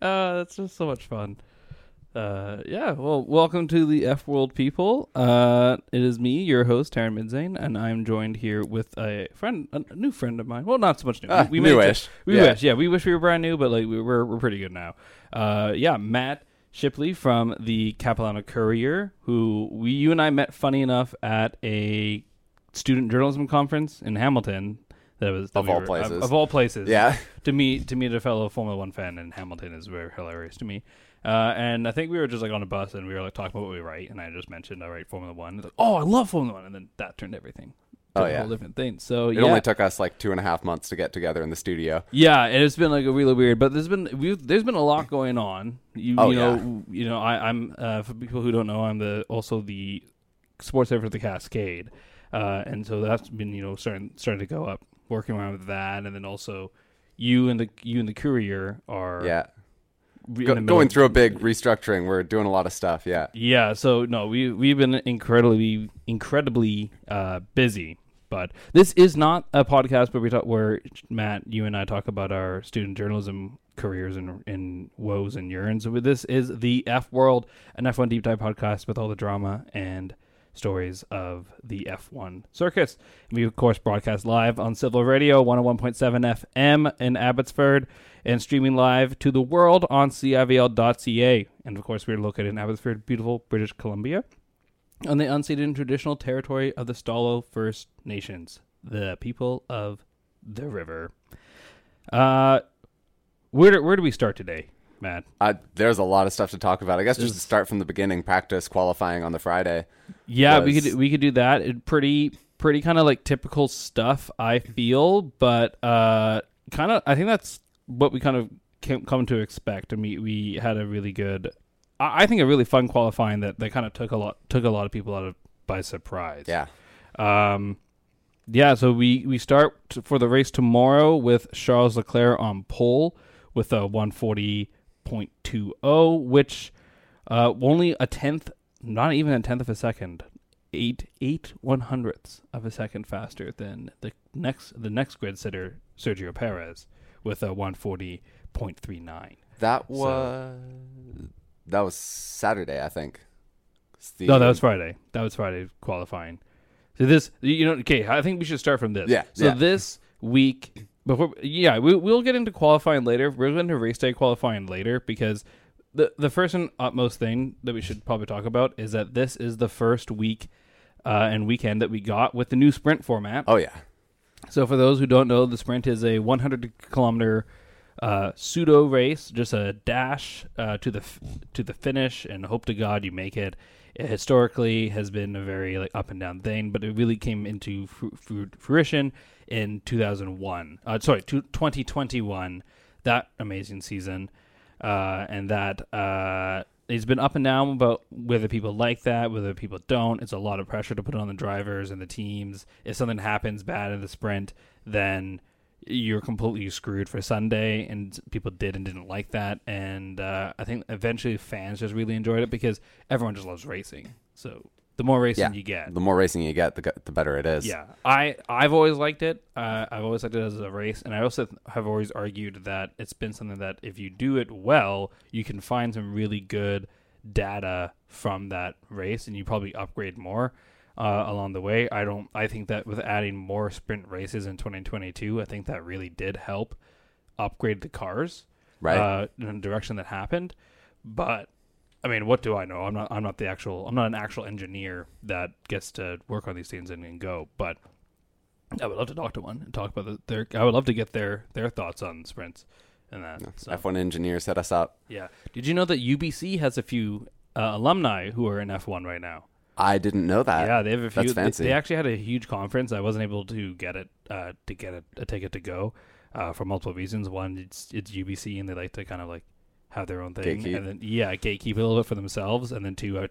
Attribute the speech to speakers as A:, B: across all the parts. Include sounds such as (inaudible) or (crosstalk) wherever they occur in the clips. A: Uh, that's just so much fun. Uh, yeah. Well, welcome to the F World people. Uh, it is me, your host, Taryn Midzane, and I'm joined here with a friend, a new friend of mine. Well, not so much new.
B: Ah,
A: made it-
B: newish.
A: We
B: Yeah.
A: wish. Yeah, we wish we were brand new, but like we we're we're pretty good now. Uh, yeah, Matt Shipley from the Capilano Courier, who we you and I met funny enough at a student journalism conference in Hamilton. That was that
B: Of
A: we
B: all
A: were-
B: places.
A: Of, of all places
B: Yeah.
A: to meet to meet a fellow Formula One fan in Hamilton is very hilarious to me. Uh, and I think we were just like on a bus and we were like talking about what we write, and I just mentioned I write Formula One. It's like, oh, I love Formula One, and then that turned everything.
B: Oh,
A: Took a
B: yeah.
A: whole different thing. So
B: It
A: yeah,
B: only took us like two and a half months to get together in the studio.
A: yeah, and it's been like a really weird, but there's been we've, there's been a lot going on. You,
B: Oh,
A: you know, you know, I, I'm uh, for people who don't know, I'm the also the sports editor for the Cascade, uh, and so that's been you know starting starting to go up, working around with that, and then also you and the you and the Courier are
B: Yeah.
A: re- in
B: Go-
A: the middle
B: going
A: of-
B: through a big restructuring. We're doing a lot of stuff. Yeah.
A: Yeah, so no, we we've been incredibly incredibly uh, busy, but this is not a podcast where we talk where Matt, you and I talk about our student journalism careers and and woes and urines. But This is the F World, an F1 deep dive podcast with all the drama and stories of the F1 circus. We, of course, broadcast live on Civil Radio 101.7 FM in Abbotsford and streaming live to the world on CIVL.ca. And, of course, we're located in Abbotsford, beautiful British Columbia, on the unceded and traditional territory of the Stalo First Nations, the people of the river. Uh, where do, where do we start today, Matt?
B: Uh, there's a lot of stuff to talk about. I guess just to start from the beginning, practice qualifying on the Friday.
A: Yeah, we
B: was-
A: could we could do that. It pretty pretty kind of like typical stuff, I feel, but uh kind of I think that's what we kind of came, come to expect. I mean, we had a really good I, I think a really fun qualifying that that kind of took a lot took a lot of people out of by surprise.
B: Yeah.
A: Um, yeah, so we we start t- for the race tomorrow with Charles Leclerc on pole with a 140.20, oh, which uh, only a tenth, not even a tenth of a second, eight eight one hundredths of a second faster than the next the next grid sitter Sergio Perez with a 140.39.
B: That was that was Saturday, I think. It's the-
A: No, that was Friday. That was Friday qualifying. So this, you know, okay. I think we should start from this.
B: Yeah,
A: So
B: yeah.
A: this week, before, yeah, we, we'll get into qualifying later. We're going to race day qualifying later because the the first and utmost thing that we should probably talk about is that this is the first week uh, and weekend that we got with the new sprint format.
B: Oh yeah.
A: So for those who don't know, the sprint is a 100 kilometer uh, pseudo race, just a dash uh, to the f- to the finish, and hope to God you make it. It historically has been a very like up and down thing, but it really came into fru- fru- fruition in 2001. Uh, sorry, two- 2021. That amazing season, uh, and that. Uh, it's been up and down about whether people like that, whether people don't. It's a lot of pressure to put on the drivers and the teams. If something happens bad in the sprint, then you're completely screwed for Sunday. And people did and didn't like that. And uh, I think eventually fans just really enjoyed it because everyone just loves racing. So the more racing
B: Yeah.
A: you get,
B: The more racing you get, the g- the better it is.
A: yeah, I I've always liked it. Uh, I've always liked it as a race, and I also th- have always argued that it's been something that if you do it well, you can find some really good data from that race, and you probably upgrade more uh, along the way. I don't. I think that with adding more sprint races in 2022, I think that really did help upgrade the cars
B: Right.
A: uh, in a direction that happened. But I mean, what do I know? I'm not. I'm not the actual. I'm not an actual engineer that gets to work on these things and, and go. But I would love to talk to one and talk about the, their. I would love to get their their thoughts on sprints and that. so,
B: F1 engineer set us up.
A: yeah. Did you know that UBC has a few uh, alumni who are in F1 right now?
B: I didn't know that.
A: Yeah, they have a few.
B: that's
A: they-
B: fancy.
A: They, actually had a huge conference. I wasn't able to get it uh, to get a, a ticket to go uh, for multiple reasons. One, it's it's UBC and they like to kind of like have their own thing,
B: Gatekeep.
A: and then yeah, gatekeep a little bit for themselves. And then two, I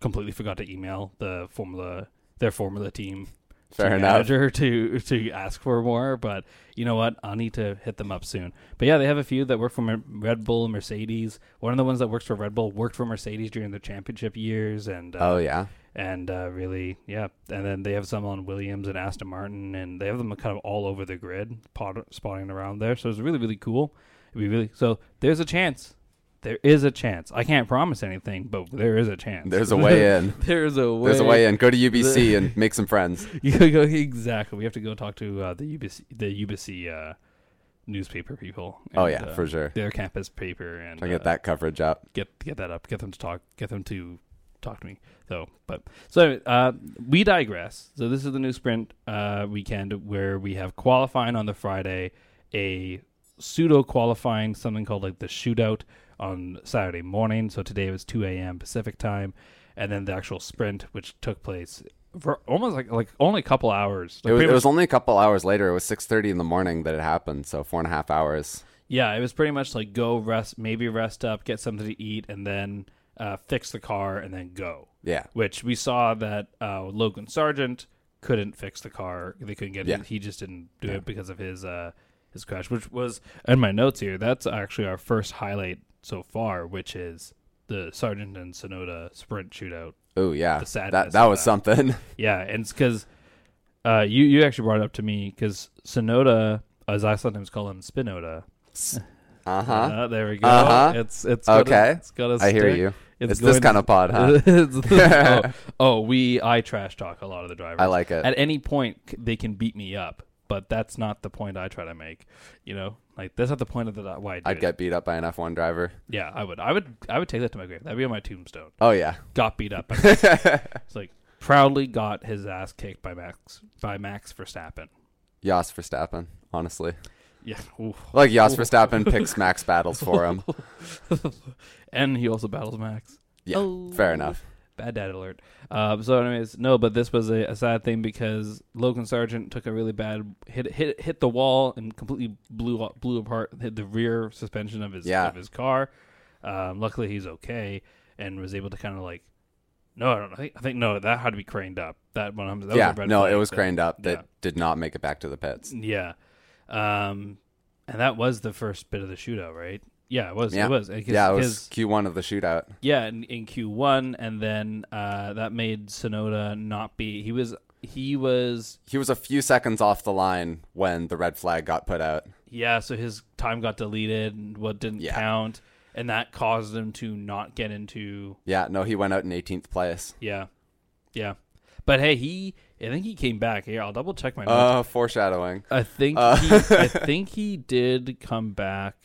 A: completely forgot to email the formula their formula team.
B: Fair
A: team
B: enough.
A: manager (laughs) to to ask for more, but you know what? I'll need to hit them up soon. But yeah, they have a few that work for Mer- Red Bull, Mercedes. One of the ones that works for Red Bull worked for Mercedes during the championship years, and uh,
B: Oh yeah.
A: and uh, really, yeah. And then they have some on Williams and Aston Martin, and they have them kind of all over the grid, pot, spotting around there. So it's really, really cool. It'd be really so. There's a chance there is a chance. I can't promise anything, but there is a chance.
B: There's
A: (laughs)
B: a way (laughs) in.
A: there is a way.
B: There's a way in. Go to (laughs) UBC and make some friends.
A: (laughs) You go exactly. We have to go talk to uh, the UBC, the UBC uh, newspaper people.
B: Oh
A: and,
B: yeah,
A: uh,
B: for sure.
A: their campus paper and
B: Try to
A: uh,
B: get that coverage up.
A: get get that up. Get them to talk. Get them to talk to me. So, but so uh, we digress. So this is the new sprint uh, weekend where we have qualifying on the Friday, a pseudo qualifying, something called like the shootout on Saturday morning. So today was two a.m. Pacific time, and then the actual sprint, which took place for almost like like only a couple hours. Like
B: It was,
A: pretty
B: it was
A: much-
B: only a couple hours later. It was six thirty in the morning that it happened. So four and a half hours.
A: yeah, it was pretty much like go rest, maybe rest up, get something to eat, and then uh, fix the car, and then go.
B: Yeah,
A: which we saw that uh, Logan Sargent couldn't fix the car. They couldn't get
B: Yeah.
A: it. He just didn't do it because of his uh, his crash, which was in my notes here. That's actually our first highlight so far, which is the Sargent and Sonoda sprint shootout.
B: Oh yeah,
A: The
B: that
A: sadness
B: that
A: of
B: was
A: that. (laughs)
B: something. (laughs)
A: Yeah, and it's because uh, you you actually brought it up to me because Sonoda, as I sometimes call him, Spinoda.
B: Uh huh.
A: Uh, there we go.
B: Uh-huh.
A: It's it's got
B: Okay.
A: A, it's got a
B: I hear
A: stick.
B: you.
A: It's
B: It's, this
A: going- (laughs)
B: kind of pod, huh? (laughs)
A: It's- oh, oh, we I trash talk a lot of the drivers.
B: I like it.
A: At any point, c- they can beat me up, but that's not the point I try to make. You know, like that's not the point of the why I did
B: I'd
A: it.
B: get beat up by an F1 driver.
A: Yeah, I would. I would. I would take that to my grave. That'd be on my tombstone.
B: Oh yeah,
A: Got beat (laughs) up. By Max. it's like proudly got his ass kicked by Max by Max Verstappen.
B: Jos Verstappen. Honestly,
A: Yeah, (laughs) oof.
B: like Jos Verstappen picks Max battles
A: (laughs)
B: for him.
A: and he also battles Max.
B: Yeah,
A: Oh.
B: fair enough.
A: Bad dad alert. Um, so, anyways, no, but this was a, a sad thing because Logan Sargent took a really bad hit, hit, hit the wall and completely blew up- blew apart hit the rear suspension of his
B: Yeah.
A: of his car. Um, luckily, he's okay and was able to kind of like, no, I don't. I think, I think no, that had to be craned up. That one, that was
B: yeah,
A: a red
B: no,
A: flag,
B: it was
A: so-
B: craned up. That
A: yeah.
B: did not make it back to the pits.
A: Yeah, um, and that was the first bit of the shootout, right? Yeah, it was.
B: Yeah.
A: It was. Like, his-
B: yeah, it
A: his-
B: was Q1 of the shootout.
A: yeah, in, in Q1, and then uh, that made Sonoda not be. He was. He was.
B: He was a few seconds off the line when the red flag got put out.
A: Yeah, so his time got deleted, and what didn't
B: Yeah.
A: count, and that caused him to not get into.
B: Yeah, no, he went out in 18th place.
A: Yeah, yeah. But hey, he. I think he came back. Here, I'll double check my notes.
B: Uh, foreshadowing.
A: I think.
B: uh,
A: he,
B: (laughs)
A: I think he did come back.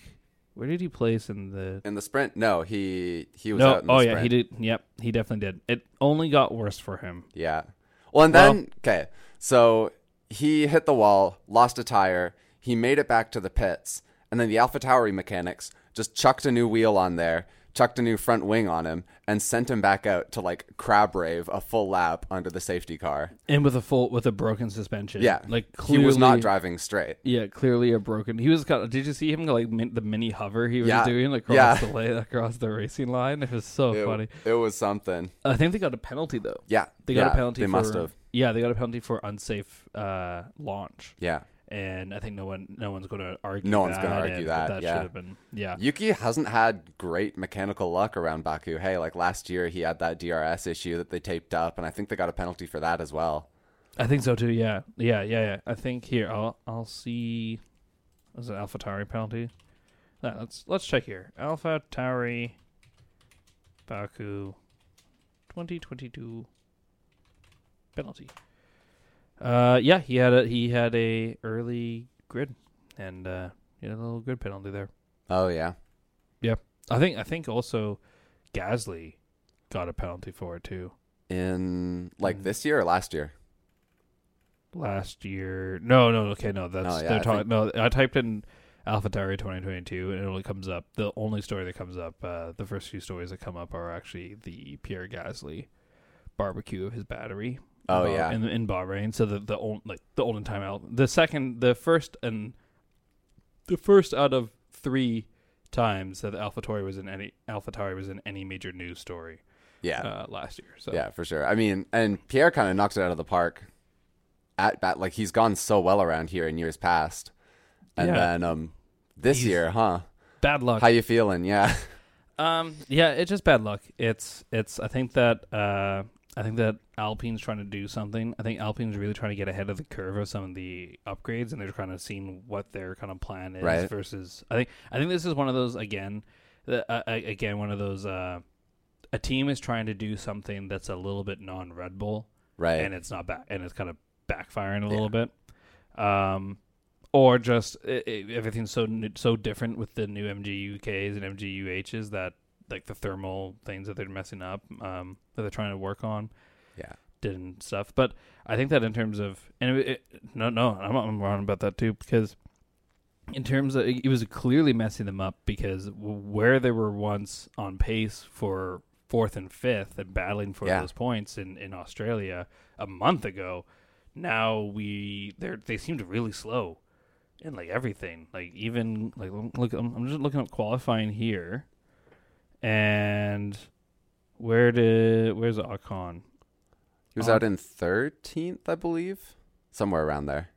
A: Where did he place in the?
B: In the sprint, no, he he was
A: No.
B: out in the
A: oh
B: sprint.
A: yeah, he did. Yep, he definitely did. It only got worse for him.
B: Yeah. Well, and
A: Well-
B: then okay, so he hit the wall, lost a tire. He made it back to the pits, and then the AlphaTauri mechanics just chucked a new wheel on there, chucked a new front wing on him, and sent him back out to like crab rave a full lap under the safety car.
A: And with a full with a broken suspension.
B: Yeah,
A: like
B: he was not
A: clearly-
B: driving straight.
A: Yeah, clearly a broken. He was. Kind of, did you see him like min, the mini hover he was
B: Yeah.
A: doing across
B: Yeah.
A: the la- across the racing line? It was so
B: It,
A: funny.
B: it was something.
A: I think they got a penalty though.
B: Yeah,
A: They got
B: yeah,
A: a penalty.
B: They
A: for,
B: must have.
A: Yeah, they got a penalty for unsafe uh, launch,
B: Yeah.
A: and I think no one no one's going to argue.
B: No
A: that,
B: one's gonna argue
A: and
B: that,
A: That
B: yeah.
A: should have been. Yeah.
B: Yuki hasn't had great mechanical luck around Baku. Hey, like last year he had that DRS issue that they taped up, and I think they got a penalty for that as well.
A: I think so too. Yeah, yeah, yeah, yeah. I think here I'll I'll see. Was it AlphaTauri penalty? Yeah, let's let's check here. AlphaTauri Baku, twenty twenty two penalty. Uh, yeah, he had a he had a early grid, and uh, he had a little grid penalty there.
B: Oh yeah.
A: I think I think also Gasly got a penalty for it too.
B: in like
A: Mm.
B: this year or last year.
A: last year. No, no, okay, no. That's
B: Oh, yeah,
A: they're
B: I
A: talking. No, I typed in AlphaTauri 2022, and it only comes up. The only story that comes up, uh, the first few stories that come up, are actually the Pierre Gasly barbecue of his battery.
B: Oh,
A: in Bah-
B: yeah.
A: in in Bahrain. So the the old like the olden time out. The second, the first, and the first out of three times that AlphaTauri was in any AlphaTauri was in any major news story
B: Yeah.
A: uh, last year. So
B: yeah, for sure. I mean, and Pierre kind of knocked it out of the park at bat. Like he's gone so well around here in years past. And
A: Yeah.
B: then um this
A: He's-
B: year, huh?
A: bad luck.
B: How you feeling? Yeah.
A: Um, yeah, it's just bad luck. It's it's. I think that uh, I think that Alpine's trying to do something. I think Alpine's really trying to get ahead of the curve of some of the upgrades, and they're trying to see what their kind of plan is
B: Right.
A: versus. I think I think this is one of those again the- uh, uh, again one of those uh, a team is trying to do something that's a little bit non Red Bull
B: (laughs) Right.
A: and it's not back and it's kind of backfiring a little bit um or just i i everything's so n- so different with the new MGUKs and MGUHs that like the thermal things that they're messing up um that they're trying to work on
B: yeah.
A: didn't stuff but I think that in terms of and it, it, no no I'm, I'm wrong about that too because in terms of it was clearly messing them up because where they were once on pace for fourth and fifth and battling for
B: Yeah.
A: those points in, in Australia a month ago, now we they are they seemed really slow in like everything. Like even like look I'm, I'm just looking up qualifying here, and where did where's Akon?
B: He was
A: Um,
B: out in 13th, I believe, somewhere around there.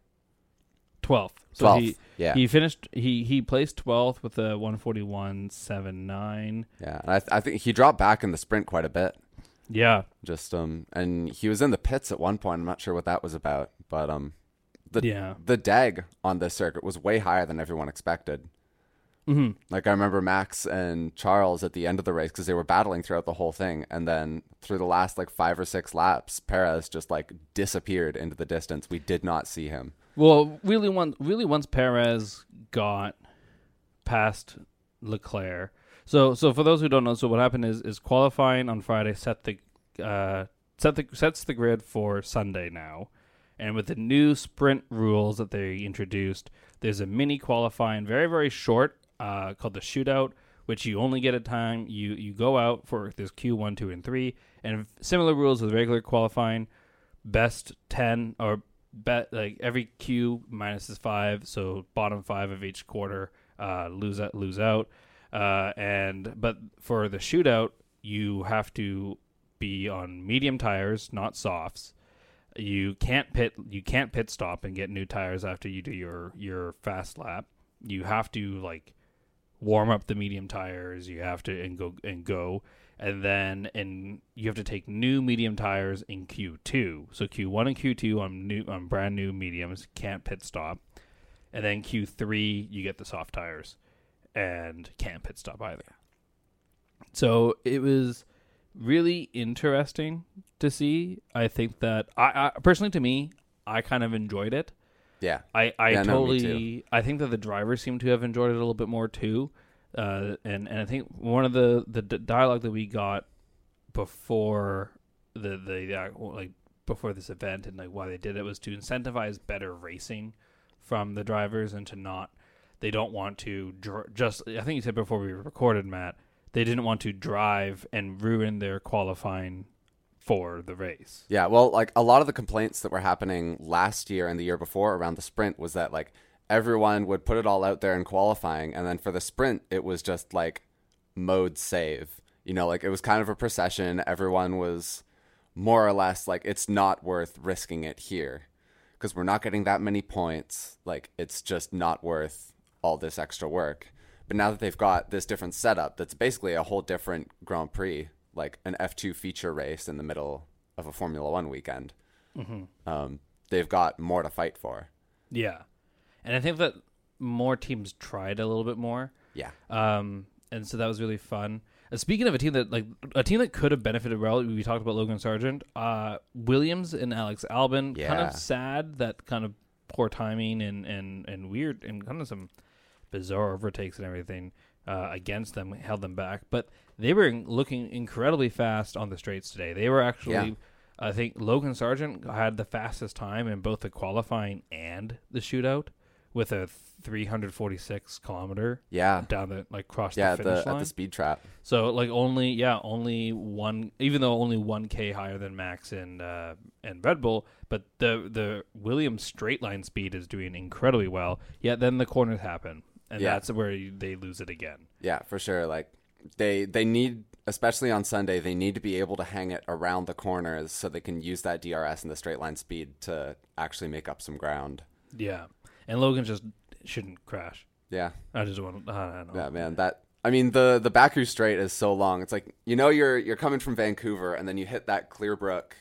A: Twelfth. So
B: 12th.
A: he
B: yeah.
A: he finished he he placed twelfth with a one forty one seven nine.
B: yeah. And I, th- I think he dropped back in the sprint quite a bit.
A: Yeah.
B: Just um and he was in the pits at one point. I'm not sure what that was about, but um the
A: Yeah.
B: the dag on this circuit was way higher than everyone expected.
A: hmm
B: Like I remember Max and Charles at the end of the race because they were battling throughout the whole thing, and then through the last like five or six laps, Perez just like disappeared into the distance. We did not see him.
A: Well, really, once really once Perez got past Leclerc. So, so for those who don't know, so what happened is is qualifying on Friday set the uh, set the sets the grid for Sunday now, and with the new sprint rules that they introduced, there's a mini qualifying, very very short, uh, called the shootout, which you only get a time. You you go out for there's Q one, two, and three, and similar rules with regular qualifying best 10 or bet like every Q minus is five so bottom five of each quarter uh lose out lose out uh and but for the shootout you have to be on medium tires not softs you can't pit you can't pit stop and get new tires after you do your your fast lap you have to like warm up the medium tires you have to and go and go and then and you have to take new medium tires in q2 so q1 and q2 on new on brand new mediums can't pit stop and then q3 you get the soft tires and can't pit stop either so it was really interesting to see i think that i, I personally to me i kind of enjoyed it
B: Yeah,
A: I, I
B: Yeah, no, me
A: totally I think that the drivers seem to have enjoyed it a little bit more too, uh, and and I think one of the the d- dialogue that we got before the the uh, like before this event and like why they did it was to incentivize better racing from the drivers and to not they don't want to dr- just I think you said before we recorded Matt they didn't want to drive and ruin their qualifying for the race.
B: Yeah, well, like a lot of the complaints that were happening last year and the year before around the sprint was that like everyone would put it all out there in qualifying, and then for the sprint, it was just like mode save. You know, like it was kind of a procession. Everyone was more or less like, it's not worth risking it here because we're not getting that many points. Like, it's just not worth all this extra work. But now that they've got this different setup, that's basically a whole different Grand Prix, like an F2 feature race in the middle of a Formula One weekend,
A: Mm-hmm.
B: um, they've got more to fight for.
A: Yeah, and I think that more teams tried a little bit more.
B: Yeah.
A: Um, and so that was really fun. Uh, speaking of a team that like a team that could have benefited well, we talked about Logan Sargent, uh, Williams and Alex Albin. Kind
B: Yeah.
A: of sad that kind of poor timing and and and weird and kind of some bizarre overtakes and everything uh, against them held them back. But they were in- looking incredibly fast on the straights today. They were actually.
B: Yeah.
A: I think Logan Sargent had the fastest time in both the qualifying and the shootout with a 346 kilometer
B: Yeah.
A: down the like cross
B: Yeah,
A: the
B: at the,
A: finish
B: at
A: line.
B: the speed trap.
A: so like only yeah only one even though only one k higher than Max and uh, and Red Bull, but the the Williams straight line speed is doing incredibly well. Yet then the corners happen, and
B: Yeah.
A: that's where you- they lose it again.
B: Yeah, for sure. Like they they need especially on Sunday, they need to be able to hang it around the corners so they can use that DRS and the straight line speed to actually make up some ground.
A: Yeah, and Logan just shouldn't crash.
B: Yeah.
A: I just want to. I don't know.
B: Yeah, man. That I mean the the Baku straight is so long. It's like you know you're you're coming from Vancouver and then you hit that Clearbrook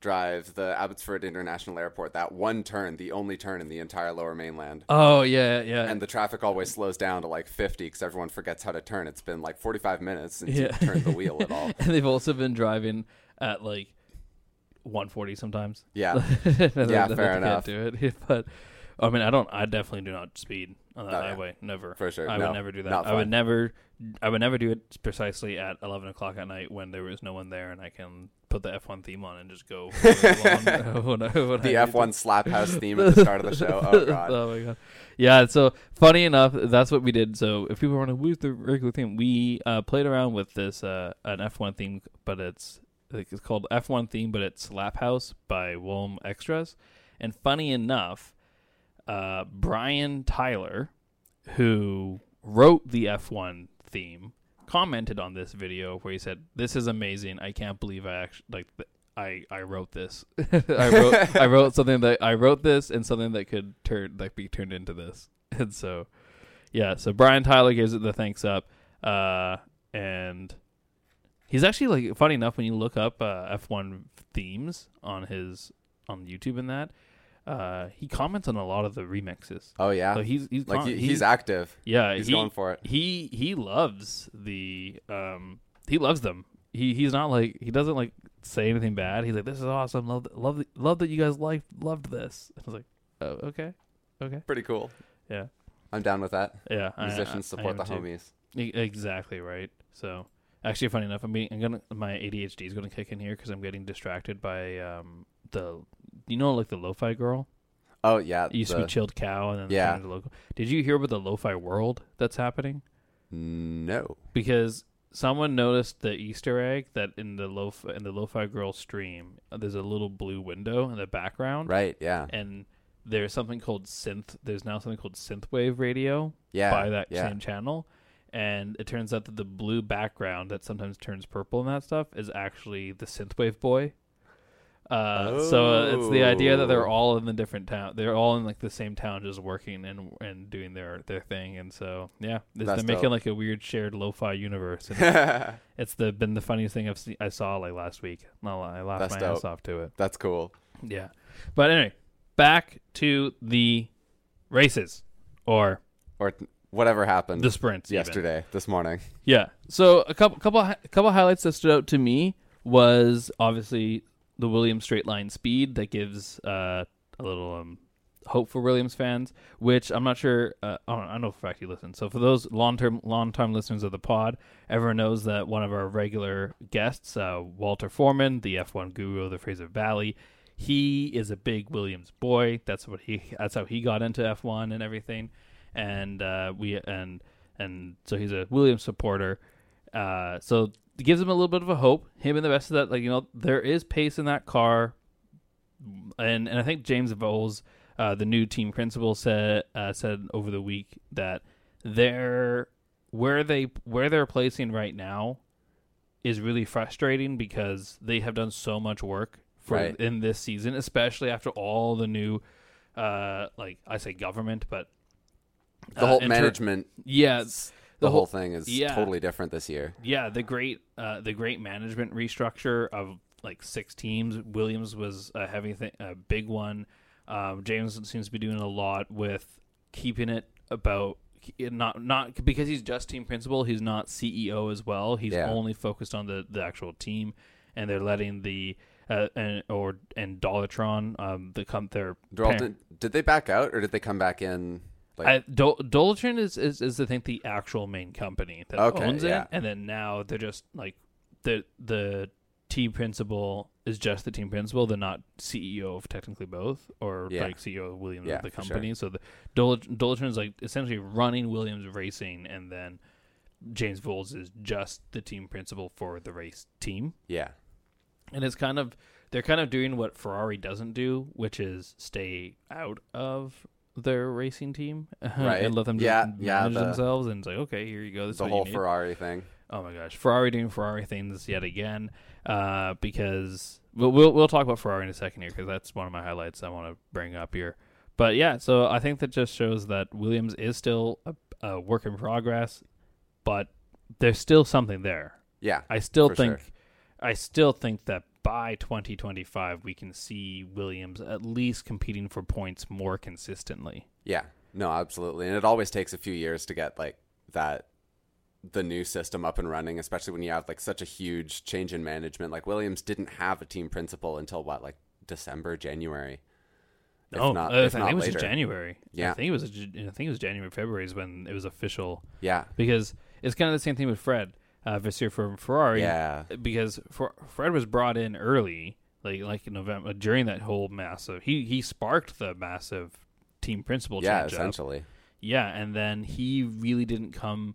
B: drive, the Abbotsford International Airport, that one turn, the only turn in the entire Lower Mainland.
A: Oh yeah, yeah.
B: And the traffic always slows down to like 50 because everyone forgets how to turn. It's been like 45 minutes since
A: Yeah.
B: you turned the wheel
A: (laughs)
B: at all.
A: and (laughs) they've also been driving at like 140 sometimes.
B: Yeah.
A: (laughs) yeah,
B: Yeah, fair enough.
A: do it, (laughs) but I mean, I don't. I definitely do not speed on that
B: Oh, yeah.
A: highway. Never.
B: For sure.
A: I
B: No,
A: would never do that.
B: not
A: I would
B: fun.
A: never. I would never do it precisely at 11 o'clock at night when there is no one there and I can put the F1 theme on and just
B: (laughs)
A: go. (laughs)
B: The
A: the
B: F1 slap house theme
A: (laughs)
B: at the start of the show. Oh, God.
A: oh my god. Yeah, so funny enough, that's what we did. So if people want to lose the regular theme, we uh, played around with this uh, an F1 theme, but it's I think it's called F1 theme, but it's Slap House by Wilm Extras. And funny enough, uh, Brian Tyler, who wrote the F1 theme, commented on this video where he said, "This is amazing. I can't believe I actually like th- I I wrote this. (laughs) I wrote I wrote something that I wrote this and something that could turn like be turned into this." (laughs) And so, yeah. So Brian Tyler gives it the thanks up, uh, and he's actually like funny enough when you look up uh, F1 themes on his on YouTube and that. Uh, he comments on a lot of the remixes.
B: Oh, yeah.
A: So he's he's
B: like,
A: con-
B: he, he's active.
A: yeah,
B: He's
A: he,
B: going for it.
A: He he loves the um he loves them. He he's not like he doesn't like say anything bad. He's like this is awesome. Love th- love th- love that you guys like loved this. (laughs) I was like, "Oh, okay. Okay.
B: Pretty cool.
A: Yeah.
B: I'm down with that.
A: Yeah. I- I- I
B: Musicians support
A: am
B: the
A: too.
B: homies.
A: E- Exactly right. So, actually, funny enough, I'm being I'm gonna my ADHD is gonna kick in here because I'm getting distracted by um the you know like the lo-fi girl
B: Oh, yeah.
A: it used to
B: the-
A: be chilled cow and then
B: Yeah.
A: the local. Did you hear about the lo-fi world that's happening?
B: No.
A: because someone noticed the Easter egg that in the lo in the lo-fi girl stream, uh, there's a little blue window in the background,
B: Right. Yeah.
A: and there's something called synth. There's now something called synthwave radio
B: Yeah.
A: by that
B: yeah.
A: same channel, and it turns out that the blue background that sometimes turns purple and that stuff is actually the synthwave boy. Uh, So uh, it's the idea that they're
B: Oh.
A: all in the different town. They're all in like the same town, just working and and doing their their thing. And so yeah, it's-
B: That's
A: they're making
B: dope.
A: like a weird shared lo-fi universe.
B: (laughs)
A: And it's the been the funniest thing I've seen, I saw like last week. Not I laughed
B: That's
A: my
B: dope.
A: ass off to it.
B: That's cool.
A: Yeah, but anyway, back to the races or
B: Or t- whatever happened
A: the sprints. even.
B: yesterday, this morning.
A: Yeah. So a couple couple hi- couple highlights that stood out to me was obviously the Williams straight line speed that gives uh, a little um, hope for Williams fans, which I'm not sure. Uh, I, don't, I don't know for a fact you listen. So for those long term long time listeners of the pod, everyone knows that one of our regular guests, uh, Walter Foreman, the F1 guru of the Fraser Valley. He is a big Williams boy. That's what he. That's how he got into F1 and everything. And uh, we and and so he's a Williams supporter. Uh, so it gives him a little bit of a hope. Him and the rest of that, like you know, there is pace in that car, and and I think James Voles, uh, the new team principal, said uh, said over the week that they're where they where they're placing right now is really frustrating because they have done so much work for
B: Right.
A: in this season, especially after all the new, uh, like I say, government, but
B: The
A: uh,
B: whole
A: inter-
B: management,
A: yeah,
B: the,
A: the
B: whole,
A: whole-
B: thing is
A: yeah.
B: totally different this year.
A: yeah the great uh, the great management restructure of like six teams williams was a heavy thing a big one um, james seems to be doing a lot with keeping it about not not because he's just team principal he's not ceo as well he's
B: Yeah.
A: only focused on the the actual team and they're letting the uh, and or and Dolatron, um, the come their parent-
B: Dalton, did they back out or did they come back in? Like,
A: I, Dol- Dolitron is, is is I think the actual main company that
B: Okay,
A: owns
B: yeah.
A: it, and then now they're just like the the team principal is just the team principal. They're not CEO of technically both, or
B: Yeah.
A: like CEO of Williams
B: Yeah,
A: of the
B: for sure.
A: company. So the Dolit- Dolitron is like essentially running Williams Racing, and then James Voles is just the team principal for the race team
B: yeah,
A: and it's kind of they're kind of doing what Ferrari doesn't do, which is stay out of their racing team (laughs)
B: Right.
A: and let them
B: Yeah,
A: just
B: yeah,
A: manage
B: the-
A: themselves. And it's like, okay, here you go. This is
B: the
A: what
B: whole
A: you need.
B: Ferrari thing.
A: Oh my gosh, Ferrari doing Ferrari things yet again. Uh, because we'll, we'll we'll talk about Ferrari in a second here because that's one of my highlights I want to bring up here. But yeah, so I think that just shows that Williams is still a, a work in progress, but there's still something there.
B: Yeah,
A: I still
B: For sure.
A: think I still think that by 2025 we can see Williams at least competing for points more consistently.
B: Yeah, no, absolutely. And it always takes a few years to get like that the new system up and running, especially when you have like such a huge change in management. Like Williams didn't have a team principal until what, like December, January. If
A: No,
B: not-
A: uh,
B: if
A: I
B: not
A: think it was
B: later.
A: in January.
B: Yeah.
A: I think it was. I think it was January, February is when it was official
B: Yeah,
A: because it's kind of the same thing with Fred uh, Vasseur from Ferrari.
B: yeah,
A: because for, Fred was brought in early, like like in November during that whole massive. He he sparked the massive team principal
B: yeah.
A: change up.
B: Essentially,
A: Yeah, and then he really didn't come.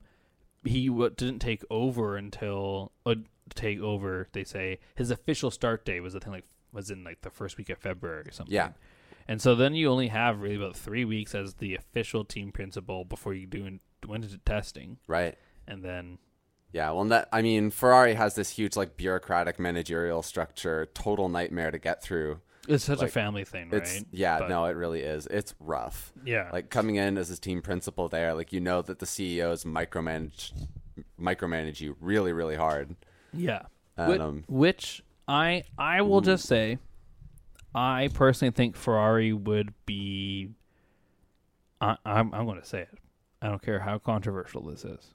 A: He w- didn't take over until uh, take over. They say his official start date was I think like was in like the first week of February or something.
B: Yeah.
A: and so then you only have really about three weeks as the official team principal before you do went into testing,
B: right.
A: and then
B: Yeah, well, that I mean, Ferrari has this huge like bureaucratic managerial structure, total nightmare to get through.
A: it's such
B: Like,
A: a family thing, right?
B: It's yeah,
A: But-
B: no, it really is. It's rough.
A: yeah,
B: Like coming in as his team principal there, like you know that the CEOs micromanage micromanage you really, really hard.
A: Yeah.
B: And,
A: Which,
B: um,
A: which I I will just say, I personally think Ferrari would be. I, I'm I'm going to say it. I don't care how controversial this is.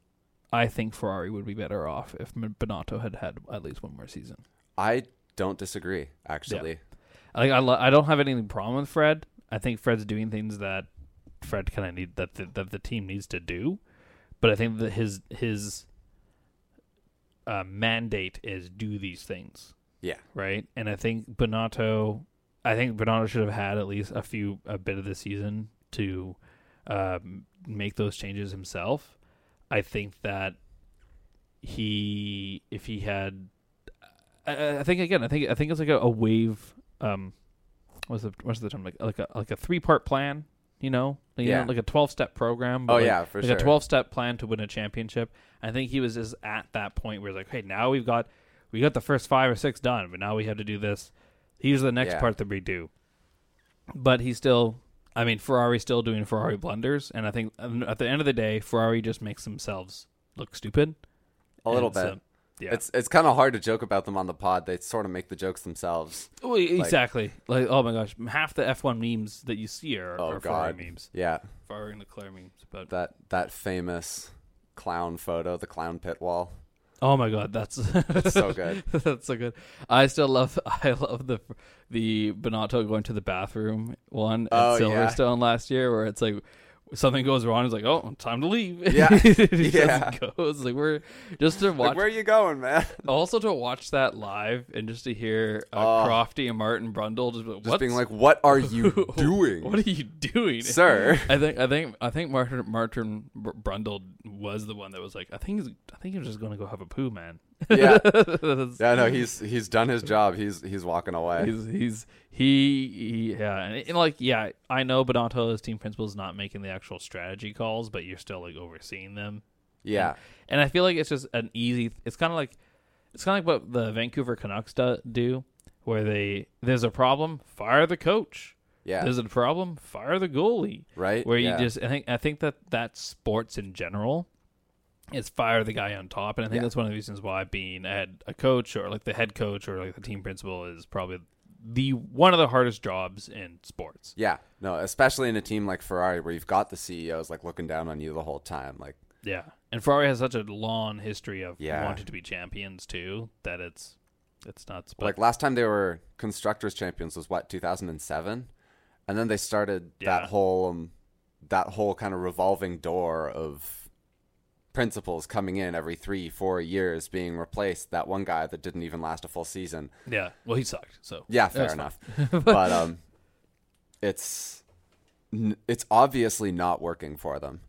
A: I think Ferrari would be better off if M- Bonato had had at least one more season.
B: I don't disagree, actually.
A: Like I lo- I don't have anything problem with Fred. I think Fred's doing things that Fred kind of need that the, that the team needs to do, but I think that his his uh, mandate is do these things.
B: Yeah.
A: right? And I think Bonato, I think Bonato should have had at least a few a bit of the season to um, make those changes himself. I think that he, if he had, I- I, I think again, I think I think it's like a, a wave. Um, what's the what's the term like like a like a three part plan? You know, like, you know,
B: Yeah.
A: like a twelve step program. but
B: Oh
A: like-
B: yeah, for
A: like
B: sure.
A: a 12 step plan to win a championship. I think he was just at that point where he's like, hey, now we've got we got the first five or six done, but now we have to do this. Here's the next
B: Yeah.
A: part that we do. But he's still, I mean, Ferrari's still doing Ferrari blunders, and I think um, at the end of the day, Ferrari just makes themselves look stupid.
B: a little
A: And
B: bit.
A: so- yeah,
B: It's it's kind of hard to joke about them on the pod. They sort of make the jokes themselves.
A: Well, e, exactly like oh my gosh, half the F1 memes that you see are,
B: Oh
A: are Ferrari
B: god.
A: memes,
B: Yeah.
A: Ferrari and Leclerc memes. But
B: That that famous clown photo, the clown pit (laughs) wall.
A: oh my god, that's (laughs)
B: So good.
A: That's so good. I still love (laughs) I love the the Bonato going to the bathroom one at
B: Oh, yeah.
A: Silverstone last year where it's like something goes wrong. He's like, oh, time to leave. (laughs)
B: Yeah.
A: he just
B: (laughs) Yeah.
A: goes like we're just to
B: Like,
A: watch.
B: where are you going, man? (laughs)
A: also to watch that live and just to hear uh,
B: Oh.
A: Crofty and Martin Brundle just, be like,
B: Just
A: "What's-
B: being like, what (laughs) are you doing?
A: what are you doing,
B: Sir.
A: I think I think I think Martin Martin Br- Brundle was the one that was like, I think he's, I think he's just gonna go have a poo, man.
B: (laughs)
A: (laughs)
B: yeah,
A: That's-
B: yeah, no, he's he's done his job. He's he's walking away.
A: (laughs) he's he's he, he yeah and, and, like yeah i know Bonato's team principal is not making the actual strategy calls but you're still like overseeing them
B: yeah,
A: and i feel like it's just an easy it's kind of like it's kind of like what the vancouver canucks do, do where they there's a problem fire the coach
B: yeah,
A: there's a problem fire the goalie
B: right.
A: where
B: Yeah.
A: you just I think I think that that's sports in general is fire the guy on top, and I think
B: Yeah.
A: that's one of the reasons why being a, head, a coach or like the head coach or like the team principal is probably the one of the hardest jobs in sports.
B: yeah, no, especially in a team like Ferrari where you've got the CEOs like looking down on you the whole time. Like,
A: Yeah, and Ferrari has such a long history of
B: Yeah.
A: wanting to be champions too that it's it's nuts. But
B: like last time they were constructors champions was what 2007, and then they started
A: Yeah.
B: that whole um, that whole kind of revolving door of principals coming in every three, four years being replaced. That one guy that didn't even last a full season.
A: yeah, well he sucked. So
B: Yeah, fair
A: That's
B: enough.
A: (laughs)
B: but um, it's n- it's obviously not working for them.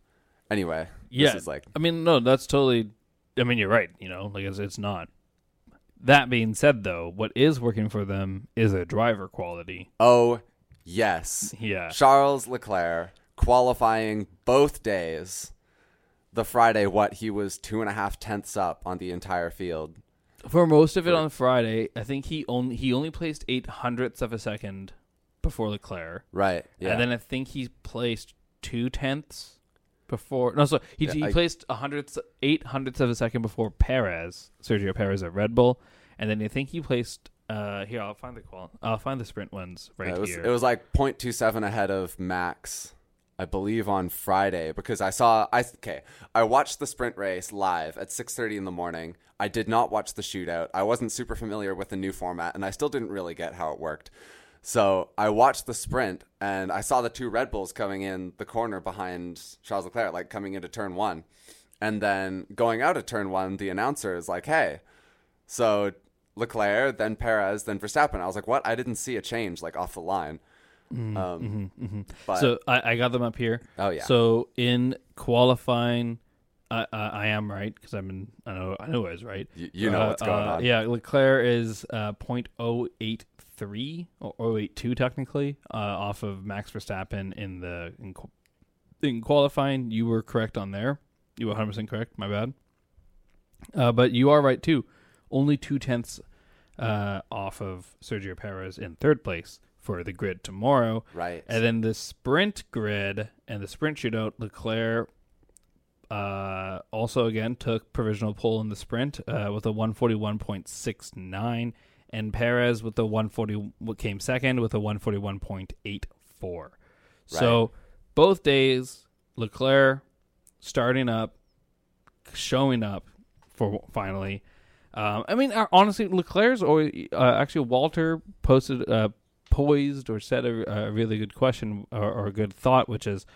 B: Anyway,
A: yeah,
B: this is like
A: I mean no, that's totally. I mean you're right. You know, like it's, it's not. That being said, though, what is working for them is a driver quality.
B: oh yes,
A: Yeah.
B: Charles Leclerc qualifying both days. The Friday, what he was two and a half tenths up on the entire field.
A: For most of it on Friday, I think he only he only placed eight hundredths of a second before Leclerc,
B: Right. Yeah.
A: and then I think he placed two tenths before. No, so he
B: Yeah,
A: he
B: I-
A: placed a hundredths eight hundredths of a second before Perez, Sergio Perez at Red Bull, and then I think he placed Uh, here I'll find the qual. I'll find the sprint ones right
B: it was
A: here.
B: it was like 0.27 ahead of Max, I believe on Friday because I saw I okay I watched the sprint race live at 6:30 in the morning. I did not watch the shootout. I wasn't super familiar with the new format, and I still didn't really get how it worked. So I watched the sprint, and I saw the two Red Bulls coming in the corner behind Charles Leclerc, like coming into turn one, and then going out of turn one. The announcer is like, "Hey." So Leclerc, then Perez, then Verstappen. I was like, what? I didn't see a change like off the line. um, But
A: so I, I got them up here.
B: Oh, yeah.
A: So in qualifying, I I, I am right because I'm in. I know I know I was right.
B: Y- you know
A: Uh,
B: what's going
A: uh,
B: on.
A: Yeah, Leclerc is uh, 0.083 or 0.082 technically uh, off of Max Verstappen in the in, qu- in qualifying. You were correct on there. You were 100 percent correct. My bad. Uh, but you are right too. Only two tenths uh, off of Sergio Perez in third place for the grid tomorrow.
B: Right.
A: And then the sprint grid and the sprint shootout, Leclerc uh, also again took provisional pole in the sprint uh, with a 141.69, and Perez with a 140 what came second with a 141.84. So both days, Leclerc starting up, showing up for finally. Um, I mean, uh, honestly, Leclerc's or uh, actually Walter posted uh, poised or said a, a really good question or, or a good thought, which is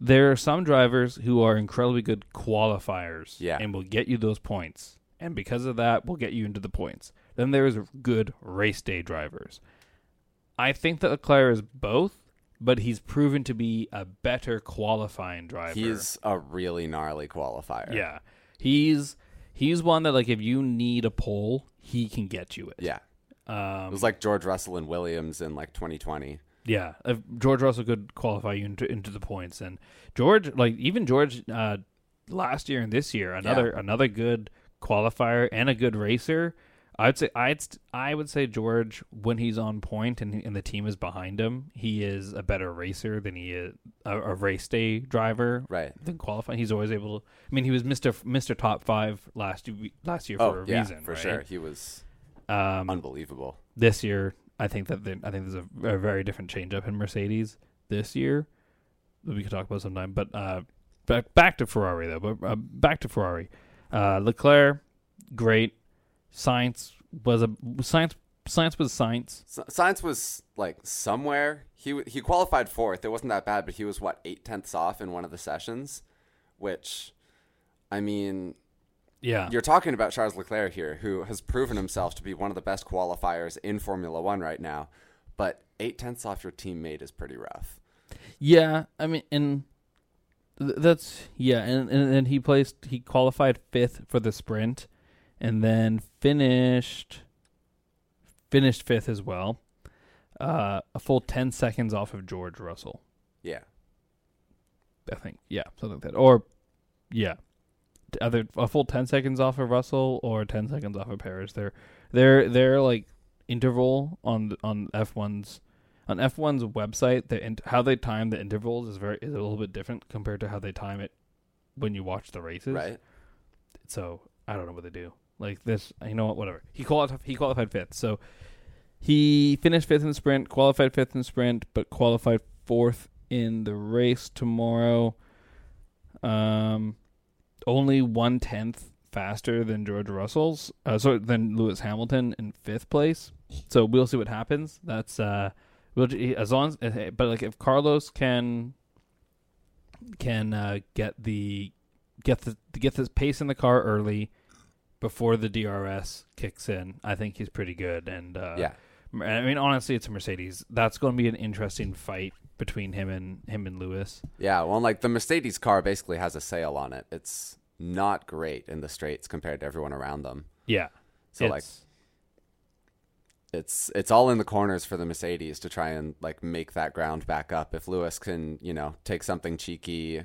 A: there are some drivers who are incredibly good qualifiers,
B: Yeah.
A: and will get you those points, and because of that, will get you into the points. Then there is good race day drivers. I think that Leclerc is both, but he's proven to be a better qualifying driver.
B: He's a really gnarly qualifier.
A: Yeah. He's he's one that like if you need a pole, he can get you it.
B: Yeah. It
A: Um
B: was like George Russell and Williams in like 2020.
A: yeah. If George Russell could qualify you into, into the points and George like even George uh last year and this year another another good qualifier and a good racer. I'd say I'd st- I would say George when he's on point and and the team is behind him, he is a better racer than he is a, a race day driver
B: Right.
A: than qualifying. He's always able to. I mean, he was Mister Mister Top Five last year, last year for
B: oh,
A: a
B: yeah,
A: reason,
B: for
A: right?
B: sure. He was
A: Um,
B: unbelievable.
A: this year, I think that the, I think there's a, a very different change up in Mercedes this year that we could talk about sometime. But uh, back back to Ferrari though. But uh, back to Ferrari. Uh, Leclerc, great. Science was a science. Science was science.
B: S- Science was like somewhere. He w- he qualified fourth. It wasn't that bad, but he was what eight tenths off in one of the sessions, which, I mean,
A: Yeah.
B: You're talking about Charles Leclerc here, who has proven himself to be one of the best qualifiers in Formula One right now. But eight tenths off your teammate is pretty rough.
A: Yeah, I mean, and th- that's yeah, and, and and he placed he qualified fifth for the sprint, and then finished finished fifth as well, uh, a full ten seconds off of George Russell.
B: Yeah.
A: I think yeah, something like that, or yeah, T- either a full ten seconds off of Russell or ten seconds off of Paris. Their their their like interval on th- on F one's on F one's website, the int- how they time the intervals is very is a little bit different compared to how they time it when you watch the races.
B: Right?
A: So I don't know what they do. Like this, you know what? Whatever. He qualified. He qualified fifth. So he finished fifth in the sprint, qualified fifth in the sprint, but qualified fourth in the race tomorrow. Um, only one tenth faster than George Russell's. Uh, so than Lewis Hamilton in fifth place. So we'll see what happens. That's uh, we'll, as long as, eh, but like if Carlos can can uh, get the get the get this pace in the car early before the DRS kicks in. I think he's pretty good. And uh,
B: yeah.
A: I mean honestly, it's a Mercedes. That's going to be an interesting fight between him and him and Lewis.
B: Yeah. Well, like the Mercedes car basically has a sail on it. It's not great in the straights compared to everyone around them.
A: Yeah.
B: So, like- It's it's all in the corners for the Mercedes to try and like make that ground back up. If Lewis can, you know, take something cheeky,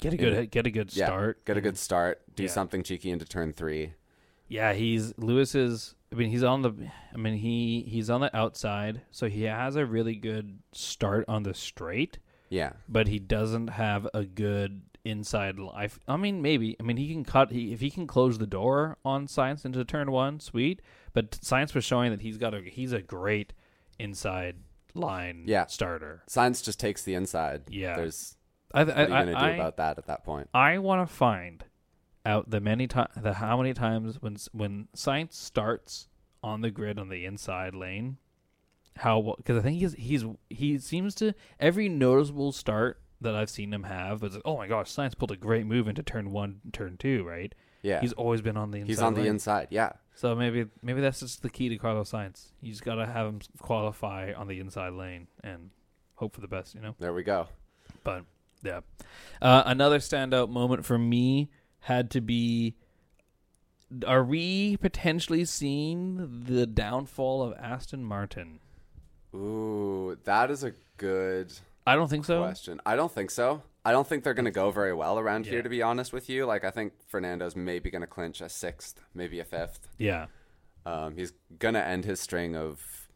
A: get a good get a good
B: yeah,
A: start.
B: get a good start, do
A: Yeah.
B: something cheeky into turn three.
A: Yeah, he's Lewis is. I mean, he's on the. I mean, he he's on the outside, so he has a really good start on the straight,
B: Yeah.
A: but he doesn't have a good inside life. I mean, maybe. I mean, he can cut. He, if he can close the door on science into turn one, sweet. But science was showing that he's got a he's a great inside line
B: Yeah.
A: starter.
B: Science just takes the inside.
A: Yeah.
B: There's
A: I, I,
B: what are
A: I,
B: you going to do about that at that point?
A: I want to find out the many times, the how many times when s- when science starts on the grid on the inside lane, how because I think he's he's he seems to every noticeable start that I've seen him have was like, oh my gosh, science pulled a great move into turn one, turn two, right?
B: Yeah.
A: He's always been on the inside.
B: He's on the
A: lane.
B: inside. Yeah.
A: So maybe maybe that's just the key to Carlos Science. You just gotta have him qualify on the inside lane and hope for the best, you know.
B: There we go.
A: But yeah, uh, another standout moment for me had to be: Are we potentially seeing the downfall of Aston Martin?
B: Ooh, that is a good
A: I don't think so.
B: question. I don't think so. I don't think they're going to go very well around
A: Yeah.
B: here, to be honest with you. Like, I think Fernando's maybe going to clinch a sixth, maybe a fifth.
A: Yeah,
B: Um, he's going to end his string of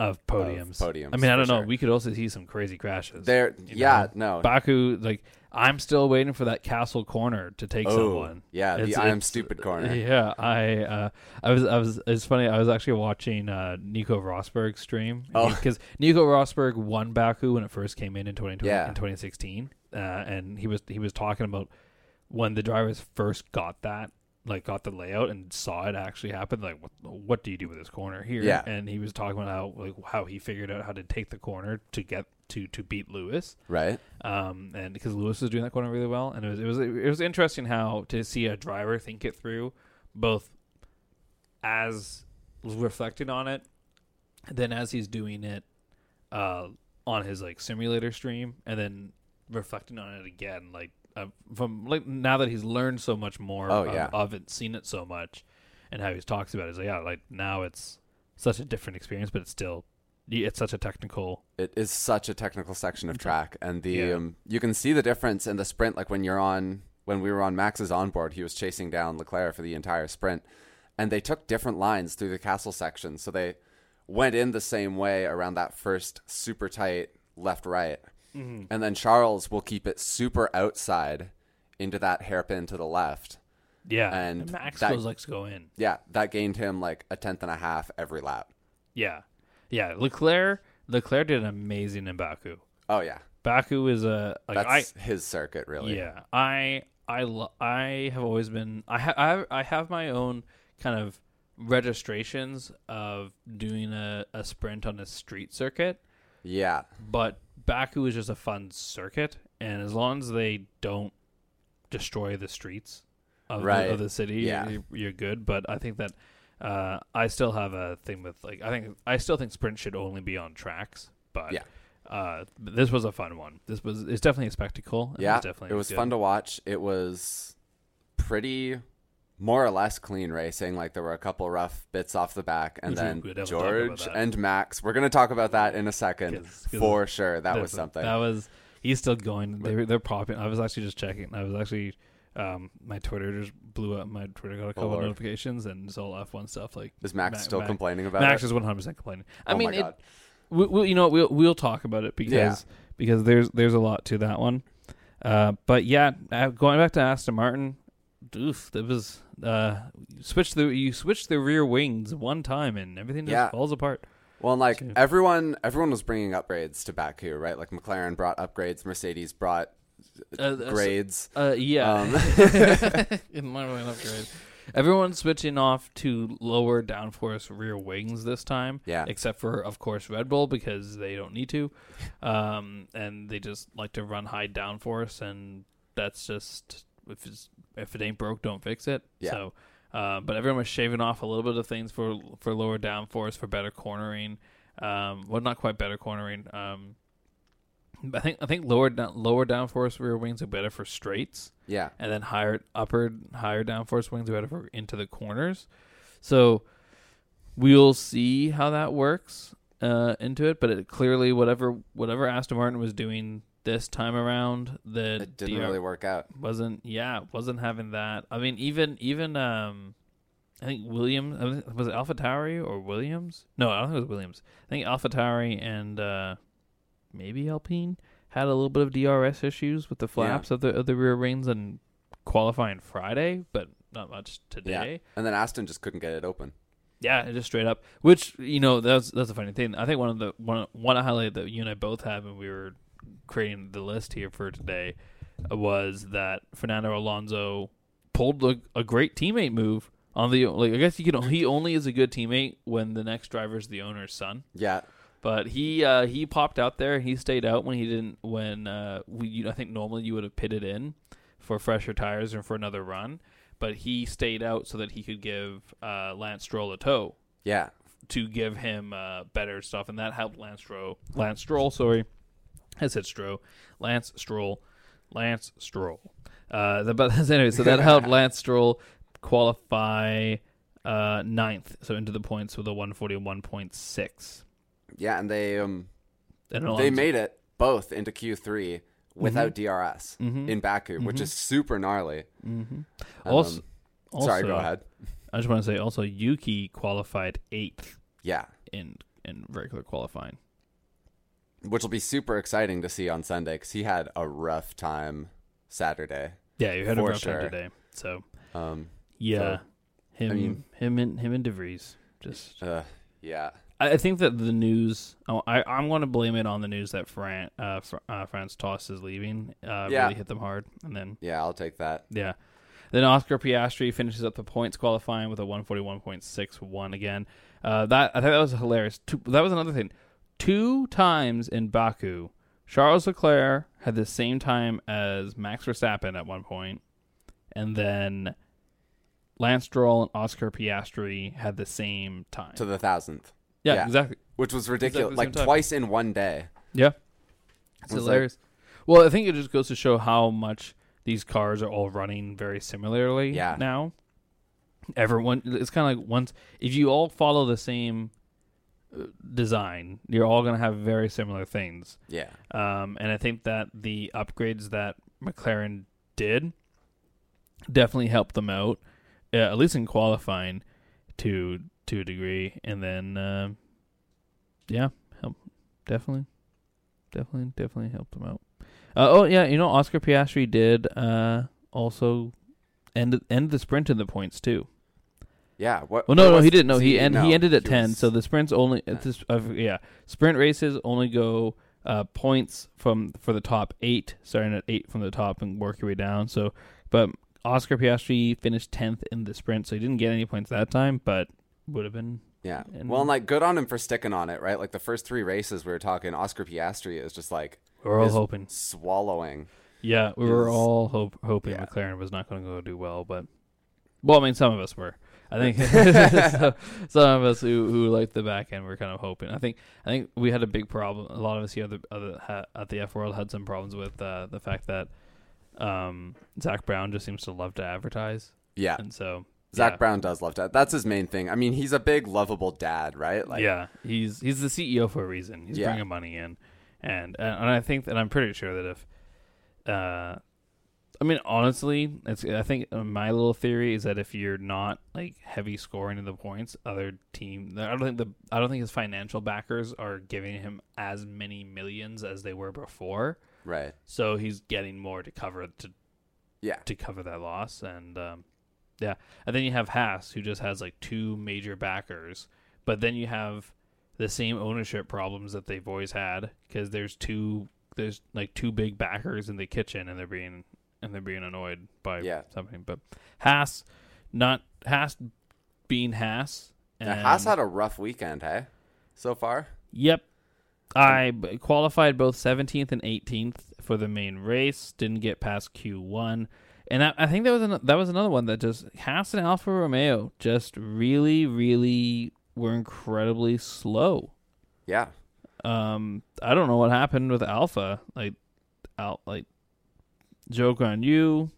A: of podiums.
B: podiums,
A: I mean, I don't
B: for
A: know.
B: sure.
A: We could also see some crazy crashes.
B: there.
A: you
B: Yeah, no.
A: Baku, like I'm still waiting for that castle corner to
B: Oh,
A: take someone.
B: yeah, the
A: It's-
B: I am
A: it's-
B: stupid corner.
A: Yeah, I uh, I was I was it's funny. I was actually watching uh, Nico Rosberg's stream (laughs)
B: Oh.
A: because Nico Rosberg won Baku when it first came in in 2020
B: Yeah.
A: in 2016, uh, and he was he was talking about when the drivers first got that like got the layout and saw it actually happen like what, what do you do with this corner here
B: Yeah.
A: and he was talking about how like how he figured out how to take the corner to get to to beat lewis
B: Right?
A: um, and because Lewis was doing that corner really well, and it was it was it was interesting how to see a driver think it through, both as reflecting on it, then as he's doing it uh, on his like simulator stream, and then reflecting on it again, like uh, from like now that he's learned so much more
B: Oh,
A: of,
B: yeah.
A: of it, seen it so much, and how he talks about it, it's like yeah, like now it's such a different experience, but it's still it's such a technical
B: It is such a technical section of track, and the
A: Yeah.
B: um, you can see the difference in the sprint. Like when you're on, when we were on Max's onboard, he was chasing down Leclerc for the entire sprint, and they took different lines through the castle section. So they went in the same way around that first super tight left right,
A: Mm-hmm.
B: and then Charles will keep it super outside into that hairpin to the left.
A: yeah,
B: And
A: and Max
B: that-
A: goes like go in.
B: Yeah, that gained him like a tenth and a half every lap.
A: Yeah. Yeah. Leclerc Leclerc did amazing in Baku.
B: Oh yeah,
A: Baku is a like I
B: that's his circuit really.
A: yeah. I I lo- I have always been I ha- I have, I have my own kind of registrations of doing a, a sprint on a street circuit,
B: yeah.
A: but Baku is just a fun circuit and as long as they don't destroy the streets of,
B: Right.
A: the, of the city,
B: Yeah.
A: you're, you're good, but I think that uh, I still have a thing with like I think I still think sprint should only be on tracks, but
B: Yeah.
A: uh, this was a fun one. This was it's definitely a spectacle. and
B: Yeah,
A: it's definitely
B: it was
A: good.
B: fun to watch. It was pretty, more or less clean racing. Like there were a couple rough bits off the back, and
A: Which we
B: then
A: could have a talk about
B: George
A: that.
B: and Max. We're gonna talk about that in a second
A: 'Cause- 'cause
B: for sure. That was
A: Definitely.
B: something.
A: That was he's still going. They were, they're popping. I was actually just checking. I was actually um, my Twitter just blew up. My Twitter got a couple
B: Lord.
A: notifications and it's all F1 stuff. Like
B: Is Max
A: Ma-
B: still
A: Ma-
B: complaining about
A: Max
B: it?
A: is one hundred percent complaining. I
B: Oh my
A: mean, it,
B: God.
A: we, we, you know, what, we'll we'll talk about it because
B: Yeah.
A: because there's there's a lot to that one. Uh, but yeah, uh, going back to Aston Martin, oof, that was uh, switch the you switch the rear wings one time and everything just
B: Yeah.
A: falls apart.
B: Well, and, like
A: Sure.
B: everyone, everyone was bringing upgrades to Baku, right? Like McLaren brought upgrades, Mercedes brought
A: Uh, uh, so-
B: grades.
A: Uh, yeah. (laughs)
B: Um,
A: In my mind upgrade. Everyone's switching off to lower downforce rear wings this time.
B: Yeah.
A: Except for, of course, Red Bull because they don't need to. Um, and they just like to run high downforce, and that's just if it's, if it ain't broke, don't fix it.
B: Yeah.
A: So, uh, but everyone was shaving off a little bit of things for for lower downforce for better cornering. Um, well, not quite better cornering. Um, I think I think lower down lower downforce rear wings are better for straights
B: yeah,
A: and then higher upper higher downforce wings better for into the corners. So we'll see how that works uh, into it, but it clearly whatever whatever Aston Martin was doing this time around, the uh,
B: it didn't
A: DR
B: really work out.
A: wasn't yeah wasn't having that. I mean even even um. I think Williams was it AlphaTauri or Williams? No, I don't think it was Williams. I think AlphaTauri and uh, maybe Alpine had a little bit of DRS issues with the flaps of the of the rear wings and qualifying Friday, but not much today.
B: Yeah. And then Aston just couldn't get it open.
A: Yeah, just straight up. Which you know that's that's a funny thing. I think one of the one one highlight that you and I both have, and we were creating the list here for today, was that Fernando Alonso pulled a, a great teammate move on the like. I guess you can he only is a good teammate when the next driver is the owner's son.
B: Yeah.
A: But he uh, he popped out there. He stayed out when he didn't. When uh, we, you, I think normally you would have pitted in for fresher tires and for another run, but he stayed out so that he could give uh, Lance Stroll a tow
B: Yeah.
A: to give him uh, better stuff, and that helped Lance Stroll. Lance Stroll, sorry, I said Stroll. Lance Stroll, Lance Stroll. Uh, the, but anyway, (laughs) so that
B: (laughs)
A: helped Lance Stroll qualify uh, ninth, so into the points with a one forty one point six.
B: Yeah, and they um they made it both into Q3
A: Mm-hmm.
B: without DRS in Baku, which is super gnarly.
A: Mm-hmm. also, also.
B: Um, Sorry, go ahead.
A: I just want to say also Yuki qualified eighth
B: Yeah,
A: in in regular qualifying.
B: which will be super exciting to see on Sunday because he had a rough time Saturday.
A: Yeah, you had a
B: For
A: rough time
B: sure.
A: today. So
B: Um,
A: yeah, him,
B: mean-
A: him, and him and Devries. Just,
B: uh, yeah,
A: I I think that the news. Oh, I I'm going to blame it on the news that Fran, uh, Fr- uh, France Toss is leaving. Uh,
B: Yeah.
A: really hit them hard, and then
B: yeah, I'll take that.
A: Yeah. Then Oscar Piastri finishes up the points qualifying with a 141.61 again. Uh, that I think that was hilarious. Two, that was another thing. Two times in Baku, Charles Leclerc had the same time as Max Verstappen at one point, and then Lance Stroll and Oscar Piastri had the same time.
B: To the thousandth,
A: yeah,
B: yeah.
A: exactly.
B: which was ridiculous,
A: the
B: like
A: same time.
B: twice in one day.
A: Yeah. It's
B: It's like-
A: hilarious. well, I think it just goes to show how much these cars are all running very similarly
B: Yeah.
A: now. Everyone, it's kind of like once, if you all follow the same uh, design, you're all going to have very similar things.
B: Yeah,
A: Um, and I think that the upgrades that McLaren did definitely helped them out, uh, at least in qualifying, to to a degree. And then, uh, yeah, help definitely, definitely, definitely helped them out. Uh, oh yeah, you know Oscar Piastri did uh, also end end the sprint in the points too.
B: yeah. What?
A: Well, no,
B: what
A: no,
B: was-
A: he didn't. No,
B: see,
A: he end, he ended at ten.
B: was-
A: So the sprints only at this, uh, yeah, sprint races only go uh, points from for the top eight, starting at eight from the top and work your way down. So, but Oscar Piastri finished tenth in the sprint, so he didn't get any points that time, but would have been
B: Yeah.
A: and-
B: well, and like good on him for sticking on it, right? Like the first three races we were talking, Oscar Piastri is just like
A: we were all
B: is
A: hoping.
B: swallowing.
A: Yeah, we were
B: is-
A: all hope, hoping
B: yeah.
A: McLaren was not going to go do well, but well, I mean, some of us were. I
B: (laughs)
A: think (laughs) so, some of us who who liked the back end were kind of hoping. I think I think we had a big problem. A lot of us here at the, other, ha, at the F World had some problems with uh, the fact that um, Zach Brown just seems to love to advertise,
B: Yeah.
A: and so
B: Zach
A: yeah.
B: Brown does love dad. That's his main thing. I mean, he's a big, lovable dad, right? Like,
A: yeah, he's he's the CEO for a reason. He's
B: Yeah.
A: bringing money in, and and and I think that I'm pretty sure that if, uh, I mean honestly, it's I think uh, my little theory is that if you're not like heavy scoring in the points, other team I don't think the I don't think his financial backers are giving him as many millions as they were before,
B: right.
A: so he's getting more to cover to
B: Yeah,
A: to cover that loss. And um, yeah, and then you have Haas, who just has like two major backers, but then you have the same ownership problems that they've always had because there's two there's like two big backers in the kitchen, and they're being and they're being annoyed by
B: Yeah.
A: something. But Haas, not Haas being Haas.
B: now,
A: and-
B: Haas had a rough weekend, hey, so far.
A: Yep. I b- qualified both 17th and 18th for the main race. Didn't get past Q1, and that, I think that was an, that was another one that just Haas and Alfa Romeo just really, really were incredibly slow.
B: Yeah,
A: Um, I don't know what happened with Alpha. Like, out like joke on you,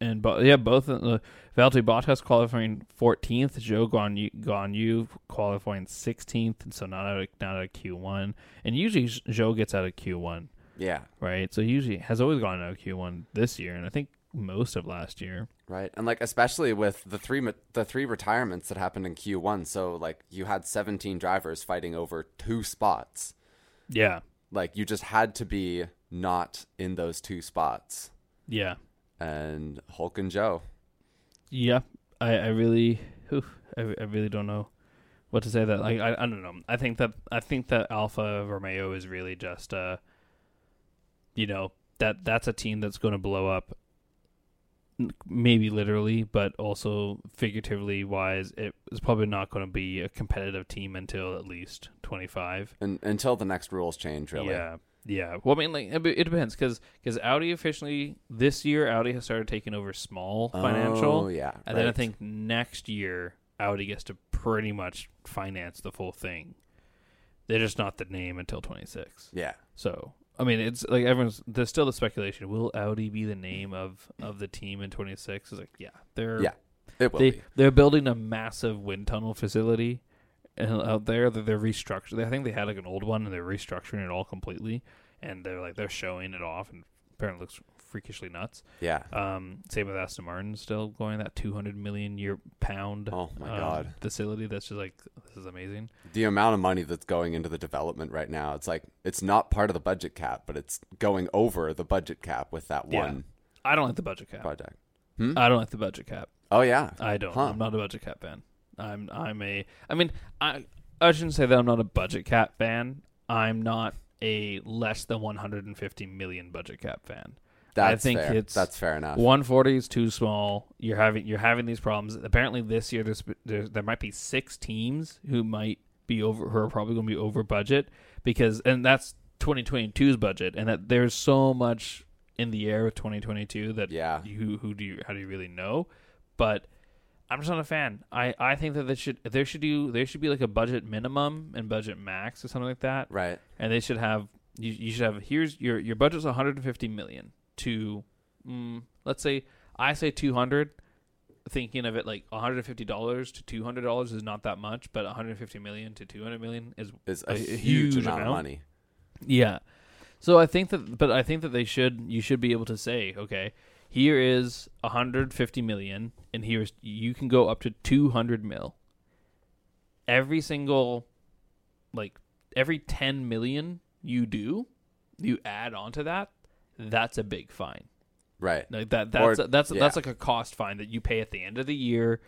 A: and bo- yeah, both uh, Valtteri Bottas qualifying 14th, Joe Ganyu, Ganyu qualifying 16th, and so not out of, not out of Q1. And usually Sh- Joe gets out of Q1,
B: yeah,
A: right? So he usually has always gone out of Q1 this year, and I think most of last year.
B: right. And like, especially with the three ma- the three retirements that happened in Q1, so like you had 17 drivers fighting over two spots.
A: Yeah,
B: Like you just had to be not in those two spots.
A: Yeah.
B: And Hulk and Joe.
A: Yeah, I, I really, whew, I, I really don't know what to say. That like I, I don't know. I think that I think that Alpha Romeo is really just uh, you know that that's a team that's going to blow up. n- Maybe literally, but also figuratively wise, it is probably not going to be a competitive team until at least twenty five.
B: And until the next rules change, really.
A: Yeah. Yeah. Well, I mean, like, it, it depends because Audi officially this year Audi has started taking over small financial.
B: Oh, yeah.
A: And then I
B: right.
A: think next year, Audi gets to pretty much finance the full thing. They're just not the name until 26.
B: Yeah.
A: So, I mean, it's like everyone's, there's still the speculation. Will Audi be the name of, of the team in 26? It's like, yeah, they're,
B: Yeah. It will
A: they,
B: be.
A: they're building a massive wind tunnel facility and out there that they're restructuring. I think they had like an old one and they're restructuring it all completely. And they're like, they're showing it off and apparently looks freakishly nuts.
B: Yeah.
A: Um, same with Aston Martin still going that 200 million year pound.
B: Oh my
A: um,
B: god.
A: Facility that's just like this is amazing.
B: The amount of money that's going into the development right now, it's like it's not part of the budget cap, but it's going over the budget cap with that
A: Yeah.
B: one
A: I don't like the budget cap.
B: project.
A: I don't like the budget cap.
B: Oh yeah.
A: I don't.
B: Huh.
A: I'm not a budget cap fan. I'm I'm a. I mean, I I shouldn't say that I'm not a budget cap fan. I'm not a less than 150 million budget cap fan.
B: That's
A: think
B: fair.
A: it's-
B: that's fair enough.
A: 140 is too small. You're having you're having these problems. Apparently, this year there's, there's there might be six teams who might be over who are probably going to be over budget because and that's 2022's budget and that there's so much in the air with 2022 that
B: Yeah.
A: you who do you how do you really know? But I'm just not a fan. I I think that they should there should do there should be like a budget minimum and budget max or something like that
B: Right.
A: and they should have you, you should have here's your your budget's 150 million to mm, let's say i say 200 thinking of it like 150 dollars to 200 dollars is not that much but 150 million to 200 million is
B: Is a,
A: A
B: huge,
A: huge
B: amount, of
A: amount.
B: money.
A: yeah so i think that but i think that they should you should be able to say okay here is 150 million and here's you can go up to 200 mil every single like every 10 million you do you add on to that that's a big fine
B: Right.
A: like that that's
B: Or-
A: that's
B: yeah.
A: that's like a cost fine that you pay at the end of the year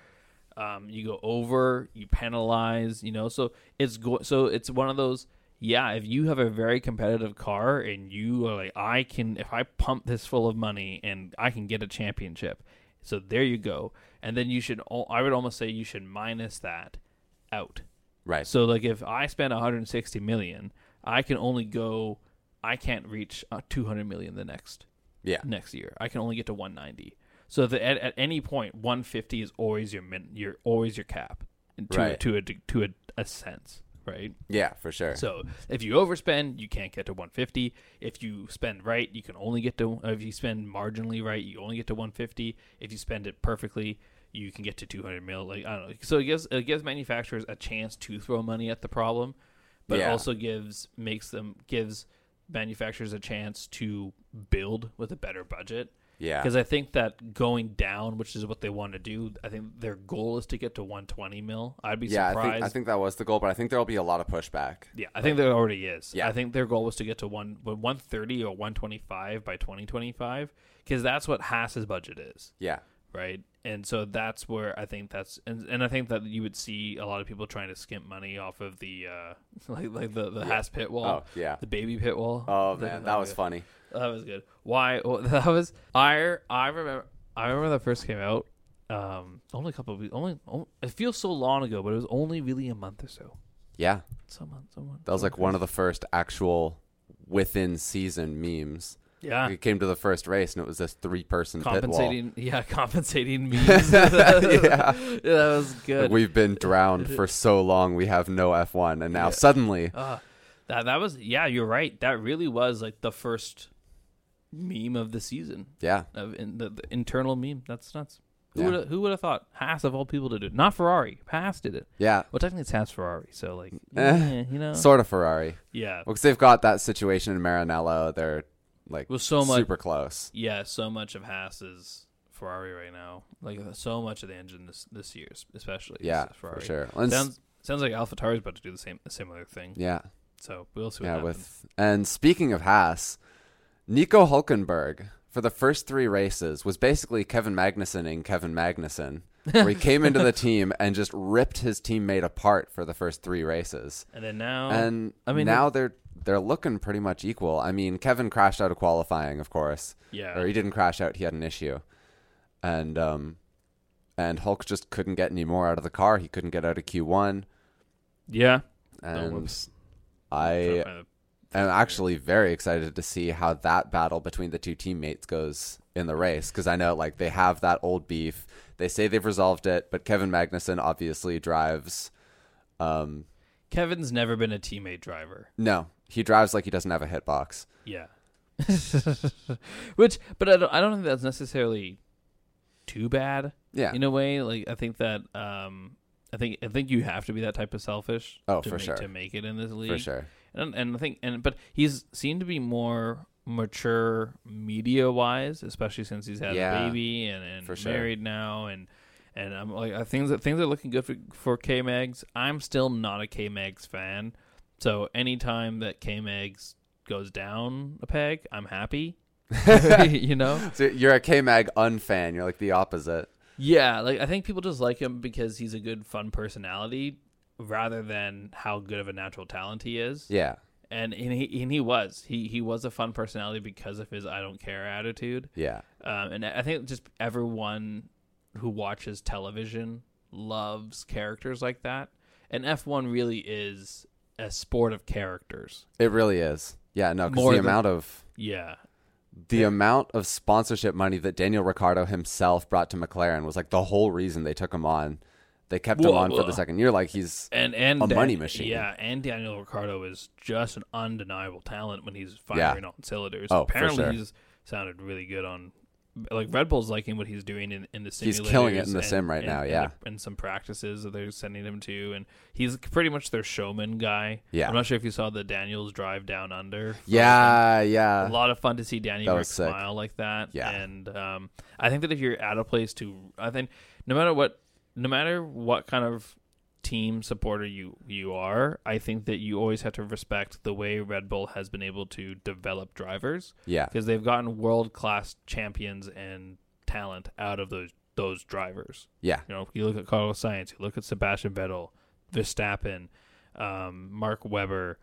A: um you go over you penalize you know so it's go- so it's one of those yeah if you have a very competitive car and you are like I can if I pump this full of money and I can get a championship so there you go and then you should al- I would almost say you should minus that out
B: Right.
A: so like if I spend 160 million, I can only go I can't reach uh, 200 million the next
B: Yeah.
A: next year. I can only get to 190. So that at, at any point 150 is always your min, your always your cap and to
B: Right.
A: to a de- to a, a sense, right?
B: Yeah, for sure.
A: So if you overspend, you can't get to 150. If you spend right, you can only get to. uh, If you spend marginally right, you only get to 150. If you spend it perfectly, you can get to 200 mil. Like I don't know. So it gives it gives manufacturers a chance to throw money at the problem, but
B: Yeah.
A: also gives makes them gives manufacturers a chance to build with a better budget.
B: yeah.
A: Because I think that going down, which is what they want to do, I think their goal is to get to 120 mil. I'd be
B: Yeah, I
A: surprised.
B: think, I think that was the goal, but I think there'll be a lot of pushback.
A: Yeah, I think there already is.
B: Yeah.
A: I think their goal was to get to one one thirty or one twenty five by twenty twenty five because that's what Haas's budget is,
B: Yeah.
A: right? And so that's where I think that's and, and I think that you would see a lot of people trying to skimp money off of the uh (laughs) like like the the Haas pit wall,
B: Oh, yeah.
A: the baby pit wall.
B: Oh
A: The-
B: man, that was funny.
A: that was good. Why? (laughs) Well, that was I. I remember. I remember that first came out. Um, only a couple of weeks. Only oh, it feels so long ago, but it was only really a month or so.
B: Yeah.
A: Someone, someone.
B: That was like one of the first actual within season memes.
A: Yeah.
B: It came to the first race and it was this three person pit wall.
A: compensating (laughs) yeah
B: (laughs)
A: compensating (laughs) memes yeah. that was
B: Like,
A: good (laughs)
B: We've been drowned for so long we have no F one and now suddenly
A: Ah, that, that was yeah you're right that really was like the first meme of the season
B: Yeah.
A: of in, the, the internal meme that's nuts who
B: Yeah.
A: would who would have thought Haas of all people to do it not Ferrari Haas did it
B: Yeah.
A: well technically it's Haas Ferrari so like
B: Eh,
A: yeah, you know
B: Sort of Ferrari.
A: yeah
B: Because they've got that situation in Maranello, they're like
A: With so much-
B: super close.
A: yeah so much of Haas is Ferrari right now like so much of the engine this this year especially is
B: Yeah,
A: Ferrari
B: for sure. And s-
A: sounds sounds like AlphaTauri's about to do the same a similar thing
B: yeah.
C: So we'll see what
B: Yeah,
C: happens.
B: with and speaking of Haas, Nico Hulkenberg for the first three races was basically Kevin Magnussoning Kevin Magnussen, where he
A: (laughs)
B: came into the team and just ripped his teammate apart for the first three races.
A: And then now,
B: and
C: I mean,
B: now they're they're looking pretty much equal. I mean, Kevin crashed out of qualifying, of course,
C: yeah.
B: or he didn't crash out; he had an issue, and um, and Hulk just couldn't get any more out of the car. He couldn't get out of Q one,
C: yeah.
B: and
C: whoops.
B: I
C: So, uh,
B: am actually very excited to see how that battle between the two teammates goes in the race because I know like they have that old beef. They say they've resolved it, but Kevin Magnuson obviously drives. Um,
C: Kevin's never been a teammate driver.
B: no, he drives like he doesn't have a hitbox.
C: Yeah.
A: (laughs) which, but I don't, I don't think that's necessarily too bad
B: Yeah.
A: in a way. Like I think that, um, I think I think you have to be that type of selfish.
B: Oh,
A: to
B: for
A: make,
B: sure.
A: to make it in this league.
B: for sure.
A: and and I think and but he's seemed to be more mature media wise, especially since he's had a
B: Yeah.
A: baby and, and
B: For sure.
A: married now and and I'm like I, things that things are looking good for for K Megs. I'm still not a K Megs fan, so anytime that K Megs goes down a peg, I'm
B: (laughs)
A: happy. (laughs) you know,
B: So you're a K Mag unfan. You're like the opposite.
A: yeah, like I think people just like him because he's a good, fun personality, rather than how good of a natural talent he is.
B: Yeah.
A: and and he and he was he he was a fun personality because of his I don't care attitude.
B: Yeah.
A: Um, and I think just everyone who watches television loves characters like that. And F one really is a sport of characters.
B: It really is. Yeah. No, because
A: More
B: the
A: than-
B: amount of
A: Yeah,
B: the amount of sponsorship money that Daniel Ricciardo himself brought to McLaren was like the whole reason they took him on. They kept him
A: Whoa,
B: on for
A: whoa.
B: the second year. Like he's
A: and and
B: A money machine.
A: Yeah, and Daniel Ricciardo is just an undeniable talent when he's firing on cylinders.
B: Oh, for
A: apparently
B: sure.
A: he's sounded really good on. Like Red Bull's liking what he's doing in, in the simulators.
B: He's killing it in the
A: and-
B: sim right
A: and-
B: now,
A: and
B: yeah.
A: the- and some practices that they're sending him to, and he's pretty much their showman guy.
B: Yeah.
A: I'm not sure if you saw the Daniels drive down under.
B: yeah,
A: a
B: yeah,
A: lot of fun to see Danny
B: That
A: Rick
B: was sick.
A: smile like that.
B: Yeah.
A: and um, I think that if you're at a place to, I think no matter what, no matter what kind of team supporter you you are, I think that you always have to respect the way Red Bull has been able to develop drivers
B: yeah,
A: because they've gotten world class champions and talent out of those those drivers.
B: yeah.
A: You know, if you look at Carlos Sainz, you look at Sebastian Vettel, Verstappen, um, Mark Webber,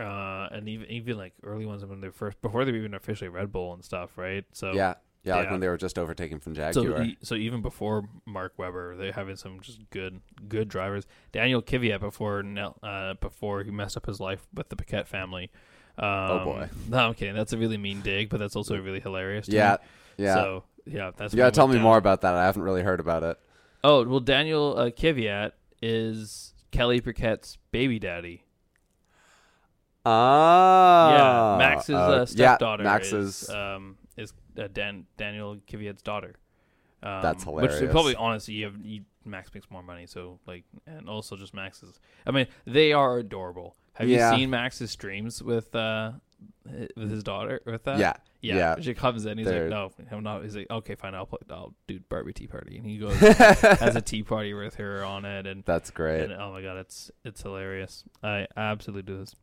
A: uh, and even even like early ones when they were first before they were even officially Red Bull and stuff, right? So
B: Yeah. Yeah, like
A: Yeah.
B: when they were just overtaking from
A: so
B: Jaguar.
A: e- so even before Mark Webber, they're having some just good good drivers. Daniel Kvyat before Nel- uh, before he messed up his life with the Paquette family. Um, oh
B: boy.
A: (laughs) No, I'm kidding. That's a really mean dig, but that's also really hilarious. to
B: yeah,
A: me.
B: yeah.
A: So yeah, that's
B: you gotta
A: what
B: tell
A: went
B: me
A: down.
B: more about that. I haven't really heard about it.
A: Oh well, Daniel uh, Kvyat is Kelly Burkett's baby daddy.
B: Ah,
A: yeah, Max's
B: oh,
A: uh, stepdaughter.
B: Yeah, Max's.
A: is, um, is uh, Dan Daniel Kvyat's daughter. Um,
B: That's
A: Which
B: hilarious.
A: is probably honestly, you have you, Max makes more money, so like, and also just Max's. I mean, they are adorable. Have
B: Yeah.
A: you seen Max's streams with uh hi- with his daughter with that?
B: yeah,
A: Yeah,
B: yeah.
A: she comes in. He's
B: They're-
A: like, "No, I'm not." He's like, "Okay, fine. I'll play. I'll do Barbie tea party." And he goes (laughs)
B: (laughs)
A: has a tea party with her on it, and
B: That's great.
A: and, oh my god, it's it's hilarious. I absolutely do this.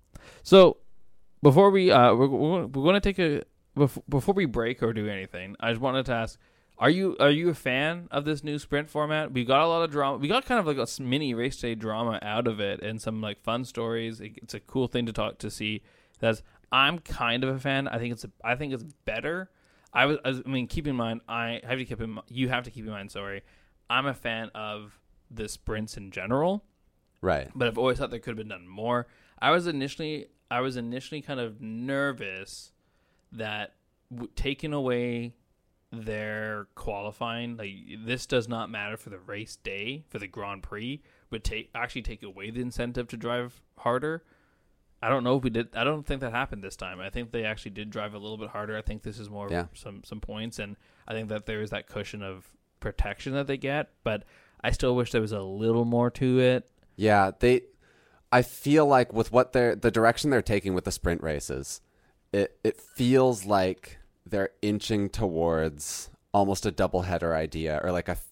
A: So before we uh we're we're, we're going to take a bef- before we break or do anything, I just wanted to ask: Are you are you a fan of this new sprint format? We got a lot of drama. We got kind of like a s- mini race day drama out of it, and some like fun stories. It, it's a cool thing to talk to see. That's I'm kind of a fan. I think it's a, I think it's better. I was I was- I mean keep in mind I have to keep in mi- you have to keep in mind sorry I'm a fan of the sprints in general
B: Right.
A: but I've always thought there could have been done more. I was initially I was initially kind of nervous that w- taking away their qualifying like this does not matter for the race day for the Grand Prix would take actually take away the incentive to drive harder. I don't know if we did. I don't think that happened this time. I think they actually did drive a little bit harder. I think this is more
B: Yeah.
A: some some points, and I think that there is that cushion of protection that they get. But I still wish there was a little more to it.
B: Yeah, they. I feel like with what they're the direction they're taking with the sprint races, it it feels like they're inching towards almost a double header idea or like a f-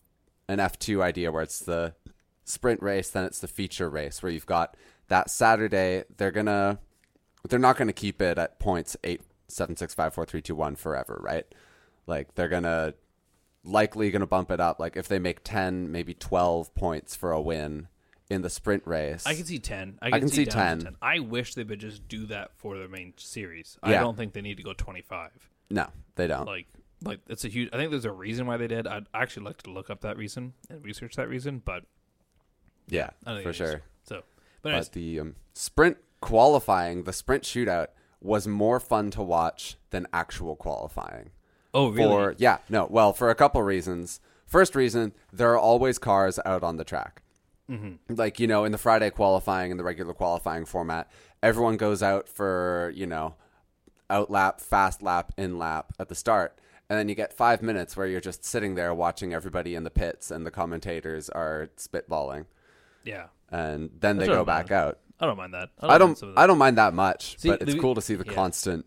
B: an F two idea where it's the sprint race then it's the feature race where you've got that Saturday they're gonna they're not going to keep it at points eight seven six five four three two one forever, right? Like they're gonna likely gonna bump it up. Like if they make ten, maybe twelve points for a win in the sprint race,
A: I can see ten. I
B: can
A: can,
B: see
A: down to
B: 10.
A: I wish they would just do that for their main series. I
B: Yeah.
A: don't think they need to go twenty five.
B: no, they don't.
A: Like like it's a huge. I think there's a reason why they did. I'd actually like to look up that reason and research that reason, but
B: yeah,
A: I don't think
B: for
A: it is.
B: sure.
A: So, but, anyways,
B: But the um, sprint qualifying, the sprint shootout, was more fun to watch than actual qualifying.
A: oh really?
B: For yeah, no, well, for a couple reasons. First reason, there are always cars out on the track.
A: Mm-hmm.
B: Like you know, in the Friday qualifying and the regular qualifying format, everyone goes out for you know, out lap, fast lap, in lap at the start, and then you get five minutes where you're just sitting there watching everybody in the pits and the commentators are spitballing,
A: yeah,
B: and then they
A: what
B: go
A: I'm
B: back out.
A: I don't mind that.
B: I
A: mind
B: don't,
A: some of that.
B: I don't mind that much,
A: See,
B: but it's
A: the-
B: cool to see the
A: yeah.
B: constant,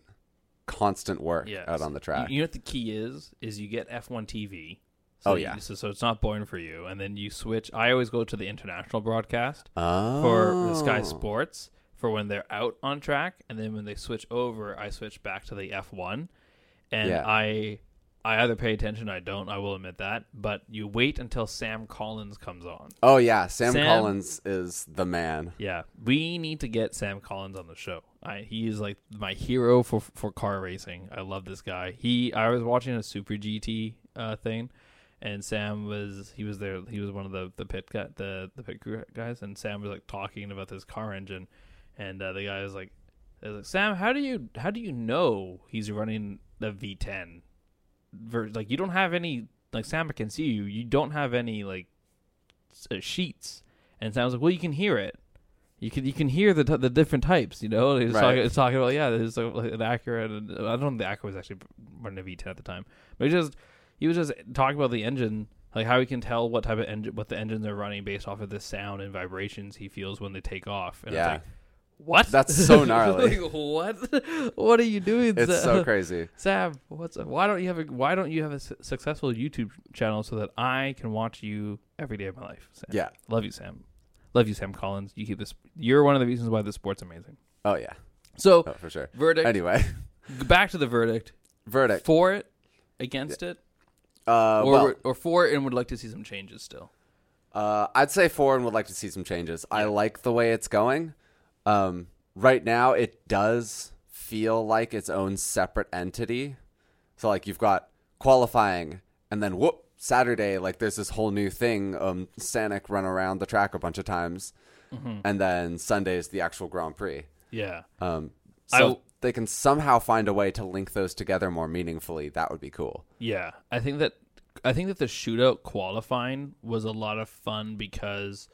B: constant work
A: Yeah,
B: out on the track.
A: You, you know what the key is? Is you get F1 TV.
B: Oh,
A: So
B: yeah.
A: You, so, so it's not boring for you, and then you switch. I always go to the international broadcast
B: oh.
A: for the Sky Sports for when they're out on track, and then when they switch over, I switch back to the F1, and
B: Yeah.
A: I I either pay attention, I don't. I will admit that, but you wait until Sam Collins comes on.
B: Oh yeah, Sam,
A: Sam-
B: Collins is the man.
A: Yeah, we need to get Sam Collins on the show. I, he is like my hero for for car racing. I love this guy. He I was watching a Super GT uh, thing, and Sam was he was there. He was one of the the pit guy, the the pit crew guys, and Sam was like talking about this car engine, and uh, the guy was like, they was like, Sam, how do you how do you know he's running the V10? Ver- Like you don't have any like Sam can see you. You don't have any like s- uh, sheets. And Sam's like, well, you can hear it. You can you can hear the t- the different types. You know, he's
B: Right.
A: talking, it's talking about yeah, there's like, like, an Acura. And, uh, I don't think the Acura was actually running a V10 at the time, but he just he was just talking about the engine, like how he can tell what type of engine what the engines are running based off of the sound and vibrations he feels when they take off. And I was
B: Yeah.
A: like, what?
B: That's so gnarly.
A: (laughs) Like, what? What are you doing?
B: It's
A: Sam? (laughs)
B: so crazy.
A: Sam, what's why don't you have a why don't you have a su- successful YouTube channel so that I can watch you every day of my life? Sam.
B: Yeah.
A: love you, Sam. Love you, Sam Collins. You keep this. You're one of the reasons why this sport's amazing.
B: Oh yeah.
A: So
B: Oh for sure.
A: verdict.
B: Anyway, (laughs)
A: Back to the verdict.
B: verdict.
A: For it, against it,
B: Uh,
A: or
B: well,
A: or for it, and would like to see some changes still.
B: uh, I'd say four and would like to see some changes. I like the way it's going. Um, right now, it does feel like its own separate entity. So like you've got qualifying, and then whoop Saturday, like there's this whole new thing. Um, Sanic run around the track a bunch of times,
A: Mm-hmm.
B: and then Sunday's the actual Grand Prix.
A: Yeah,
B: Um, so
A: I
B: if
A: w-
B: they can somehow find a way to link those together more meaningfully. That would be cool.
A: Yeah, I think that I think that the shootout qualifying was a lot of fun because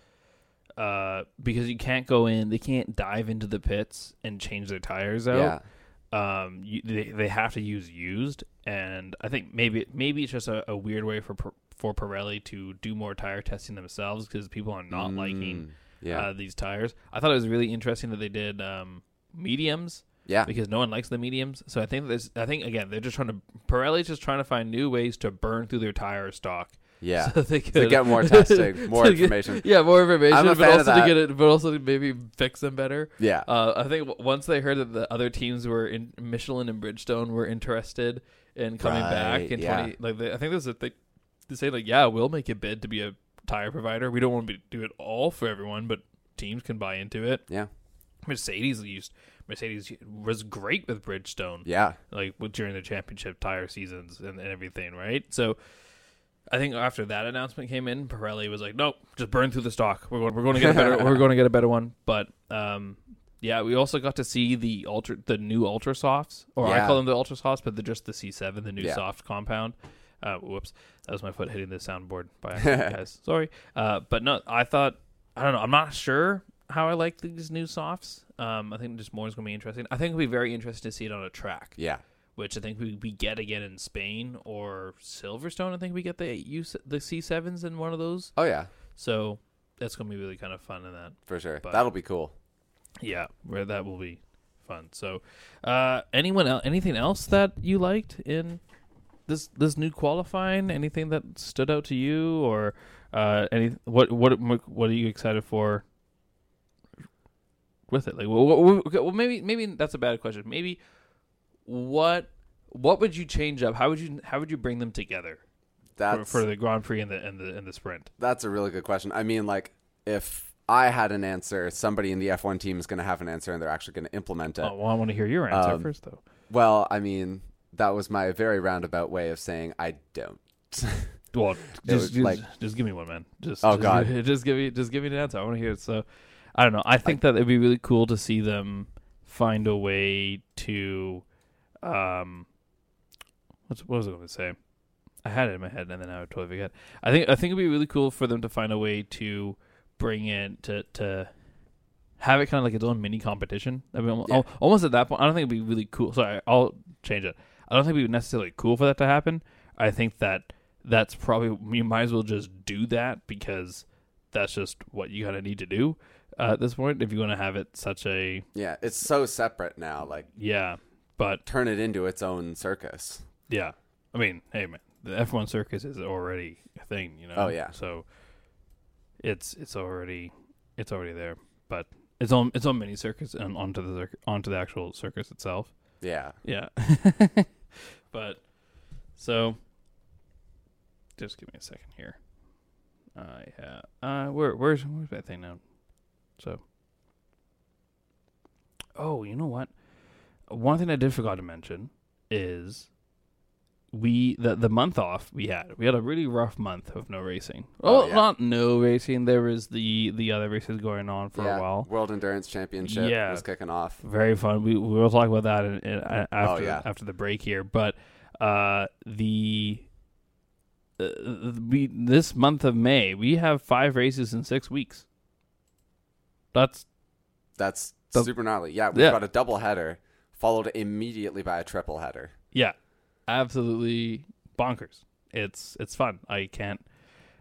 A: uh because you can't go in, they can't dive into the pits and change their tires out. Um you, they they have to use used and I think maybe maybe it's just a, a weird way for P- for Pirelli to do more tire testing themselves because people are not liking
B: Mm, yeah.
A: uh, these tires. I thought it was really interesting that they did um mediums (laughs)
B: Yeah.
A: because no one likes the mediums. So I think there's, I think again, they're just trying to Pirelli's just trying to find new ways to burn through their tire stock. (laughs)
B: Yeah.
A: so they could
B: to get more
A: (laughs)
B: testing, more
A: to get-
B: information.
A: yeah, more information,
B: I'm a
A: but
B: fan of
A: also to
B: that.
A: get it, but also to maybe fix them better.
B: Yeah.
A: Uh, I think w- once they heard that the other teams were in Michelin and Bridgestone were interested in coming back
B: Right,
A: in
B: yeah.
A: twenty, like they, I think there's a thing to say like, yeah, we'll make a bid to be a tire provider. We don't want to be, do it all for everyone, but teams can buy into it.
B: yeah.
A: Mercedes used Mercedes was great with Bridgestone
B: Yeah.
A: like with- during the championship tire seasons and, and everything, right? So I think after that announcement came in, Pirelli was like, "Nope, just burn through the stock. We're going, we're going to get a better, we're going to get a better one." But um, yeah, we also got to see the ultra, the new ultra softs, or
B: Yeah.
A: I call them the ultra softs, but they're just the C7, the new
B: Yeah.
A: soft compound. Uh, whoops, that was my foot hitting the soundboard
B: (laughs)
A: by accident, guys. Sorry, uh, but no, I thought I don't know. I'm not sure how I like these new softs. Um, I think just more is going to be interesting. I think it'll be very interesting to see it on a track
B: Yeah.
A: which I think we, we get again in Spain or Silverstone. I think we get the use the C sevens in one of those.
B: Oh yeah.
A: So that's gonna be really kind of fun in that.
B: For sure.
A: But-
B: That'll be cool.
A: Yeah, where that will be fun. So, uh, anyone else? Anything else that you liked in this this new qualifying? Anything that stood out to you, or uh, any what what what are you excited for with it? Like, well, well, okay, well, maybe maybe that's a bad question. Maybe what what would you change up? How would you how would you bring them together for,
B: That's
A: for the Grand Prix and the and the and the sprint?
B: that's a really good question. I mean, like if I had an answer, somebody in the F1 team is going to have an answer, and they're actually going to implement it.
A: Oh, well, I want to hear your answer
B: Um,
A: first, though.
B: Well, I mean, that was my very roundabout way of saying I don't.
A: Well, just,
B: was
A: just,
B: like-
A: just give me one, man. Just
B: Oh,
A: just,
B: God.
A: (laughs) just give me just give me an answer. I want to hear it. So, I don't know. I think that it'd be really cool to see them find a way to, um, what's, what was I going to say? I had it in my head, and then I would totally forget. I think I think it'd be really cool for them to find a way to bring it to to have it kind of like its own mini competition. I mean, al-
B: Yeah.
A: almost at that point, I don't think it'd be really cool. Sorry, I'll change it. I don't think it'd be necessarily cool for that to happen. I think that that's probably you might as well just do that because that's just what you kind of need to do uh, at this point if you want to have it such a
B: Yeah, it's so separate now. Like,
A: yeah. But
B: turn it into its own circus.
A: Yeah. I mean, hey man, the F one circus is already a thing, you know.
B: Oh, yeah.
A: So it's it's already it's already there, but it's on it's on mini circus and onto the circ- onto the actual circus itself.
B: Yeah, (laughs)
A: Yeah. but so just give me a second here. I uh, uh where where's where's that thing now? So Oh, you know what? One thing I did forgot to mention is we the the month off we had. We had a really rough month of no racing.
B: Oh,
A: Oh,
B: yeah.
A: not no racing. There was the the other races going on for
B: Yeah,
A: a while.
B: World Endurance Championship
A: Yeah.
B: was kicking off.
A: Very fun. We we'll talk about that in, in, a- after
B: Oh, yeah.
A: after the break here. But uh, the uh, we this month of May we have five races in six weeks. That's
B: That's
A: The-
B: super gnarly. Yeah, we've
A: Yeah.
B: got a double header followed immediately by a triple header.
A: yeah, absolutely bonkers. It's it's fun. I can't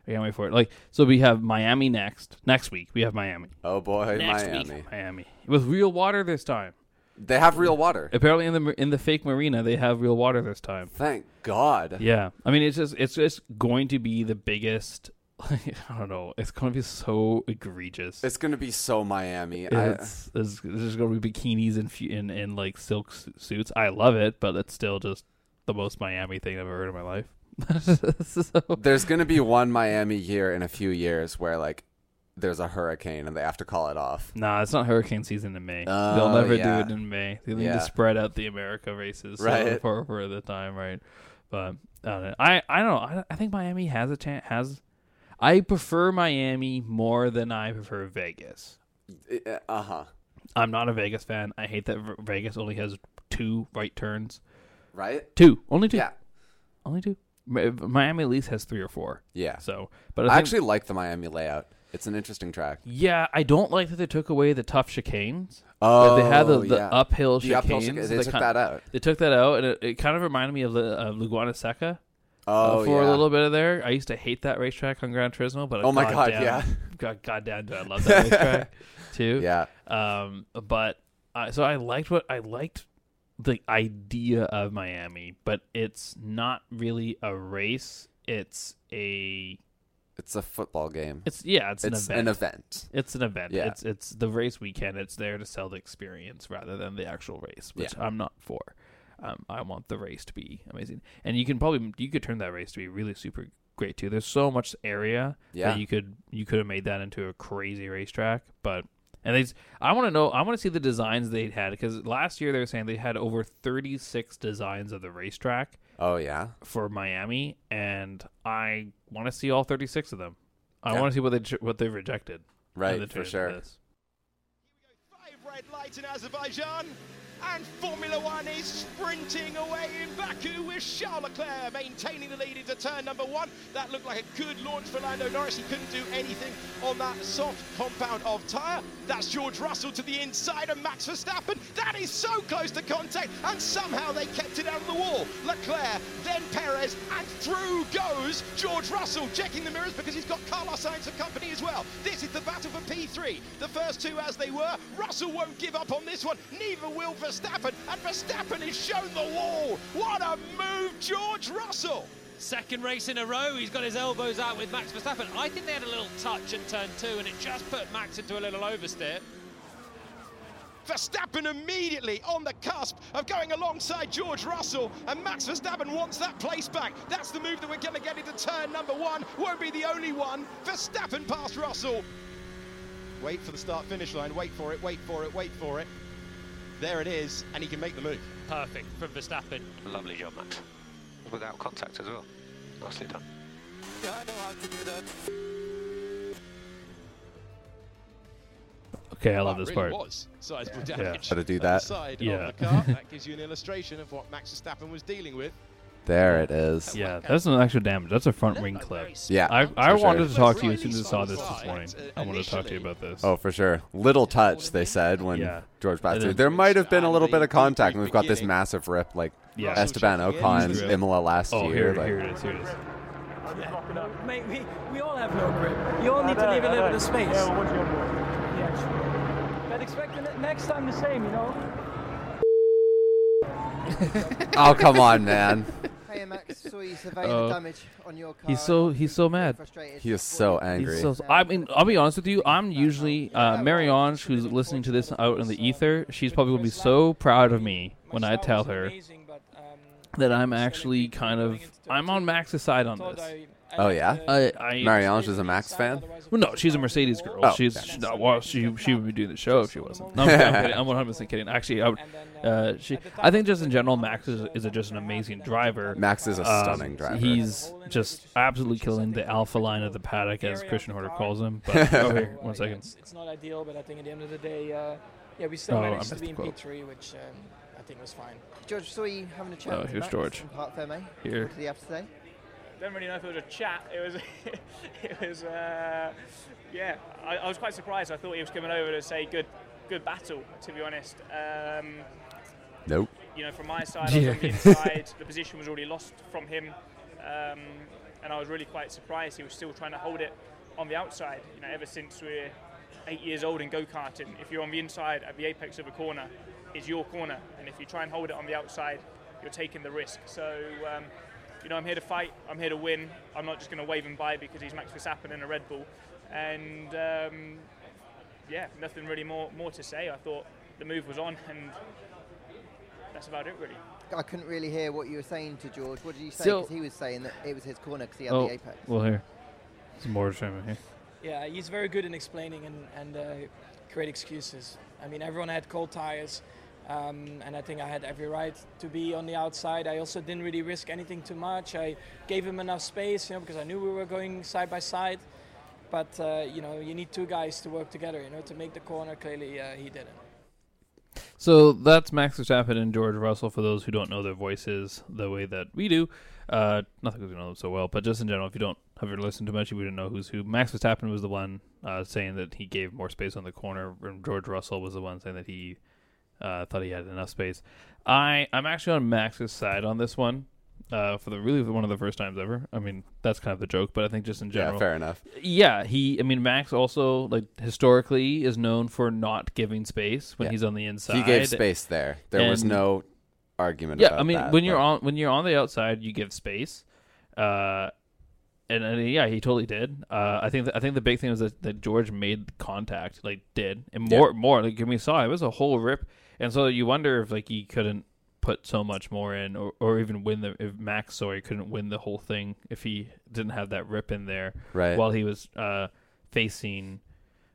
A: I can't wait for it. Like so we have Miami next next week. We have Miami
B: Oh boy,
A: week,
B: Miami!
A: Miami with real water this time.
B: They have real water.
A: Apparently in the in the fake marina they have real water this time.
B: Thank God.
A: Yeah, I mean, it's just it's just going to be the biggest. (laughs) I don't know. It's going to be so egregious.
B: It's gonna be so Miami. I,
A: It's, there's, there's going to be bikinis and fu- and, and like silk su- suits. I love it, but it's still just the most Miami thing I've ever heard in my life. (laughs) so,
B: (laughs) there's gonna be one Miami year in a few years where like there's a hurricane and they have to call it off.
A: nah, it's not hurricane season in May.
B: Oh,
A: They'll never
B: yeah.
A: do it in May. They need
B: Yeah.
A: to spread out the America races so-
B: Right.
A: for for the time, right? But I don't know. I, I don't know. I, I think Miami has a chance. Has I prefer Miami more than I prefer Vegas.
B: Uh huh.
A: I'm not a Vegas fan. I hate that Ver- Vegas only has two right turns.
B: Right?
A: Two, only two,
B: Yeah.
A: only two. Mi- Miami at least has three or four.
B: Yeah.
A: So, but I
B: I
A: think,
B: actually like the Miami layout. It's an interesting track.
A: yeah, I don't like that they took away the tough chicanes.
B: Oh,
A: Like, they had the, the
B: yeah.
A: uphill
B: The
A: chicanes.
B: uphill chicane- They
A: that
B: took
A: kin-
B: that out.
A: They took that out, and it, it kind of reminded me of the uh, Lugana Seca
B: Oh,
A: for
B: yeah.
A: a little bit of there. I used to hate that racetrack on Gran Turismo, but
B: Oh my God,
A: goddamn-
B: yeah.
A: (laughs) god, goddamn, do I love that
B: (laughs)
A: racetrack too.
B: Yeah.
A: Um, but uh, so I liked what I liked the idea of Miami, but it's not really a race. It's a
B: It's a football game.
A: it's yeah, it's,
B: It's
A: an event.
B: an event.
A: it's an event.
B: Yeah.
A: It's it's the race weekend. It's there to sell the experience rather than the actual race, which I'm not for. Um, I want the race to be amazing, and you can probably you could turn that race to be really super great too. There's so much area
B: Yeah.
A: that you could you could have made that into a crazy racetrack, but and they s- I want to know I want to see the designs they had because last year they were saying they had over 36 designs of the racetrack
B: Oh yeah.
A: for Miami, and I want to see all 36 of them. I
B: Yeah.
A: want to see what they tr- what they rejected. when
B: Right,
A: they
B: for
A: turned
B: sure.
A: this.
D: Five red lights in Azerbaijan, and Formula One is sprinting away in Baku with Charles Leclerc maintaining the lead into turn number one. That looked like a good launch for Lando Norris. He couldn't do anything on that soft compound of tyre. That's George Russell to the inside and Max Verstappen. That is so close to contact, and somehow they kept it out of the wall. Leclerc, then Perez, and through goes George Russell, checking the mirrors because he's got Carlos Sainz for company as well. This is the battle for P3. The first two as they were. Russell won't give up on this one. Neither will Verstappen. And Verstappen is shown the wall. What a move, George Russell.
E: Second race in a row, he's got his elbows out with Max Verstappen. I think they had a little touch at turn two, and it just put Max into a little oversteer.
D: Verstappen immediately on the cusp of going alongside George Russell, and Max Verstappen wants that place back. That's the move that we're going to get into turn number one. Won't be the only one. Verstappen past Russell. Wait for the start finish line. Wait for it. Wait for it. Wait for it. There it is, and he can make the move.
F: Perfect from Verstappen.
G: Lovely job, Matt. Without contact as well. Nicely done.
A: Okay, I love this
D: really
A: part.
D: was sizable damage.
B: How to do
D: at
B: that.
D: The side
A: Yeah.
D: of the car. that gives you an illustration of what Max Verstappen was dealing with.
B: There it is.
A: Yeah, that's not actual damage. That's a front wing clip.
B: Yeah.
A: I, I
B: for sure.
A: wanted to talk to you as soon as I saw this this morning. I wanted to talk to you about this.
B: Oh, for sure. Little touch, they said when
A: Yeah.
B: George passed
A: And
B: through.
A: then-
B: There might have been a little
D: And
B: bit of
D: the- the
B: contact, and we've got this
D: beginning.
B: massive rip like
A: Yeah.
B: Esteban
D: Russell
A: checking
B: Ocon's
A: in.
B: Imola last
A: Oh,
B: year.
A: here,
B: like,
A: here it is. Here it is.
H: Mate, we, we all have no grip. You all need to leave a little bit of space. Yeah, well, what's your But expect the ne- next time the same, you know?
B: Oh,
A: (laughs)
B: come on, man.
I: Hey Max, saw you surveying the damage on your car.
A: Oh. He's so he's so mad.
I: frustrated.
B: He is so angry.
A: He's so, I mean, I'll be honest with you. I'm usually uh, Marianne, who's listening to this out in the ether. She's probably gonna be so proud of me when I tell her that I'm actually kind of I'm on Max's side on this.
B: Oh, yeah?
A: I, I
B: Marianne is a Max fan?
A: Well, no, she's a Mercedes girl.
B: Oh.
A: she's she's not, well, she she would be doing the show if she wasn't.
B: (laughs)
A: No, I'm, kidding, I'm, kidding. I'm 100 percent kidding. Actually, I would, uh, she I think just in general, Max is is a, just an amazing driver.
B: Max is a
A: Um,
B: stunning driver.
A: He's just absolutely killing the alpha line of the paddock, as Christian Horner calls him.
B: (laughs)
A: But oh, here, one second.
H: It's, it's not ideal, but I think at the end of the day, uh, yeah, we still
A: Oh, I
H: managed
A: missed
H: to
A: the
H: be in
A: quote.
H: P3, which um, I think was fine.
I: George, saw you having a chat.
A: Oh,
I: with
A: here's
I: Max
A: George.
I: from Park Ferme.
A: Here.
I: What did he have to say?
J: don't really know if it was a chat. It was, (laughs) it was, uh, yeah. I, I was quite surprised. I thought he was coming over to say good, good battle. To be honest, um,
B: nope.
J: you know, from my side, I was on the inside. the position was already lost from him, um, and I was really quite surprised he was still trying to hold it on the outside. You know, ever since we're eight years old in go karting, if you're on the inside at the apex of a corner, it's your corner, and if you try and hold it on the outside, you're taking the risk. So. Um, you know, I'm here to fight. I'm here to win. I'm not just going to wave him by because he's Max Verstappen in a Red Bull. And um, yeah, nothing really more more to say. I thought the move was on, and that's about it, really.
I: I couldn't really hear what you were saying to George. What did you say?
A: So-
I: Because he was saying that it was his corner because he had
A: Oh,
I: the apex.
A: well here. Some more showing here.
H: Yeah, he's very good in explaining and, and uh, create excuses. I mean, everyone had cold tires, um, and I think I had every right to be on the outside. I also didn't really risk anything too much. I gave him enough space, you know, because I knew we were going side by side. But uh, you know, you need two guys to work together, you know, to make the corner. Clearly, uh, he didn't.
A: So that's Max Verstappen and George Russell. For those who don't know their voices the way that we do, uh, not because we know them so well, but just in general, if you don't have ever listened to much, you wouldn't know who's who. Max Verstappen was the one uh, saying that he gave more space on the corner, and George Russell was the one saying that he uh, thought he had enough space. I I'm actually on Max's side on this one. Uh, for the really one of the first times ever. I mean, that's kind of the joke, but I think just in general,
B: Yeah, fair enough.
A: yeah, he. I mean, Max also like historically is known for not giving space when
B: Yeah.
A: he's on the inside.
B: He gave space there. There was
A: And-
B: no argument
A: Yeah,
B: about
A: I mean,
B: that,
A: when you're
B: but-
A: on when you're on the outside, you give space. Uh, and, and yeah, he totally did. Uh, I think th- I think the big thing was that, that George made contact, like did, and more more like and we saw it was a whole rip, and so you wonder if like he couldn't put so much more in, or, or even win the if Max sorry couldn't win the whole thing if he didn't have that rip in there
B: Right.
A: while he was uh, facing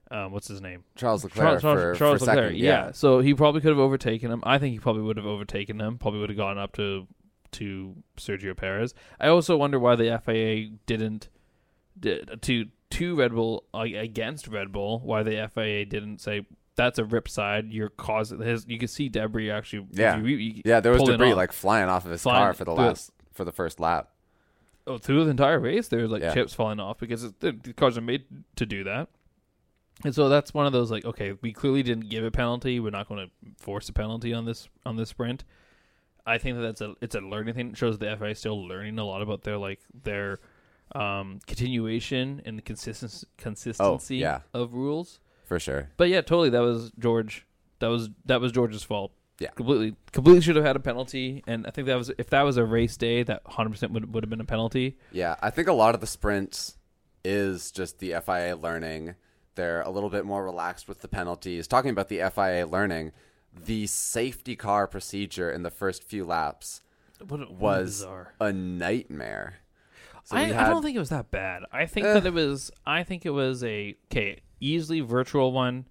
A: um, what's his name
B: Charles Leclerc for, for second.
A: Leclerc, yeah. So he probably could have overtaken him. I think he probably would have overtaken him. Probably would have gone up to to Sergio Perez. I also wonder why the FIA didn't did, to to Red Bull like, against Red Bull. Why the FIA didn't say that's a rip side. You're causing his. You can see debris actually.
B: Yeah.
A: you- you-
B: Yeah, there was
A: pulling
B: debris
A: off.
B: like flying off of his
A: Flying
B: car for the
A: through it.
B: last for the first lap.
A: oh, through the entire race, there was like
B: Yeah.
A: chips falling off because it, the the cars are made to do that. And so that's one of those like, okay, we clearly didn't give a penalty. We're not going to force a penalty on this on this sprint. I think that that's a it's a learning thing. It shows the FIA is still learning a lot about their like their um, continuation and the consisten- consistency
B: Oh, yeah.
A: of rules.
B: For sure.
A: But yeah, totally. That was George. That was that was George's fault.
B: Yeah.
A: completely, completely should have had a penalty. And I think that was if that was a race day, that 100 percent would would have been a penalty.
B: Yeah, I think a lot of the sprints is just the FIA learning They're a little bit more relaxed with the penalties. Talking about the FIA learning, the safety car procedure in the first few laps
A: What, what
B: was
A: bizarre.
B: a nightmare. So
A: I,
B: we
A: I
B: had- Eh.
A: don't think it was that bad. I think that it was. I think it was a okay easily virtual one.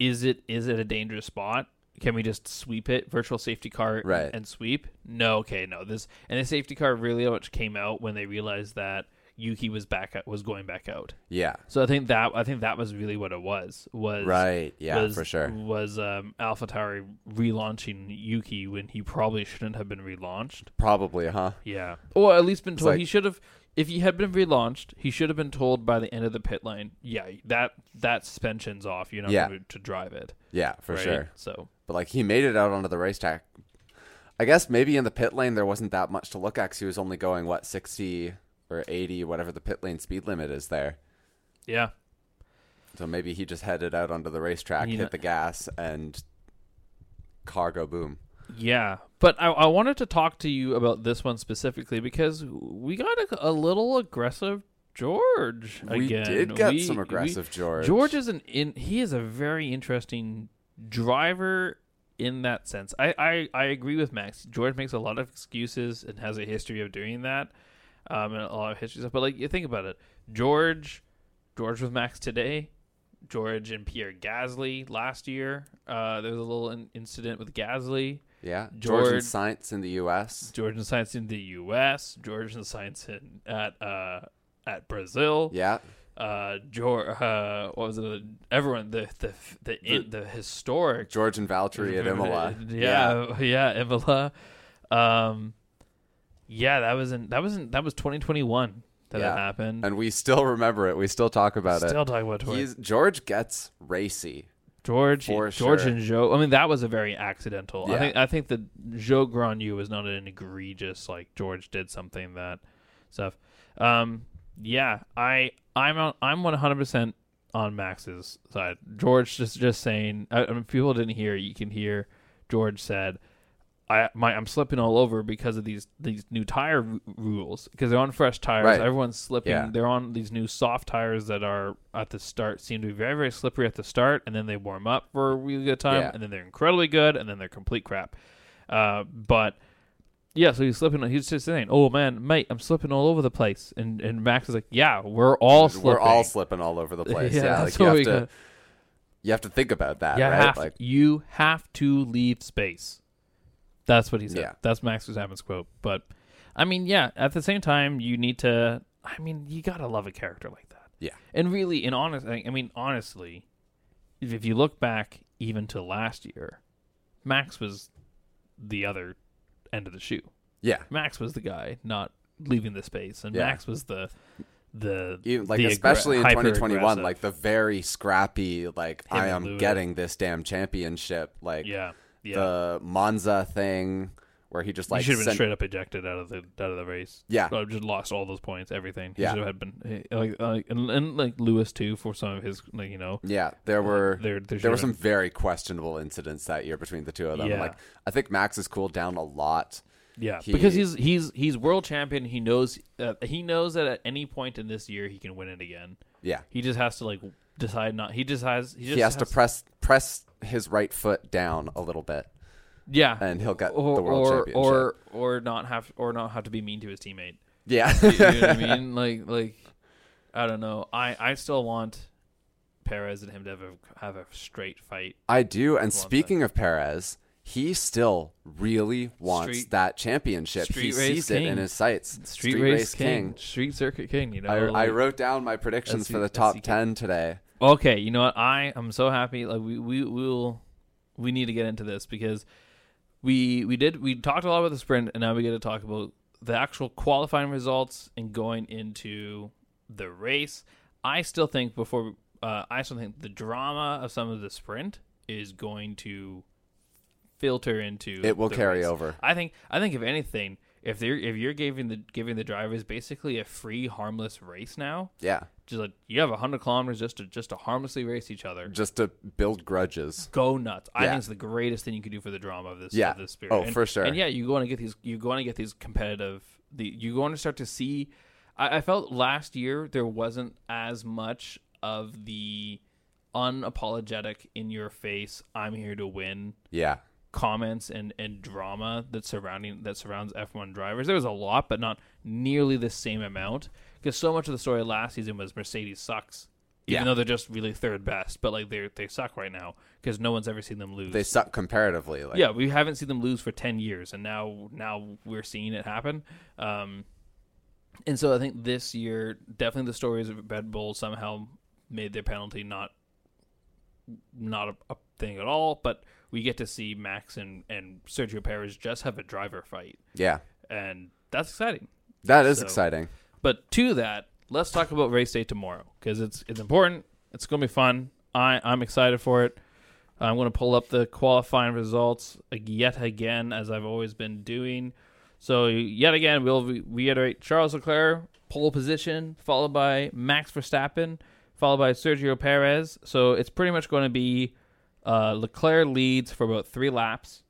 A: Is it is it a dangerous spot? Can we just sweep it? Virtual safety car
B: Right.
A: and sweep? No, okay, no. This and the safety car really much came out when they realized that Yuki was back out, was going back out.
B: yeah,
A: So I think that I think that was really what it was. Was
B: right, yeah,
A: was-
B: for sure.
A: Was um, AlphaTauri relaunching Yuki when he probably shouldn't have been relaunched?
B: Probably, huh?
A: Yeah. Or at least been told
B: like-
A: he should have if he had been relaunched, he should have been told by the end of the pit lane, yeah, that that suspension's off, you're not
B: Yeah.
A: going to drive it.
B: Yeah, for
A: right?
B: sure.
A: So
B: But like he made it out onto the racetrack. I guess maybe in the pit lane there wasn't that much to look at 'cause he was only going what sixty or eighty, whatever the pit lane speed limit is there.
A: yeah.
B: So maybe he just headed out onto the racetrack,
A: You know-
B: hit the gas, and cargo boom.
A: Yeah. But I, I wanted to talk to you about this one specifically because we got a, a little aggressive George
B: we
A: again.
B: did get
A: We-
B: some
A: we-
B: aggressive George.
A: George is an in he is a very interesting driver in that sense. I, I, I agree with Max. George makes a lot of excuses and has a history of doing that. Um and a lot of history stuff. But like you think about it. George George with Max today. George and Pierre Gasly last year. Uh, there was a little in- incident with Gasly.
B: yeah, George and
A: George-
B: Science in the U.S.
A: George and Science in the U.S. George and Science in, at uh, at Brazil
B: Yeah,
A: uh, George, uh, what was it? Everyone, the the the the, the historic
B: George and Valtteri at Imola.
A: Yeah, (laughs) yeah, Imola. Um, yeah, that was in that was in that was 2021 that
B: Yeah.
A: it happened.
B: and we still remember it. We still talk about
A: Still talking about
B: it.
A: George,
B: He's, George gets racy.
A: George,
B: for
A: George
B: sure.
A: and Joe. I mean, that was a very accidental. I
B: Yeah.
A: think I think that Joe Granu was not an egregious like George did something that stuff. Um, yeah, I I'm on, I'm 100 percent on Max's side. George just just saying. I, I mean, if people didn't hear. You can hear. George said, "I my I'm slipping all over because of these these new tire r- rules because they're on fresh tires.
B: Right.
A: Everyone's slipping.
B: Yeah.
A: They're on these new soft tires that are at the start seem to be very very slippery at the start, and then they warm up for a really good time,
B: Yeah.
A: and then they're incredibly good, and then they're complete crap. Uh, but yeah, so he's slipping. He's just saying, "Oh man, mate, I'm slipping all over the place." And and Max is like, "Yeah, we're all slipping.
B: We're all slipping
A: (laughs)
B: all over the place. yeah, like
A: that's
B: you
A: what
B: have
A: we
B: to.
A: got.
B: You have to think about that,
A: Yeah,
B: right?
A: have-
B: like,
A: you have to leave space. That's what he said.
B: Yeah.
A: That's Max Verstappen's quote. But I mean, yeah. At the same time, you need to. I mean, you gotta love a character like that.
B: Yeah.
A: And really, in honest, I I mean, honestly, if, if you look back even to last year, Max was the other end of the shoe.
B: yeah,
A: Max was the guy not leaving the space, and
B: Yeah.
A: Max was the the
B: Even, E, like
A: the aggra-
B: especially in 2021,
A: hyper-aggressive.
B: like the very scrappy, like
A: Him
B: I
A: and
B: am
A: Lewis.
B: getting this damn championship, like
A: yeah yeah.
B: the Monza thing where he just like
A: he should have been
B: sent-
A: straight up ejected out of the out of the race.
B: Yeah.
A: Oh, just lost all those points, everything. He
B: Yeah.
A: should have been like, like and, and like Lewis too for some of his like you know
B: Yeah, there were
A: there- there
B: there,
A: should've
B: were
A: been-
B: some very questionable incidents that year between the two of them.
A: Yeah.
B: Like I think Max has cooled down a lot.
A: yeah
B: He-
A: because he's he's he's world champion. He knows uh, he knows that at any point in this year he can win it again.
B: Yeah,
A: He just has to like decide not. He just has he
B: he,
A: just
B: has, to press press his right foot down a little bit,
A: yeah
B: and he'll get
A: or
B: the world
A: or,
B: championship.
A: or or not have or not have to be mean to his teammate.
B: yeah,
A: (laughs) You know what I mean? Like, like, I don't know. I, I still want Perez and him to have a, have a straight fight.
B: (laughs) I do. And speaking of Perez, he still really wants
A: Street-
B: that championship. He
A: street race
B: sees it in
A: king.
B: his sights.
A: Street, race, king. street circuit king. You know,
B: I, I
A: like-
B: wrote down my
A: That's-
B: predictions for the
A: that's
B: top
A: he can-
B: ten today.
A: Okay, you know what? I am so happy. Like we we will we need to get into this because we we did we talked a lot about the sprint and now we get to talk about the actual qualifying results and going into the race. I still think before uh, I still think the drama of some of the sprint is going to filter into
B: It will
A: the
B: carry
A: race.
B: over.
A: I think I think if anything, if they're if you're giving the giving the drivers basically a free harmless race now,
B: Yeah,
A: just like you have 100 kilometers just to just to harmlessly race each other
B: just to build grudges.
A: go nuts i
B: Yeah.
A: think it's the greatest thing you can do for the drama of this
B: Yeah.
A: of this spirit
B: Oh,
A: And-
B: for sure.
A: and yeah you want to get these you want to get these competitive the you want to start to see I, I felt last year there wasn't as much of the unapologetic in your face I'm here to win
B: Yeah.
A: comments and, and drama that surrounding that surrounds F1 drivers. There was a lot, but not nearly the same amount because so much of the story last season was Mercedes sucks. Even
B: Yeah.
A: though they're just really third best, but like they are they suck right now because no one's ever seen them lose.
B: They suck comparatively. Like,
A: yeah, we haven't seen them lose for ten years, and now now we're seeing it happen. Um, and so I think this year, definitely the stories of Red Bull somehow made their penalty not not a, a thing at all. But we get to see Max and and Sergio Perez just have a driver fight,
B: Yeah.
A: and that's exciting.
B: That is
A: So-
B: exciting.
A: But to that, let's talk about race day tomorrow because it's it's important. It's going to be fun. I I'm excited for it. I'm going to pull up the qualifying results ag- yet again, as I've always been doing. So yet again, we'll re- reiterate Charles Leclerc pole position, followed by Max Verstappen, followed by Sergio Perez. So it's pretty much going to be uh, Leclerc leads for about three laps,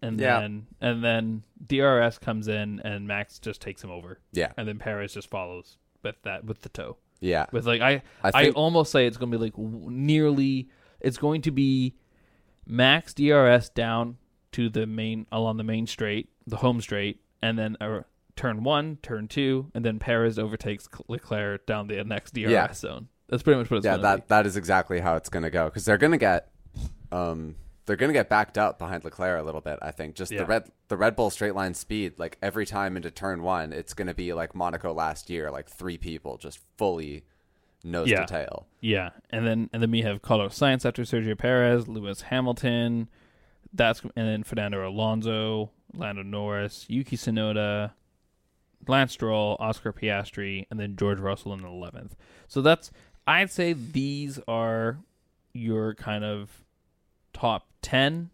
A: and
B: Yeah.
A: then and then DRS comes in, and Max just takes him over
B: Yeah.
A: and then Perez just follows with that with the toe.
B: Yeah.
A: With like I
B: I
A: I,
B: think-
A: almost say it's going to be like w- nearly it's going to be max DRS down to the main along the main straight, the home straight, and then a turn 1, turn 2, and then Perez overtakes Cl- Leclerc down the next DRS
B: Yeah.
A: zone. That's pretty much what it's
B: yeah,
A: going
B: that that is exactly how it's going to go because they're going to get, um, they're going to get backed up behind Leclerc a little bit. I think just the
A: Yeah.
B: red the Red Bull straight line speed like every time into turn one, it's going to be like Monaco last year, like three people just fully nose
A: Yeah.
B: to tail.
A: Yeah, and then and then we have Carlos Sainz after Sergio Perez, Lewis Hamilton, that's and then Fernando Alonso, Lando Norris, Yuki Tsunoda, Lance Stroll, Oscar Piastri, and then George Russell in the eleventh. So that's I'd say these are your kind of top ten,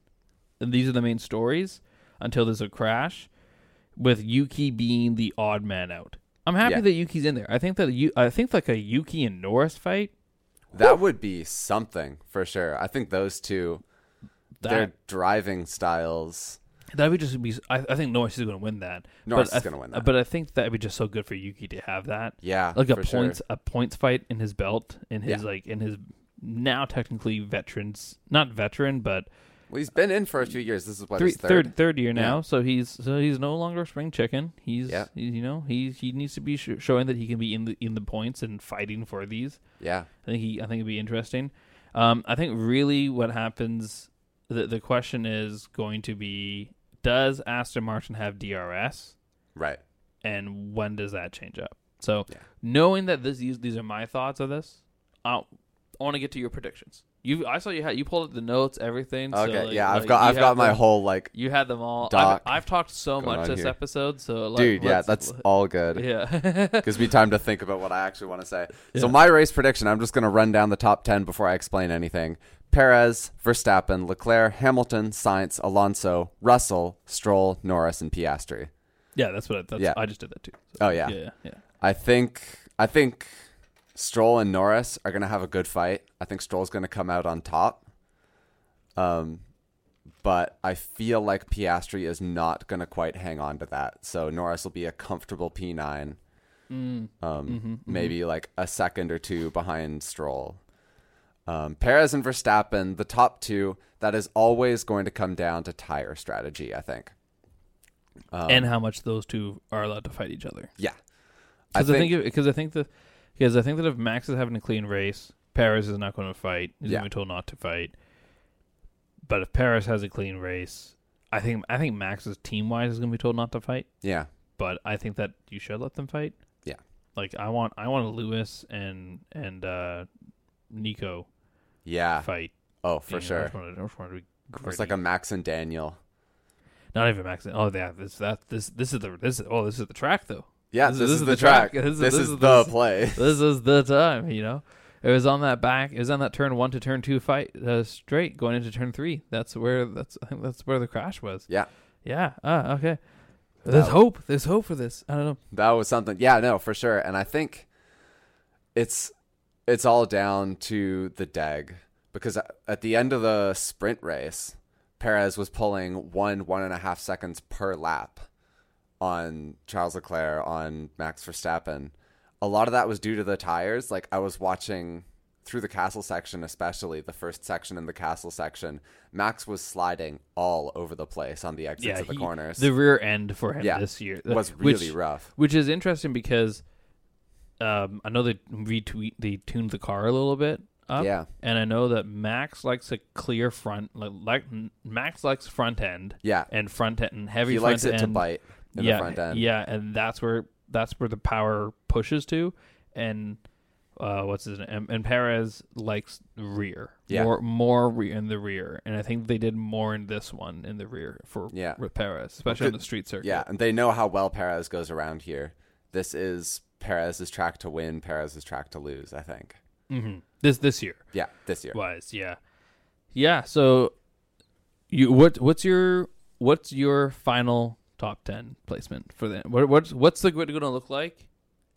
A: and these are the main stories until there's a crash, with Yuki being the odd man out. I'm happy
B: Yeah.
A: that Yuki's in there. I think that you, I think like a Yuki and Norris fight
B: That would be something for sure. I think those two, their
A: that
B: driving styles.
A: that would just be. I, I think Norris is going to win that.
B: Norris
A: but I
B: is
A: th-
B: gonna win that.
A: But I think that would be just so good for Yuki to have that.
B: Yeah,
A: like a
B: for sure.
A: points a points fight in his belt in his
B: Yeah.
A: like in his now technically veterans not veteran but
B: Well, he's been in for a few years. This is what
A: three,
B: his
A: third.
B: third.
A: third year now.
B: Yeah.
A: So he's so he's no longer a spring chicken. He's
B: Yeah.
A: he- you know he he needs to be sh- showing that he can be in the in the points and fighting for these.
B: Yeah,
A: I think he, I think it'd be interesting. Um, I think really what happens, the the question is going to be, does Aston Martin have DRS,
B: right.
A: and when does that change up? So
B: Yeah.
A: knowing that this these these are my thoughts of this, I'll, I want to get to your predictions. You, I saw you had you pulled up the notes, everything. so,
B: Okay,
A: like-
B: yeah. I've
A: like,
B: got
A: you
B: I've
A: have
B: got my
A: them-
B: whole like,
A: You had them all. I've,
B: doc
A: I've talked so
B: going
A: much
B: on
A: this
B: here.
A: episode, so like,
B: dude. Yeah,
A: let's-
B: that's all good.
A: (laughs)
B: (laughs)
A: yeah.
B: gives me time to think about what I actually want to say. So my race prediction, I'm just going to run down the top 10 before I explain anything. Perez, Verstappen, Leclerc, Hamilton, Sainz, Alonso, Russell, Stroll, Norris, and Piastri.
A: yeah, that's what I, that's,
B: Yeah.
A: I just did that too. So,
B: Oh yeah.
A: yeah, yeah.
B: I think I think Stroll and Norris are going to have a good fight. I think Stroll's going to come out on top. Um but I feel like Piastri is not going to quite hang on to that. So Norris will be a comfortable P9.
A: Mm.
B: um,
A: Mm-hmm,
B: maybe like a second or two behind Stroll. Um, Perez and Verstappen, the top two, that is always going to come down to tire strategy, I think. Um,
A: and how much those two are allowed to fight each other.
B: Yeah.
A: Because I think because I think the because I think that if Max is having a clean race, Paris is not going to fight. He's
B: Yeah.
A: going to be told not to fight. But if Paris has a clean race, I think I think Max's team wise is going to be told not to fight.
B: yeah.
A: But I think that you should let them fight.
B: Yeah.
A: Like I want I want Lewis and and uh Nico
B: Yeah.
A: fight
B: Oh, for
A: You know, I
B: sure.
A: just wanted- I just wanted to be
B: It's like
A: gritty.
B: a Max and Daniel.
A: not even Max. Oh yeah, this that this this is the this is, oh this is the track though.
B: Yeah, this, is, the track. (laughs) This is, the play.
A: this is the time, you know. It was on that back. It was on that turn one to turn two fight uh, straight going into turn three. That's where that's I think that's where the crash was.
B: Yeah.
A: Yeah. Ah, okay. There's hope. There's hope for this. I don't know.
B: That was something. Yeah, no, for sure. And I think it's it's all down to the DAG because at the end of the sprint race, Perez was pulling one one and a half seconds per lap on Charles Leclerc on Max Verstappen. A lot of that was due to the tires. Like I was watching through the castle section, especially the first section and the castle section, Max was sliding all over the place on the exits
A: yeah,
B: of the
A: he-
B: corners.
A: the rear end for him
B: Yeah,
A: this year
B: was
A: (laughs) which-
B: really rough.
A: which is interesting because um, I know they retweet they tuned the car a little bit up,
B: Yeah.
A: and I know that Max likes a clear front, like, like Max likes front end,
B: Yeah.
A: and front end and heavy.
B: he
A: front
B: likes it
A: end,
B: to bite in
A: yeah,
B: the front end.
A: yeah, and that's where that's where the power pushes to, and uh, what's his name? And, and Perez likes rear,
B: Yeah.
A: more more re- in the rear, and I think they did more in this one in the rear for
B: Yeah.
A: with Perez, especially on the street circuit.
B: Yeah, and they know how well Perez goes around here. This is Perez's track to win, Perez's track to lose, I think.
A: Mm-hmm. this this year.
B: Yeah, this year.
A: wise yeah yeah so you what what's your what's your final top 10 placement for the what, what's what's the grid going to look like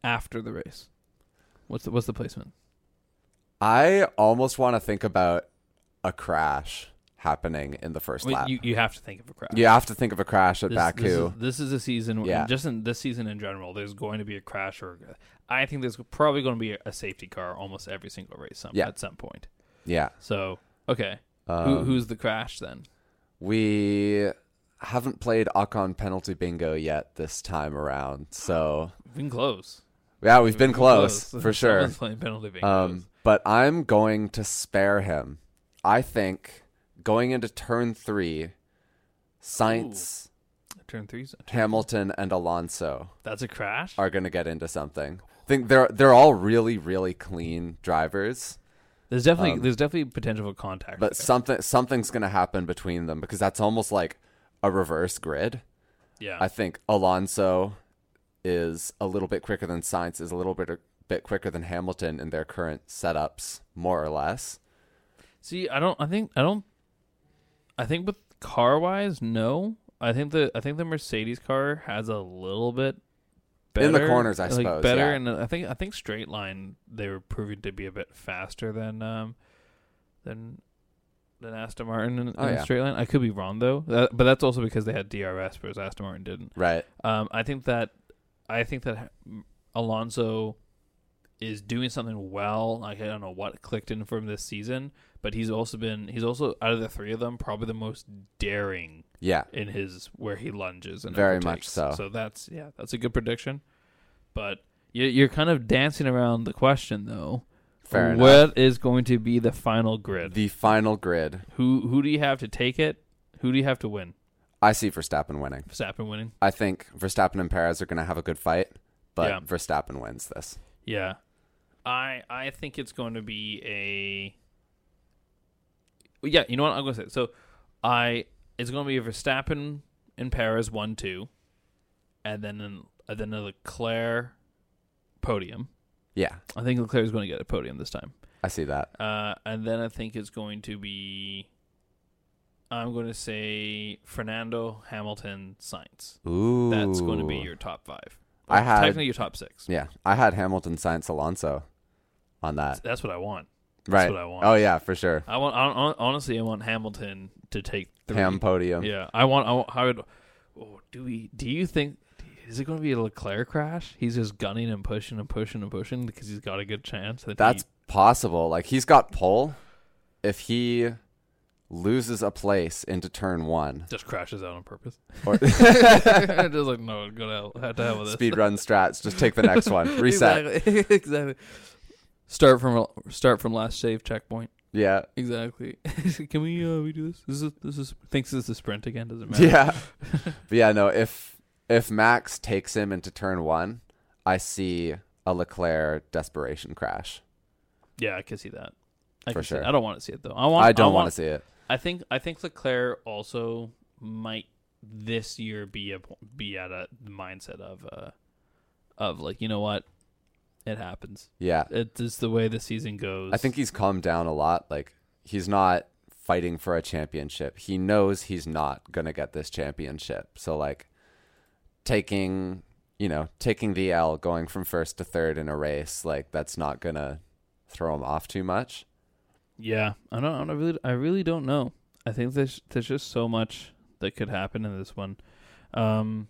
A: after the race what's the, what's the placement
B: I almost want to think about a crash happening in the first
A: I mean,
B: lap.
A: you, you have to think of a crash
B: You have to think of a crash at
A: this,
B: Baku.
A: this is, this is a season
B: Yeah.
A: yeah. just in this season in general there's going to be a crash or i think there's probably going to be a safety car almost every single race some,
B: Yeah.
A: at some point
B: yeah.
A: so okay Who,
B: Um,
A: who's the crash then
B: We haven't played Akon penalty bingo yet this time around. So,
A: we've been close
B: yeah, we've been close,
A: Close.
B: for
A: (laughs)
B: sure.
A: Someone's playing penalty bingos.
B: Um, but I'm going to spare him. I think going into turn three, Sainz,
A: Turn threes.
B: Hamilton, and Alonso
A: That's a crash.
B: are going to get into something. I think they're they're all really really clean drivers,
A: There's definitely
B: um,
A: there's definitely potential for contact.
B: but
A: there.
B: something something's going to happen between them because that's almost like a reverse grid.
A: yeah,
B: I think Alonso is a little bit quicker than Sainz is a little bit bit quicker than Hamilton in their current setups, more or less.
A: see, I don't. I think I don't. I think with car wise, no. I think the I think the Mercedes car has a little bit better
B: In the corners, I
A: like,
B: suppose,
A: Better,
B: yeah.
A: and I think I think straight line they were proving to be a bit faster than um than than Aston Martin in,
B: Oh,
A: in
B: yeah.
A: straight line. I could be wrong though, That- but that's also because they had DRS, whereas Aston Martin didn't.
B: Right.
A: Um, I think that I think that Ha- Alonso is doing something well. Like I don't know what clicked in for him this season, but he's also been he's also out of the three of them probably the most daring
B: Yeah.
A: in his where he lunges and
B: Very much
A: overtakes.
B: so.
A: So that's yeah, that's a good prediction. But you- you're kind of dancing around the question though.
B: Fair
A: What is
B: enough.
A: going to be the final grid?
B: The final grid.
A: who who do you have to take it? Who do you have to win?
B: I see Verstappen winning.
A: Verstappen winning.
B: I think Verstappen and Perez are going to have a good fight, but
A: Yeah.
B: Verstappen wins this.
A: Yeah. I I think it's going to be a Yeah, you know what I'm going to say. So I it's going to be a Verstappen in Paris 1-2 and then an, and then a Leclerc podium.
B: Yeah,
A: I think Leclerc is going to get a podium this time.
B: I see that.
A: Uh, and then I think it's going to be I'm going to say Fernando Hamilton Sainz.
B: Ooh,
A: That's going to be your top 5.
B: I had-
A: technically your top 6.
B: Yeah, I had Hamilton, Science, Alonso on that.
A: That's what I want.
B: right.
A: what I want.
B: Oh yeah, for sure.
A: I want hon- hon- honestly, I want Hamilton to take three.
B: Ham podium.
A: Yeah, I want. I, want, I would. Oh, do we? Do you think is it going to be a Leclerc crash? He's just gunning and pushing and pushing and pushing because he's got a good chance. That
B: That's possible. Like he's got pole. If he loses a place into turn one
A: he just crashes out on
B: (laughs)
A: purpose. (laughs)
B: or
A: just like no, go to hell. Have to hell with this.
B: speed run strats, just take the
A: (laughs)
B: next one. Reset.
A: Exactly. (laughs) exactly. Start from start from last save checkpoint.
B: Yeah.
A: Exactly. (laughs) Can we uh, we do this? This is this is thinks this is a sprint again. Doesn't (laughs) matter.
B: Yeah. (laughs) but yeah, no, if if Max takes him into turn one, I see a Leclerc desperation crash.
A: Yeah, I can see that. I
B: For
A: can see it.
B: sure.
A: I don't want to see it though. I want.
B: I don't
A: want
B: want to see it.
A: I think. I think Leclerc also might this year be a be at a mindset of uh of like you know what it happens.
B: Yeah.
A: It's just the way the season goes.
B: I think he's calmed down a lot. Like he's not fighting for a championship. He knows he's not gonna get this championship. So like taking you know, taking the L, going from first to third in a race, like that's not gonna throw him off too much.
A: Yeah, I don't. I don't really. I really don't know. I think there's there's just so much that could happen in this one. Um,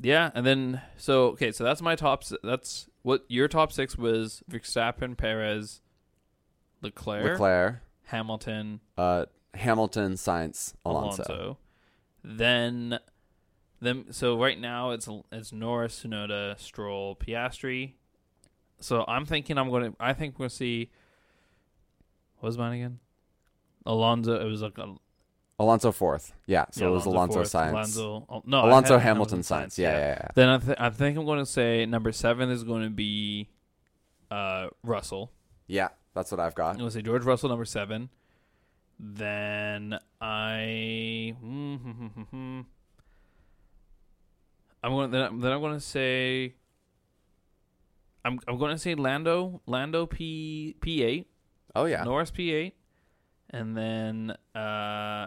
A: yeah, and then so okay, so that's my top. s- That's what your top six was: Verstappen, Perez, Leclerc,
B: Leclerc,
A: Hamilton,
B: uh, Hamilton, Science, Alonso.
A: Alonso. Then, then so right now it's it's Norris, Sonoda, Stroll, Piastri. So I'm thinking I'm gonna. I think we're gonna see. What was mine again? Alonso. It was like a,
B: Alonso fourth. Yeah, so
A: yeah,
B: it was Alonso,
A: fourth,
B: Science.
A: Alonso. Al- No, I
B: Alonso
A: had
B: Hamilton, Science. Yeah, yeah, yeah.
A: Then I, th- I think I'm gonna say number seven is going to be, uh, Russell.
B: Yeah, that's what I've
A: I'm
B: got.
A: gonna say George Russell number seven. Then I. (laughs) I'm gonna then, I'm- then I'm gonna say. I'm I'm gonna say Lando Lando P P eight
B: Oh yeah.
A: Norris P eight, and then uh, I,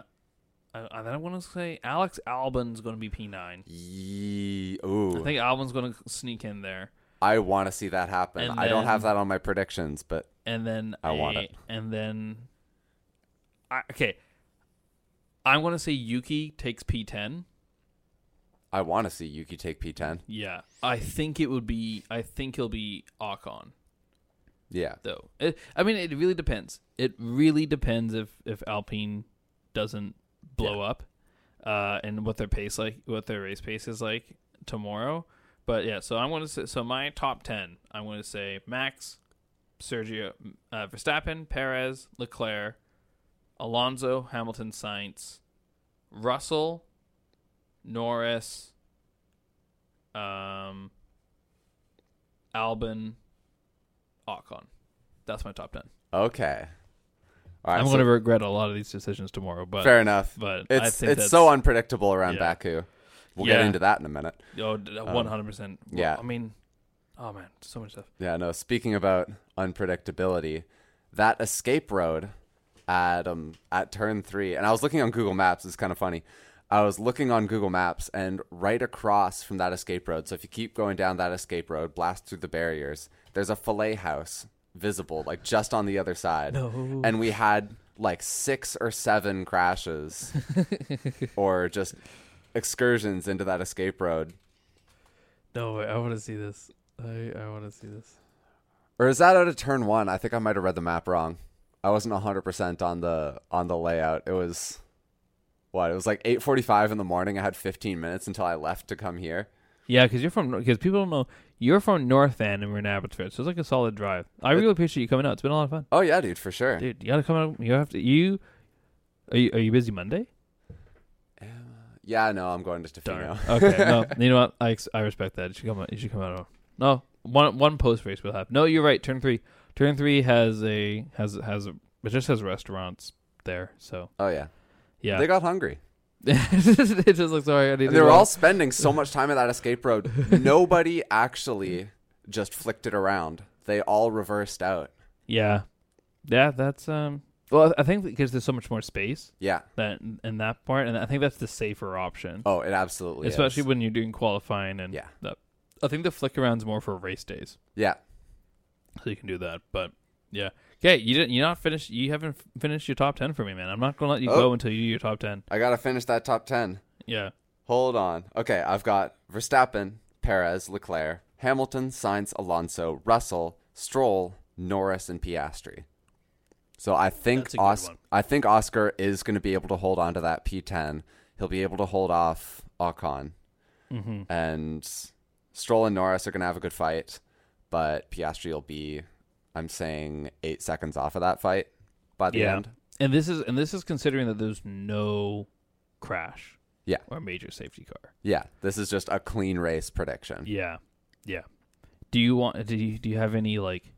A: then I'm gonna say Alex Albon's gonna be P nine.
B: Ye-
A: I
B: Ooh,
A: think Albon's gonna sneak in there,
B: I want to see that happen.
A: And
B: I don't have
A: then-
B: that on my predictions, but
A: and then
B: I want
A: a-
B: it.
A: And then, I, okay, I'm gonna say Yuki takes P ten.
B: I want to see Yuki take P10.
A: Yeah, I think it would be. I think he'll be Ocon
B: Yeah,
A: though. It, I mean, it really depends. It really depends if if Alpine doesn't blow up, uh, and what their pace like, what their race pace is like tomorrow. But yeah, so I'm gonna say so my top ten. I'm gonna say Max, Sergio, uh, Verstappen, Perez, Leclerc, Alonso, Hamilton, Sainz, Russell, Norris, um, Albon, Ocon. That's my top ten.
B: Okay. All right,
A: I'm
B: so
A: going to regret a lot of these decisions tomorrow, but
B: fair enough.
A: but I
B: it's
A: think
B: it's
A: that's-
B: so unpredictable around
A: yeah.
B: Baku. We'll get
A: Yeah.
B: into that in a minute.
A: oh, one hundred percent.
B: um, yeah.
A: I mean, oh man, so much stuff.
B: Yeah, no, speaking about unpredictability, that escape road at um at turn 3 and I was looking on Google Maps, it's kind of funny. I was looking on Google Maps and right across from that escape road. So if you keep going down that escape road, blast through the barriers, there's a fillet house visible like just on the other side. And we had like 6 or 7 crashes or just excursions into that escape road.
A: No way, I want to see this. I I want to see this.
B: Or is that out of turn one? I think I might have read the map wrong. I wasn't hundred percent on the on the layout. It was what? It was like eight forty five in the morning. I had fifteen minutes until I left to come here.
A: Yeah, because you're from because people don't know you're from North End and we're in Abbotsford, so it's like a solid drive. I really appreciate you coming out. It's been a lot of fun,
B: Oh yeah, dude, for sure.
A: dude. You gotta come out. You have to. You are you, are you busy Monday?
B: Yeah, no, I'm going to
A: Darn.
B: Tofino. (laughs)
A: okay. No, you know what? I ex- I respect that. You should come out. You should come out. on- No, one one post race will have. No, you're right. Turn three. Turn three has a has has a it just has restaurants there. So
B: Oh yeah.
A: yeah,
B: they got hungry.
A: (laughs) it's just like sorry. I need
B: And
A: to
B: they were
A: go.
B: all spending so much time at that
A: (laughs)
B: escape road. Nobody actually just flicked it around. They all reversed out.
A: yeah, yeah. That's um. Well, I think because there's so much more space
B: Yeah.
A: that in that part, and I think that's the safer option,
B: Oh, it absolutely.
A: especially
B: is.
A: when you're doing qualifying and
B: Yeah.
A: that- I think the flick around's more for race days.
B: yeah.
A: so you can do that. But yeah, okay, you didn't. You're not finished. You haven't f- finished your top ten for me, man. I'm not gonna let you
B: Oh.
A: go until you do your top ten.
B: I gotta finish that top ten.
A: Yeah,
B: Hold on. Okay, I've got Verstappen, Perez, Leclerc, Hamilton, Sainz, Alonso, Russell, Stroll, Norris, and Piastri. So I think
A: That's a good
B: Os-
A: one.
B: I think Oscar is going to be able to hold on to that P10. He'll be able to hold off Ocon,
A: Mm-hmm.
B: and Stroll and Norris are going to have a good fight, but Piastri will be, I'm saying, eight seconds off of that fight by the
A: yeah.
B: end.
A: And this is and this is considering that there's no crash.
B: Yeah.
A: or major safety car.
B: Yeah, this is just a clean race prediction.
A: Yeah, yeah. Do you want? Do you do you have any like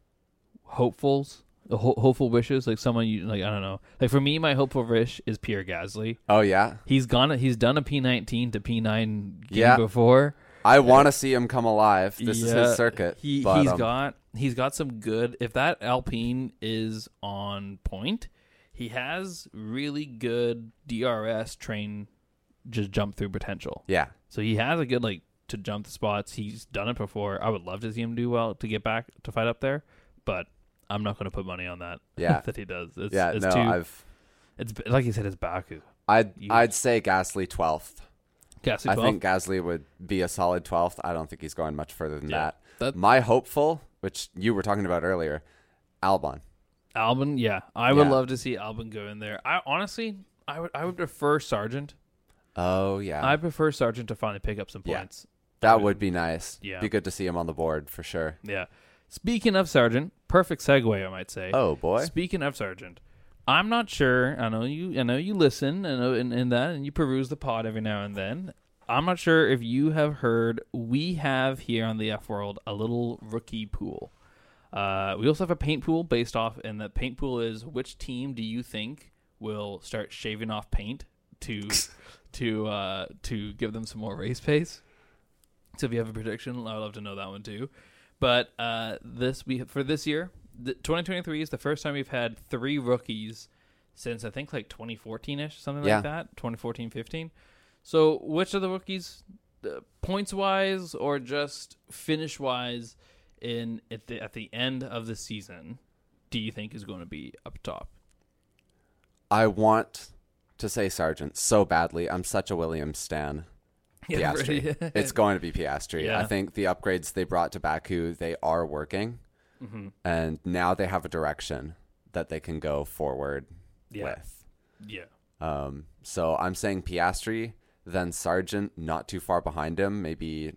A: hopefuls? Ho- hopeful wishes, like someone you like. I don't know. Like for me, my hopeful wish is Pierre Gasly.
B: Oh yeah,
A: He's gone. He's done a P nineteen to P nine game
B: Yeah.
A: before.
B: I want to see him come alive. This is
A: Yeah,
B: his circuit.
A: He
B: but,
A: he's
B: um,
A: got he's got some good. If that Alpine is on point, he has really good DRS train just jump through potential.
B: Yeah,
A: So he has a good like to jump the spots. He's done it before. I would love to see him do well to get back to fight up there, but I'm not going to put money on that. (laughs)
B: Yeah.
A: that he does. It's,
B: yeah.
A: it's
B: no,
A: too.
B: I've
A: It's like you said. It's Baku.
B: I'd
A: You-
B: I'd say Gasly twelfth.
A: Gasly
B: I
A: 12.
B: think Gasly would be a solid twelfth. I don't think he's going much further than
A: Yeah.
B: that.
A: That-
B: My hopeful, which you were talking about earlier, Albon.
A: Albin, yeah, I would
B: Yeah.
A: love to see Albin go in there. I honestly, I would, I would prefer Sargent.
B: Oh yeah,
A: I prefer Sargent to finally pick up some
B: Yeah.
A: points.
B: that would be nice.
A: Yeah.
B: be good to see him on the board for sure.
A: Yeah. Speaking of Sargent, perfect segue, I might say.
B: Oh boy,
A: Speaking of Sargent, I'm not sure. I know you. I know you listen and and, and that, and you peruse the pod every now and then. I'm not sure if you have heard. We have here on the F World a little rookie pool. Uh, we also have a paint pool based off, and the paint pool is which team do you think will start shaving off paint to to uh, to give them some more race pace? So if you have a prediction, I would love to know that one too. But uh, this we for this year, the, 2023 is the first time we've had three rookies since I think like 2014 ish, something
B: Yeah.
A: like that, 2014 15. So which of the rookies, uh, points wise or just finish wise, in at the at the end of the season, do you think is going to be up top? (laughs)
B: I want to say Sargent so badly. I'm such a Williams stan.
A: (laughs)
B: Piastri. it's going to be Piastri. I
A: Yeah.
B: think the upgrades they brought to Baku they are working,
A: Mm-hmm.
B: and now they have a direction that they can go forward with.
A: yeah.
B: Um, so I'm saying Piastri, then Sargent, not too far behind him, maybe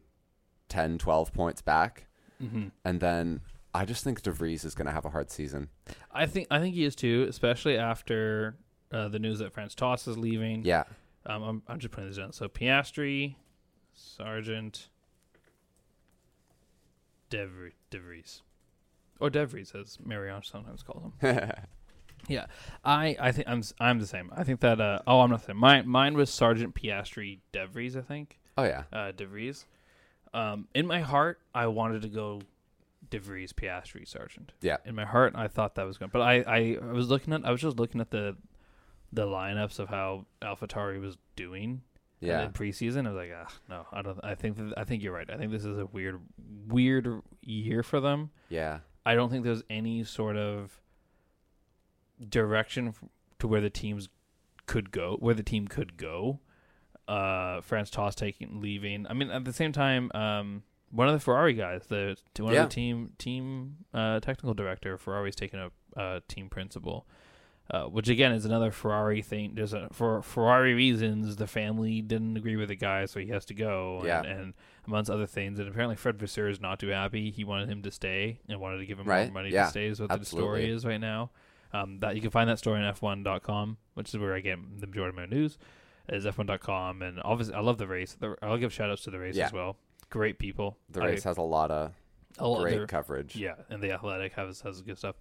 B: 10, 12 points back,
A: Mm-hmm.
B: and then I just think De Vries is going to have a hard season.
A: I think I think he is too, especially after uh, the news that Franz Toss is leaving.
B: Yeah,
A: Um, I'm, I'm just putting this down. So Piastri, Sargent, Devri- DeVries. Or DeVries, as Marianne sometimes calls him. yeah, I, I think I'm s- I'm the same. I think that uh, oh I'm not the same. Mine mine was Sergeant Piastri DeVries. I think
B: oh yeah,
A: uh, DeVries. Um, in my heart, I wanted to go DeVries, Piastri, Sargent.
B: Yeah.
A: In my heart, I thought that was going. But I, I, I was looking at, I was just looking at the, the lineups of how AlphaTauri was doing.
B: yeah.
A: In preseason, I was like, ah, no, I don't. I think that, I think you're right. I think this is a weird, weird year for them.
B: Yeah.
A: I don't think there's any sort of direction f- to where the teams could go, where the team could go. Uh, France Toss taking leaving. I mean, at the same time, um, one of the Ferrari guys, the t- one
B: Yeah.
A: of the team team uh, technical director of Ferrari's taking up uh, team principal. Uh, which again is another Ferrari thing. There's a, for Ferrari reasons, the family didn't agree with the guy, so he has to go. And,
B: Yeah.
A: and amongst other things, and apparently Fred Vasseur is not too happy. He wanted him to stay and wanted to give him
B: Right,
A: more money
B: yeah,
A: to stay. Is what the
B: absolutely.
A: story is right now. Um, that you can find that story on F1.com, which is where I get the majority of my news. Is F1.com, and obviously I love the race. The, I'll give shout outs to the race
B: Yeah.
A: as well. Great people.
B: The
A: I-
B: race has a lot of
A: a lot-
B: great
A: they're-
B: coverage.
A: yeah, and the athletic has has good stuff.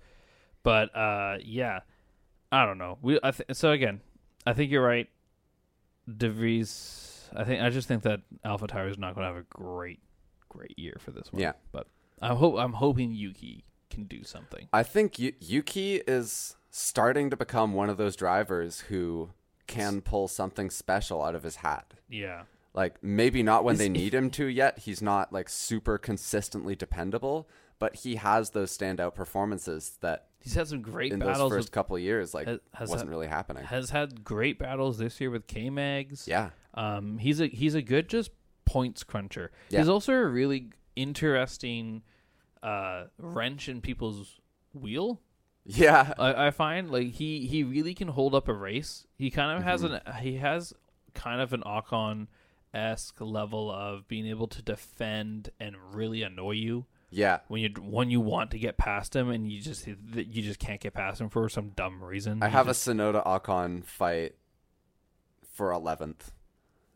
A: But uh, yeah, I don't know. We I th- so again, I think you're right. DeVries, I think I just think that Alpha Tower is not going to have a great great year for this one.
B: Yeah.
A: but I hope I'm hoping Yuki can do something.
B: I think Yu- Yuki is starting to become one of those drivers who can pull something special out of his hat.
A: Yeah,
B: Like maybe not when they need him to yet. He's not like super consistently dependable, but he has those standout performances that
A: he's had some great
B: in those
A: battles.
B: first
A: With,
B: couple years like
A: has- has
B: wasn't
A: that-
B: really happening.
A: has had great battles this year with K Mags.
B: yeah.
A: Um, he's a he's a good just points cruncher.
B: Yeah.
A: He's also a really interesting uh, wrench in people's wheel.
B: Yeah.
A: I, I find like he he really can hold up a race. He kind of has
B: Mm-hmm.
A: an he has kind of an Ocon esque level of being able to defend and really annoy you
B: Yeah.
A: when you when you want to get past him and you just you just can't get past him for some dumb reason.
B: I
A: He
B: have a
A: just,
B: Sonoda Akon fight for 11th.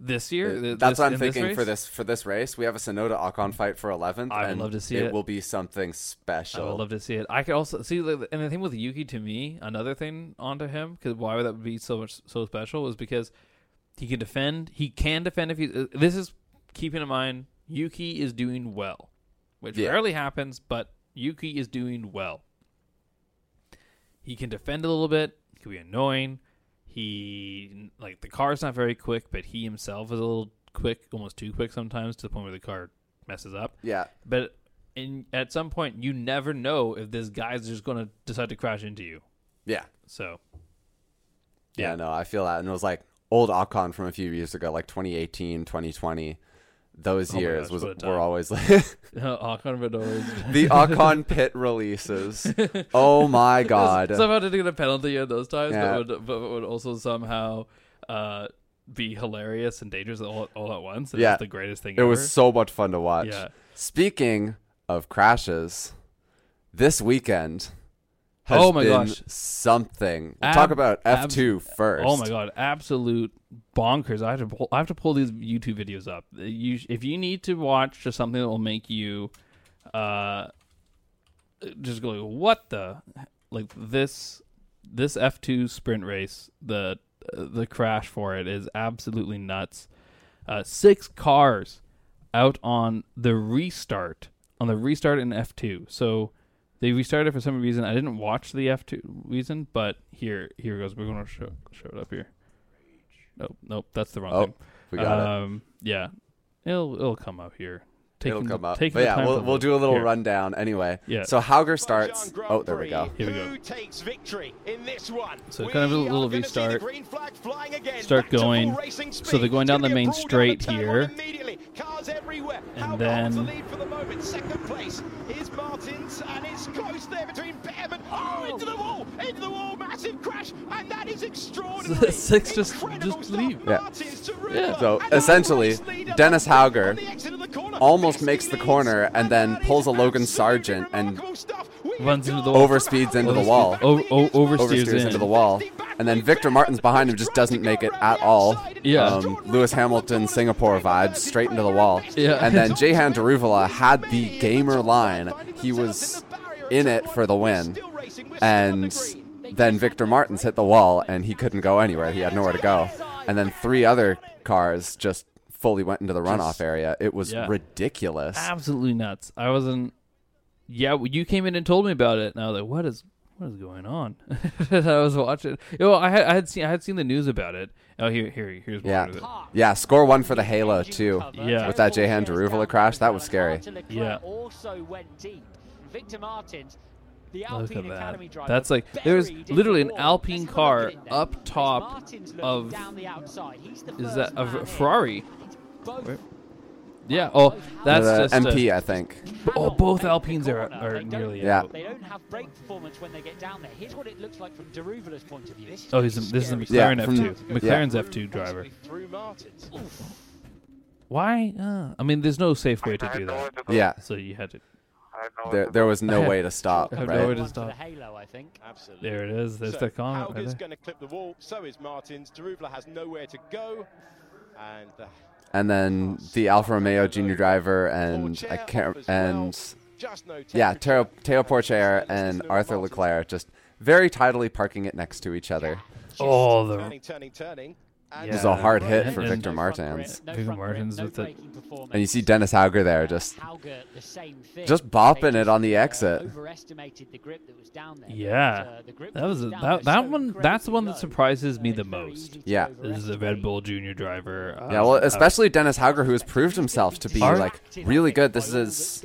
A: this year. th-
B: Uh, That's
A: this-
B: what I'm
A: in
B: thinking for
A: race?
B: this for this race. We have a Sonoda Akon fight for 11th.
A: I would
B: and
A: love to see it.
B: will be something special.
A: I would love to see it. I could also see, like, and the thing with Yuki to me, another thing onto him because why would that be so much so special was because he can defend. He can defend if he. uh, This is keeping in mind Yuki is doing well, which
B: Yeah.
A: rarely happens, but Yuki is doing well. He can defend a little bit. He can be annoying. He like the car's not very quick, but he himself is a little quick, almost too quick sometimes to the point where the car messes up.
B: Yeah.
A: But in, at some point, you never know if this guy's just going to decide to crash into you.
B: Yeah.
A: So (laughs)
B: uh, Yeah, no, I feel that. And it was like old Akon from a few years ago, like 2018, 2020. those
A: Oh
K: my
B: years
K: gosh,
B: was
K: what a time.
B: were always like (laughs)
A: Akon Vidor.
B: the
A: (laughs)
B: Akon pit releases. Oh my god.
A: somehow didn't get a penalty at those times,
B: Yeah.
A: but, would, but would also somehow uh, be hilarious and dangerous all, all at once. It
B: Yeah.
A: was the greatest thing
B: It
A: ever.
B: was so much fun to watch.
A: Yeah.
B: Speaking of crashes, this weekend has
A: Oh my
B: been
A: gosh.
B: something. We'll
A: Ab-
B: talk about
A: ab-
B: F2 first.
A: Oh my god, absolute bonkers! I have to pull, I have to pull these YouTube videos up. You, if you need to watch just something that will make you, uh, just go like, what the, like this, this F two sprint race, the the crash for it is absolutely nuts. Uh, six cars out on the restart on the restart in F two. So they restarted for some reason. I didn't watch the F two reason, but here here goes. We're gonna show show it up here. Nope, nope, that's the wrong
B: Oh,
A: thing.
B: we got it.
A: um, Yeah, it'll it'll come up here. Taking
B: It'll
A: the-
B: come up.
A: taking
B: But
A: the
B: yeah,
A: time
B: we'll,
A: to
B: we'll
A: look.
B: do a little
A: Here.
B: rundown anyway.
A: Yeah.
B: So Hauger starts.
D: Azerbaijan Grand
B: Oh, there we go.
D: Prix.
A: Here we go.
D: Who takes victory in this one?
A: So kind of a
D: We
A: little
D: are gonna see the
A: restart.
D: green flag flying again.
A: Start
D: Back to full
A: going.
D: racing
A: So
D: speed.
A: they're going
D: It's
A: down the
D: gonna be a
A: main
D: brawl down
A: straight
D: the turn
A: here.
D: one immediately. Cars everywhere.
A: And
D: How
A: then-
D: the lead for the moment. Second place is Martins, and it's close there between Behrman. Oh, into the wall! Into the wall! Massive crash, and that
A: (laughs)
D: is extraordinary.
A: Six just-
D: Incredible
A: just
D: stuff.
A: leave.
B: Yeah.
D: Martins to Rubber,
A: Yeah.
B: So,
D: and the
B: essentially,
D: race leader
B: Dennis Hauger
D: on the exit of the corner.
B: almost
D: Bessie
B: makes the
D: leads,
B: corner and then
D: that is
B: pulls a Logan
D: absolutely
B: Sargent and
D: remarkable stuff. We
A: runs
D: have
A: into the
D: gone
B: wall.
D: from
B: Overspeeds
D: Howard
B: into the
D: Lee
B: wall.
A: O- o-
D: against Martin
A: oversteers
B: Oversteers
A: in.
B: into the wall. And then Victor Martin's behind him just doesn't make it at all.
A: Yeah.
B: Um, Lewis Hamilton, Singapore vibes, straight into the wall.
A: Yeah. (laughs)
B: And then Jahan Deruvala had the gamer line. He was in it for the win. And then Victor Martins hit the wall and he couldn't go anywhere. He had nowhere to go. And then three other cars just fully went into the runoff area. It was
A: yeah.
B: ridiculous.
A: absolutely nuts. I wasn't. Yeah, well, you came in and told me about it, and I was like, "What is what is going on?" (laughs) and I was watching. Yo, I had I had seen I had seen the news about it. Oh, here here here's more
B: Yeah.
A: of it.
B: Yeah, score one for the Halo, too.
A: Yeah.
B: With that Jahan Deruvala crash, that was scary.
A: Yeah.
F: Also went deep. Victor Martins, the
A: Look
F: Alpine
A: at that.
F: Academy driver.
A: That's like there's
F: buried in
A: literally
F: the
A: an
F: wall.
A: Alpine
F: Let's have a
A: car
F: look at it now.
A: up top
F: Martins looking
A: of
F: down the outside. He's the
A: is
F: first
A: that
F: man
A: of
F: in.
A: Ferrari?
F: Both
A: Wait. Yeah. Oh, that's
B: the
A: just
B: MP,
A: A,
B: I think.
A: oh,
F: cannot
A: both
F: make the
A: Alpines are
F: corner.
A: are
F: They don't
A: nearly
B: Yeah.
A: out.
F: They don't have brake performance when they get down there. Here's what it looks like from Deruvala's point of view. This is
A: Oh, he's a, this is a
B: Yeah,
A: McLaren
B: from-
A: F2.
B: yeah.
A: McLaren's F2 driver.
D: Through Martins.
A: Why? Uh, I mean, there's no safe way to
G: I had
A: do
G: no
A: that.
G: way to go.
B: Yeah,
A: So you had to.
G: I had no way
B: there,
G: to
B: there
G: go.
B: was no way to stop,
A: I have (laughs) no way
B: right?
A: to
F: one for the
A: stop.
F: halo, I think.
D: Absolutely.
A: There it is. There's
D: so
A: the comment right
D: Hauger's
A: there.
D: going to clip the wall. So is Martins. Deruvla has nowhere to go. And the
B: And then the Alfa Romeo junior driver and I can't and
D: just no.
B: yeah,
D: temperature.
B: Teo, Teo
D: And
B: Porcher
D: it's
B: and
D: Lewis
B: Arthur
D: Martins
B: Leclerc just very tidily parking it next to each other.
A: Oh, the
D: Turning, turning, turning. And
A: This
B: is a hard hit
D: And-
B: for
D: and-
B: Victor
F: No front
B: Martins.
F: grip, no
A: Victor
F: front grip,
A: Martins
F: no
A: with the-
F: braking performance.
B: And you see Dennis Hauger there just
F: Hauger, the same thing.
B: just bopping
F: They
B: it on the
F: just, uh,
B: exit.
F: Overestimated the grip that was down there. uh,
A: Yeah.
F: The grip
A: That was a,
F: down
A: that
F: there
A: that
F: so
A: one. That's the one
F: incredibly
A: that
F: low,
A: surprises me
F: uh,
A: the
F: it's very easy
A: most.
F: to
B: Yeah.
A: This is a
F: overestimate.
A: Red Bull Junior driver. uh,
B: Yeah, well,
A: uh,
B: especially Dennis Hauger, who has proved himself to be
A: Are-
B: like really good. This is,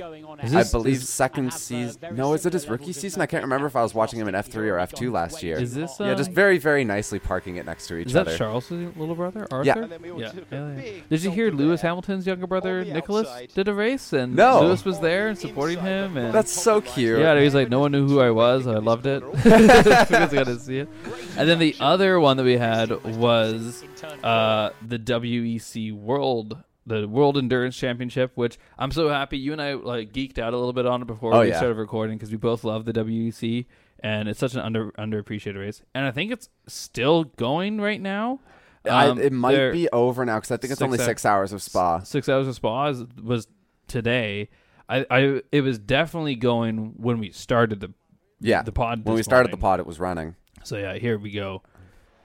A: Is
B: I
A: this-
B: believe,
A: is- uh,
B: second season. No, is it his rookie season? I can't remember if I was watching him in F3 or F2 last year.
A: Is this? Uh,
B: Yeah, just very, very nicely parking it next to each
A: Is that
B: other.
A: Charles' little brother, Arthur?
B: Yeah.
D: And then we all
A: Yeah.
D: took a
A: Yeah, yeah.
D: big
A: Did you
D: gulp
A: hear
D: of
A: Lewis
D: air.
A: Hamilton's younger brother
D: On the
A: Nicholas
D: outside.
A: did a race, and
B: No.
A: Lewis was there and supporting him, and
B: That's so cute.
A: yeah, he's like, no one knew who I was. I loved it. (laughs) Because I got to see it. (laughs) And then the other one that we had was uh, the WEC World, the World Endurance Championship, which I'm so happy. You and I like geeked out a little bit on it before
B: Oh,
A: we
B: yeah.
A: started recording because we both love the WEC, and it's such an under underappreciated race. And I think it's still going right now. Um,
B: I, it might
A: they're-
B: be over now because I think it's
A: six
B: only
A: hou-
B: six hours of Spa.
A: six hours of spa is, was today. I, I it was definitely going when we started the
B: Yeah,
A: the pod
B: When
A: this
B: we started the
A: morning.
B: pod, it was running.
A: so yeah here we go.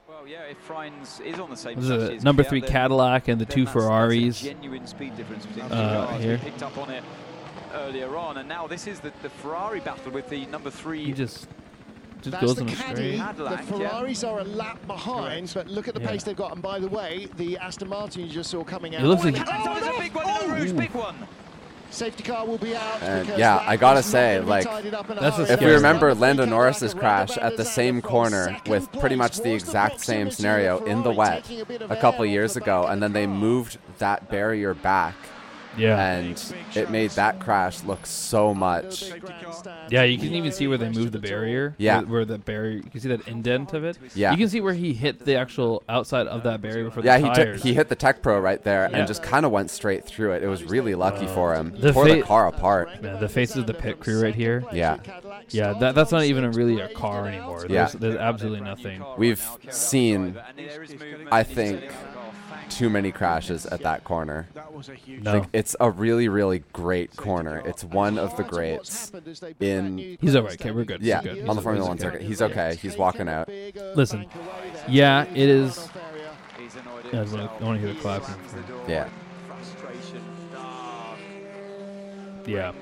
L: Well, yeah, if Frines is on the same
A: This is
L: strategy
A: a
L: as
A: number
L: Kvyat,
A: three
L: then-
A: Cadillac and the
L: then
A: two
L: that's- that's a
A: Ferraris.
L: genuine speed difference between the two
A: Uh,
L: cars.
A: here.
L: We picked up on it earlier on, and now this is the, the Ferrari battle with the number
A: He
L: three
A: just just
I: That's
A: goes
I: the
A: on a
I: caddy.
A: straight.
L: Cadillac.
I: the
L: yeah.
I: Ferraris are a lap behind, but look at the
A: Yeah.
I: pace they've got. And by the way, the Aston Martin you just saw coming out. Oh,
A: It looks like
L: Cadillac, there's a big one, oh, Rouge, big one.
I: Safety car will be out.
B: And Uh,
I: because
B: yeah,
I: that
B: I gotta
I: is not
B: say,
I: gonna be
B: like,
I: tidied up in a
A: that's a
I: hurry.
B: If
A: Yeah.
B: we remember
I: Number
B: Lando
I: three,
B: Norris's
I: Cadillac,
B: crash
I: roundabout
B: at the
I: is
B: same
I: out from
B: corner
I: second
B: with pretty
I: place.
B: much the
I: Towards
B: exact same
I: proximity of
B: scenario in the
I: Ferrari,
B: wet
I: taking bit of
B: a
I: air
B: couple
I: off
B: years
I: the
B: ago,
I: back of
B: and
I: the
B: then they
I: car.
B: moved that barrier back
A: Yeah.
B: And it made that crash look so much.
A: Yeah, you can even see where they moved the barrier.
B: Yeah.
A: Where, where the barrier, you can see that indent of it.
B: Yeah.
A: You can see where he hit the actual outside of that barrier before the
B: Yeah, he, took
A: tires.
B: he hit the Tech Pro right there
A: Yeah.
B: and just kind of went straight through it. It was really lucky for him.
A: The
B: Tore the
A: fa-
B: car apart.
A: Man, the face of the pit crew right here.
B: Yeah.
A: Yeah, that, that's not even a, really a car anymore.
B: Yeah.
A: There's, there's absolutely nothing.
B: We've seen, I think, too many crashes at that corner.
A: No.
B: Like, it's a really, really great corner. It's one of the greats in.
A: He's all right, okay, we're good,
B: Yeah,
A: we're good.
B: on the
A: He's- he's
B: Formula One
A: okay.
B: circuit. He's okay. He's walking out.
A: Listen, yeah, it is. Yeah, I want to hear the clapping.
B: Yeah.
A: Yeah.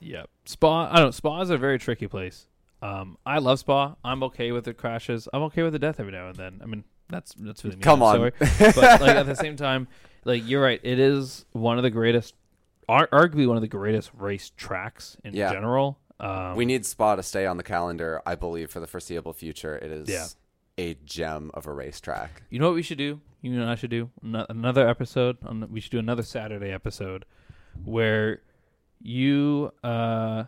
A: Yeah. Spa, I don't Spa is a very tricky place. Um, I love Spa. I'm okay with the crashes. I'm okay with the death every now and then. I mean, that's that's really neat.
B: Come
A: I'm
B: on.
A: sorry. but like at the same time, like you're right. It is one of the greatest, ar- arguably one of the greatest race tracks in
B: Yeah.
A: general. Um,
B: we need Spa to stay on the calendar, I believe, for the foreseeable future. It is
A: Yeah.
B: a gem of a racetrack.
A: You know what we should do? You know what I should do? Ano- Another episode. On, we should do another Saturday episode where you, uh,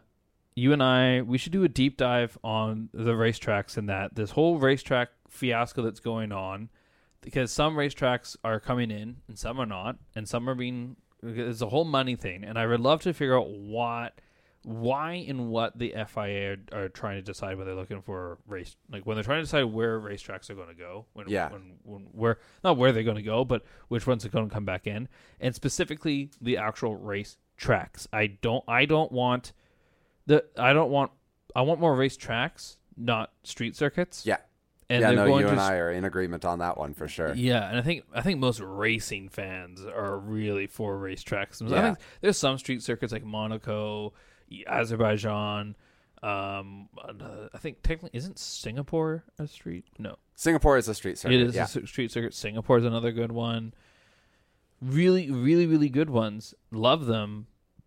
A: you and I, we should do a deep dive on the racetracks and that this whole racetrack fiasco that's going on, because some racetracks are coming in and some are not, and some are being. It's a whole money thing, and I would love to figure out what, why, and what the FIA are, are trying to decide when they're looking for race, like when they're trying to decide where racetracks are going to go, when
B: Yeah.
A: when, when where not where they're going to go, but which ones are going to come back in, and specifically the actual race tracks. I don't I don't want the I don't want I want more race tracks, not street circuits.
B: Yeah.
A: and
B: yeah,
A: they're
B: no,
A: going
B: you
A: to
B: and
A: s-
B: I are in agreement on that one for sure.
A: yeah, and I think I think most racing fans are really for racetracks. I
B: Yeah.
A: think there's some street circuits like Monaco, Azerbaijan. Um, another- I think technically isn't Singapore a street? No,
B: Singapore is a street circuit.
A: it is
B: yeah.
A: a s- street circuit. Singapore is another good one. Really, really, really good ones. Love them,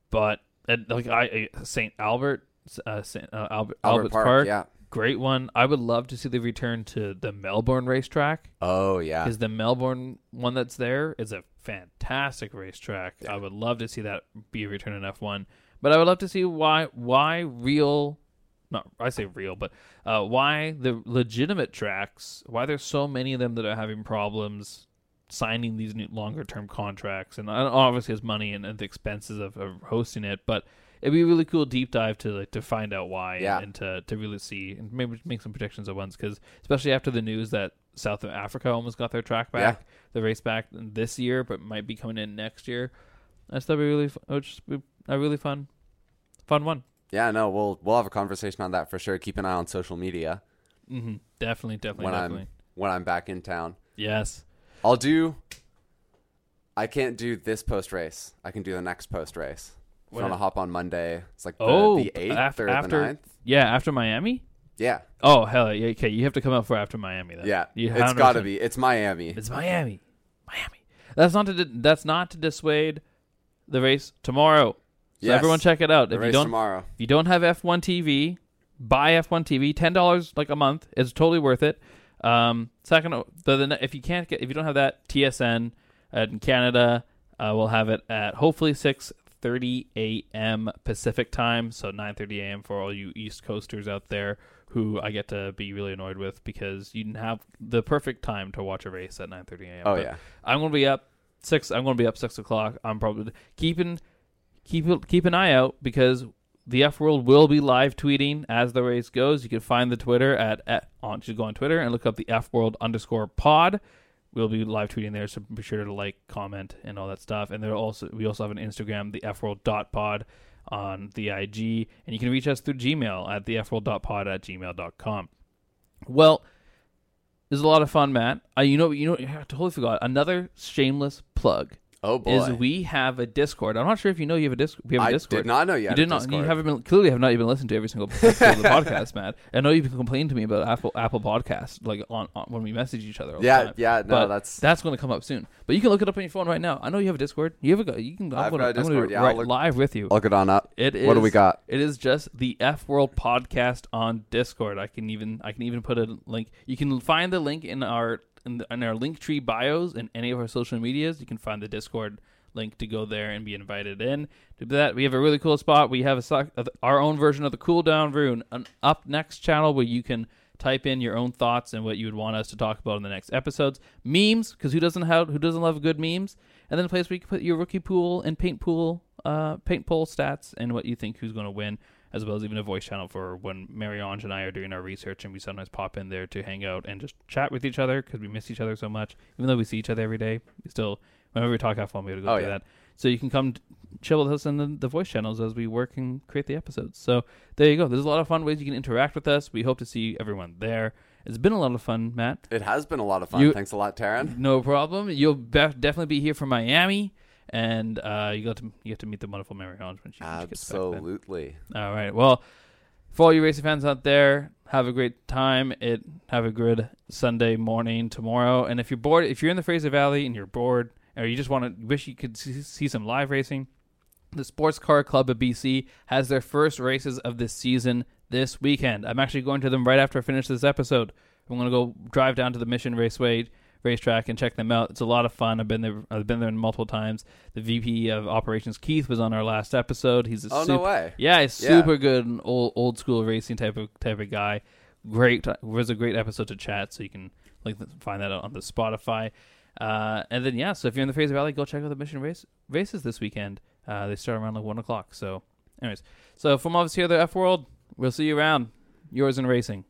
A: but and, like I I- Saint Albert, uh, Saint, uh, Albert,
B: Albert
A: Albert's
B: Park,
A: Park,
B: yeah.
A: great one. I would love to see the return to the Melbourne racetrack
B: oh yeah.
A: because the Melbourne one that's there is a fantastic racetrack. I would love to see that be returned in F one, but I would love to see why why real, not I say real, but uh, why the legitimate tracks, why there's so many of them that are having problems signing these new longer term contracts, and and obviously it's money and, and the expenses of, of hosting it, but. It'd be a really cool deep dive to like to find out why and-
B: Yeah.
A: and to, to really see and maybe make some predictions at once because especially after the news that South Africa almost got their track back,
B: Yeah.
A: the race back this year, but might be coming in next year. That's that'd be really fu- it would just be a really fun, fun one.
B: Yeah, no, we'll we'll have a conversation on that for sure. Keep an eye on social media
A: Mm-hmm. Definitely, definitely,
B: when
A: definitely.
B: I'm when I'm back in town.
A: Yes.
B: I'll do. I can't do this post race. I can do the next post race. If you
A: When-
B: want to hop on Monday, it's like the,
A: oh,
B: the eighth
A: af-
B: or
A: after
B: the 9th.
A: yeah, after Miami.
B: Yeah,
A: Oh hell yeah! Okay, you have to come out for after Miami then.
B: yeah.
A: You
B: it's got to
A: 100%.
B: be. It's Miami.
A: It's Miami, Miami. That's not to di- that's not to dissuade the race tomorrow. So
B: Yes.
A: everyone check it out.
B: The
A: if you
B: race
A: don't
B: tomorrow.
A: if you don't have F1 TV, buy F1 TV. Ten dollars like a month is totally worth it. Um, second, the, the ne- if you can't get if you don't have that TSN uh, in Canada, uh, we'll have it at hopefully six thirty a.m. Pacific time, so nine thirty a.m. for all you East Coasters out there who I get to be really annoyed with because you didn't have the perfect time to watch a race at nine thirty a.m.
B: Oh,
A: But
B: yeah.
A: I'm gonna be up six. I'm gonna be up six o'clock. I'm probably keeping keep keep an eye out because the F World will be live tweeting as the race goes. You can find the Twitter at, at on just go on Twitter and look up the F World underscore Pod. We'll be live tweeting there, so be sure to like, comment, and all that stuff. And there also we also have an Instagram, the fworld dot pod on the IG, and you can reach us through Gmail at the fworld.pod at gmail.com. Well, this is a lot of fun, Matt. Uh, you know, you know, I totally forgot another shameless plug.
B: Oh, boy.
A: Is we have a Discord. I'm not sure if you know you have a Discord. We have
B: I
A: a
B: did
A: Discord.
B: not know you had
A: did
B: a
A: not.
B: Discord.
A: You haven't been clearly have not even listened to every single episode of the
B: (laughs)
A: podcast, Matt. I know you've been complaining to me about Apple Apple Podcasts, like on, on when we message each other. all the
B: Yeah,
A: time.
B: yeah, no,
A: But
B: that's-
A: that's going to come up soon. But you can look it up on your phone right now. I know you have a Discord. You have a go. You can. I'm
B: I've
A: gonna,
B: got a
A: I'm gonna
B: Discord,
A: do it
B: yeah, I'll
A: right
B: look-
A: live with you.
B: Look it on up.
A: It is.
B: What do we got?
A: It is just the F World podcast on Discord. I can even I can even put a link. You can find the link in our in, the, in our link tree bios and any of our social medias. You can find the Discord link to go there and be invited in. To do that, we have a really cool spot. We have a soc- uh, our own version of the cool down room, an up next channel where you can type in your own thoughts and what you would want us to talk about in the next episodes. Memes, because who doesn't have who doesn't love good memes? And then a place where you can put your rookie pool and paint pool, uh, paint pool stats and what you think who's going to win, as well as even a voice channel for when Marianne and I are doing our research and we sometimes pop in there to hang out and just chat with each other because we miss each other so much. Even though we see each other every day, we still whenever we talk how fun we have to go
B: Oh,
A: through
B: yeah.
A: that. So you can come t- chill with us in the, the voice channels as we work and create the episodes. So there you go. There's a lot of fun ways you can interact with us. We hope to see everyone there. It's been a lot of fun, Matt.
B: It has been a lot of fun.
A: You-
B: Thanks a lot, Taryn.
A: No problem. You'll be- definitely be here from Miami, and uh, you got to you get to meet the wonderful Mary Holmes when she, when she gets back. Then.
B: Absolutely.
A: All right. Well, for all you racing fans out there, have a great time. It have a good Sunday morning tomorrow. And if you're bored, if you're in the Fraser Valley and you're bored, or you just want to wish you could see, see some live racing, the Sports Car Club of BC has their first races of this season this weekend. I'm actually going to them right after I finish this episode. I'm going to go drive down to the Mission Raceway racetrack and check them out. It's a lot of fun. I've been there. I've been there multiple times. The VP of Operations Keith was on our last episode. He's a
B: Oh, no
A: super-
B: way.
A: Yeah, he's
B: Yeah.
A: super good and old old school racing type of type of guy. Great was a great episode to chat, so you can like find that out on the Spotify. Uh, and then yeah, so if you're in the Fraser Valley, go check out the Mission Race races this weekend. Uh, they start around like one o'clock. So, anyways, so from all of us here, at the F World, we'll see you around. Yours in racing.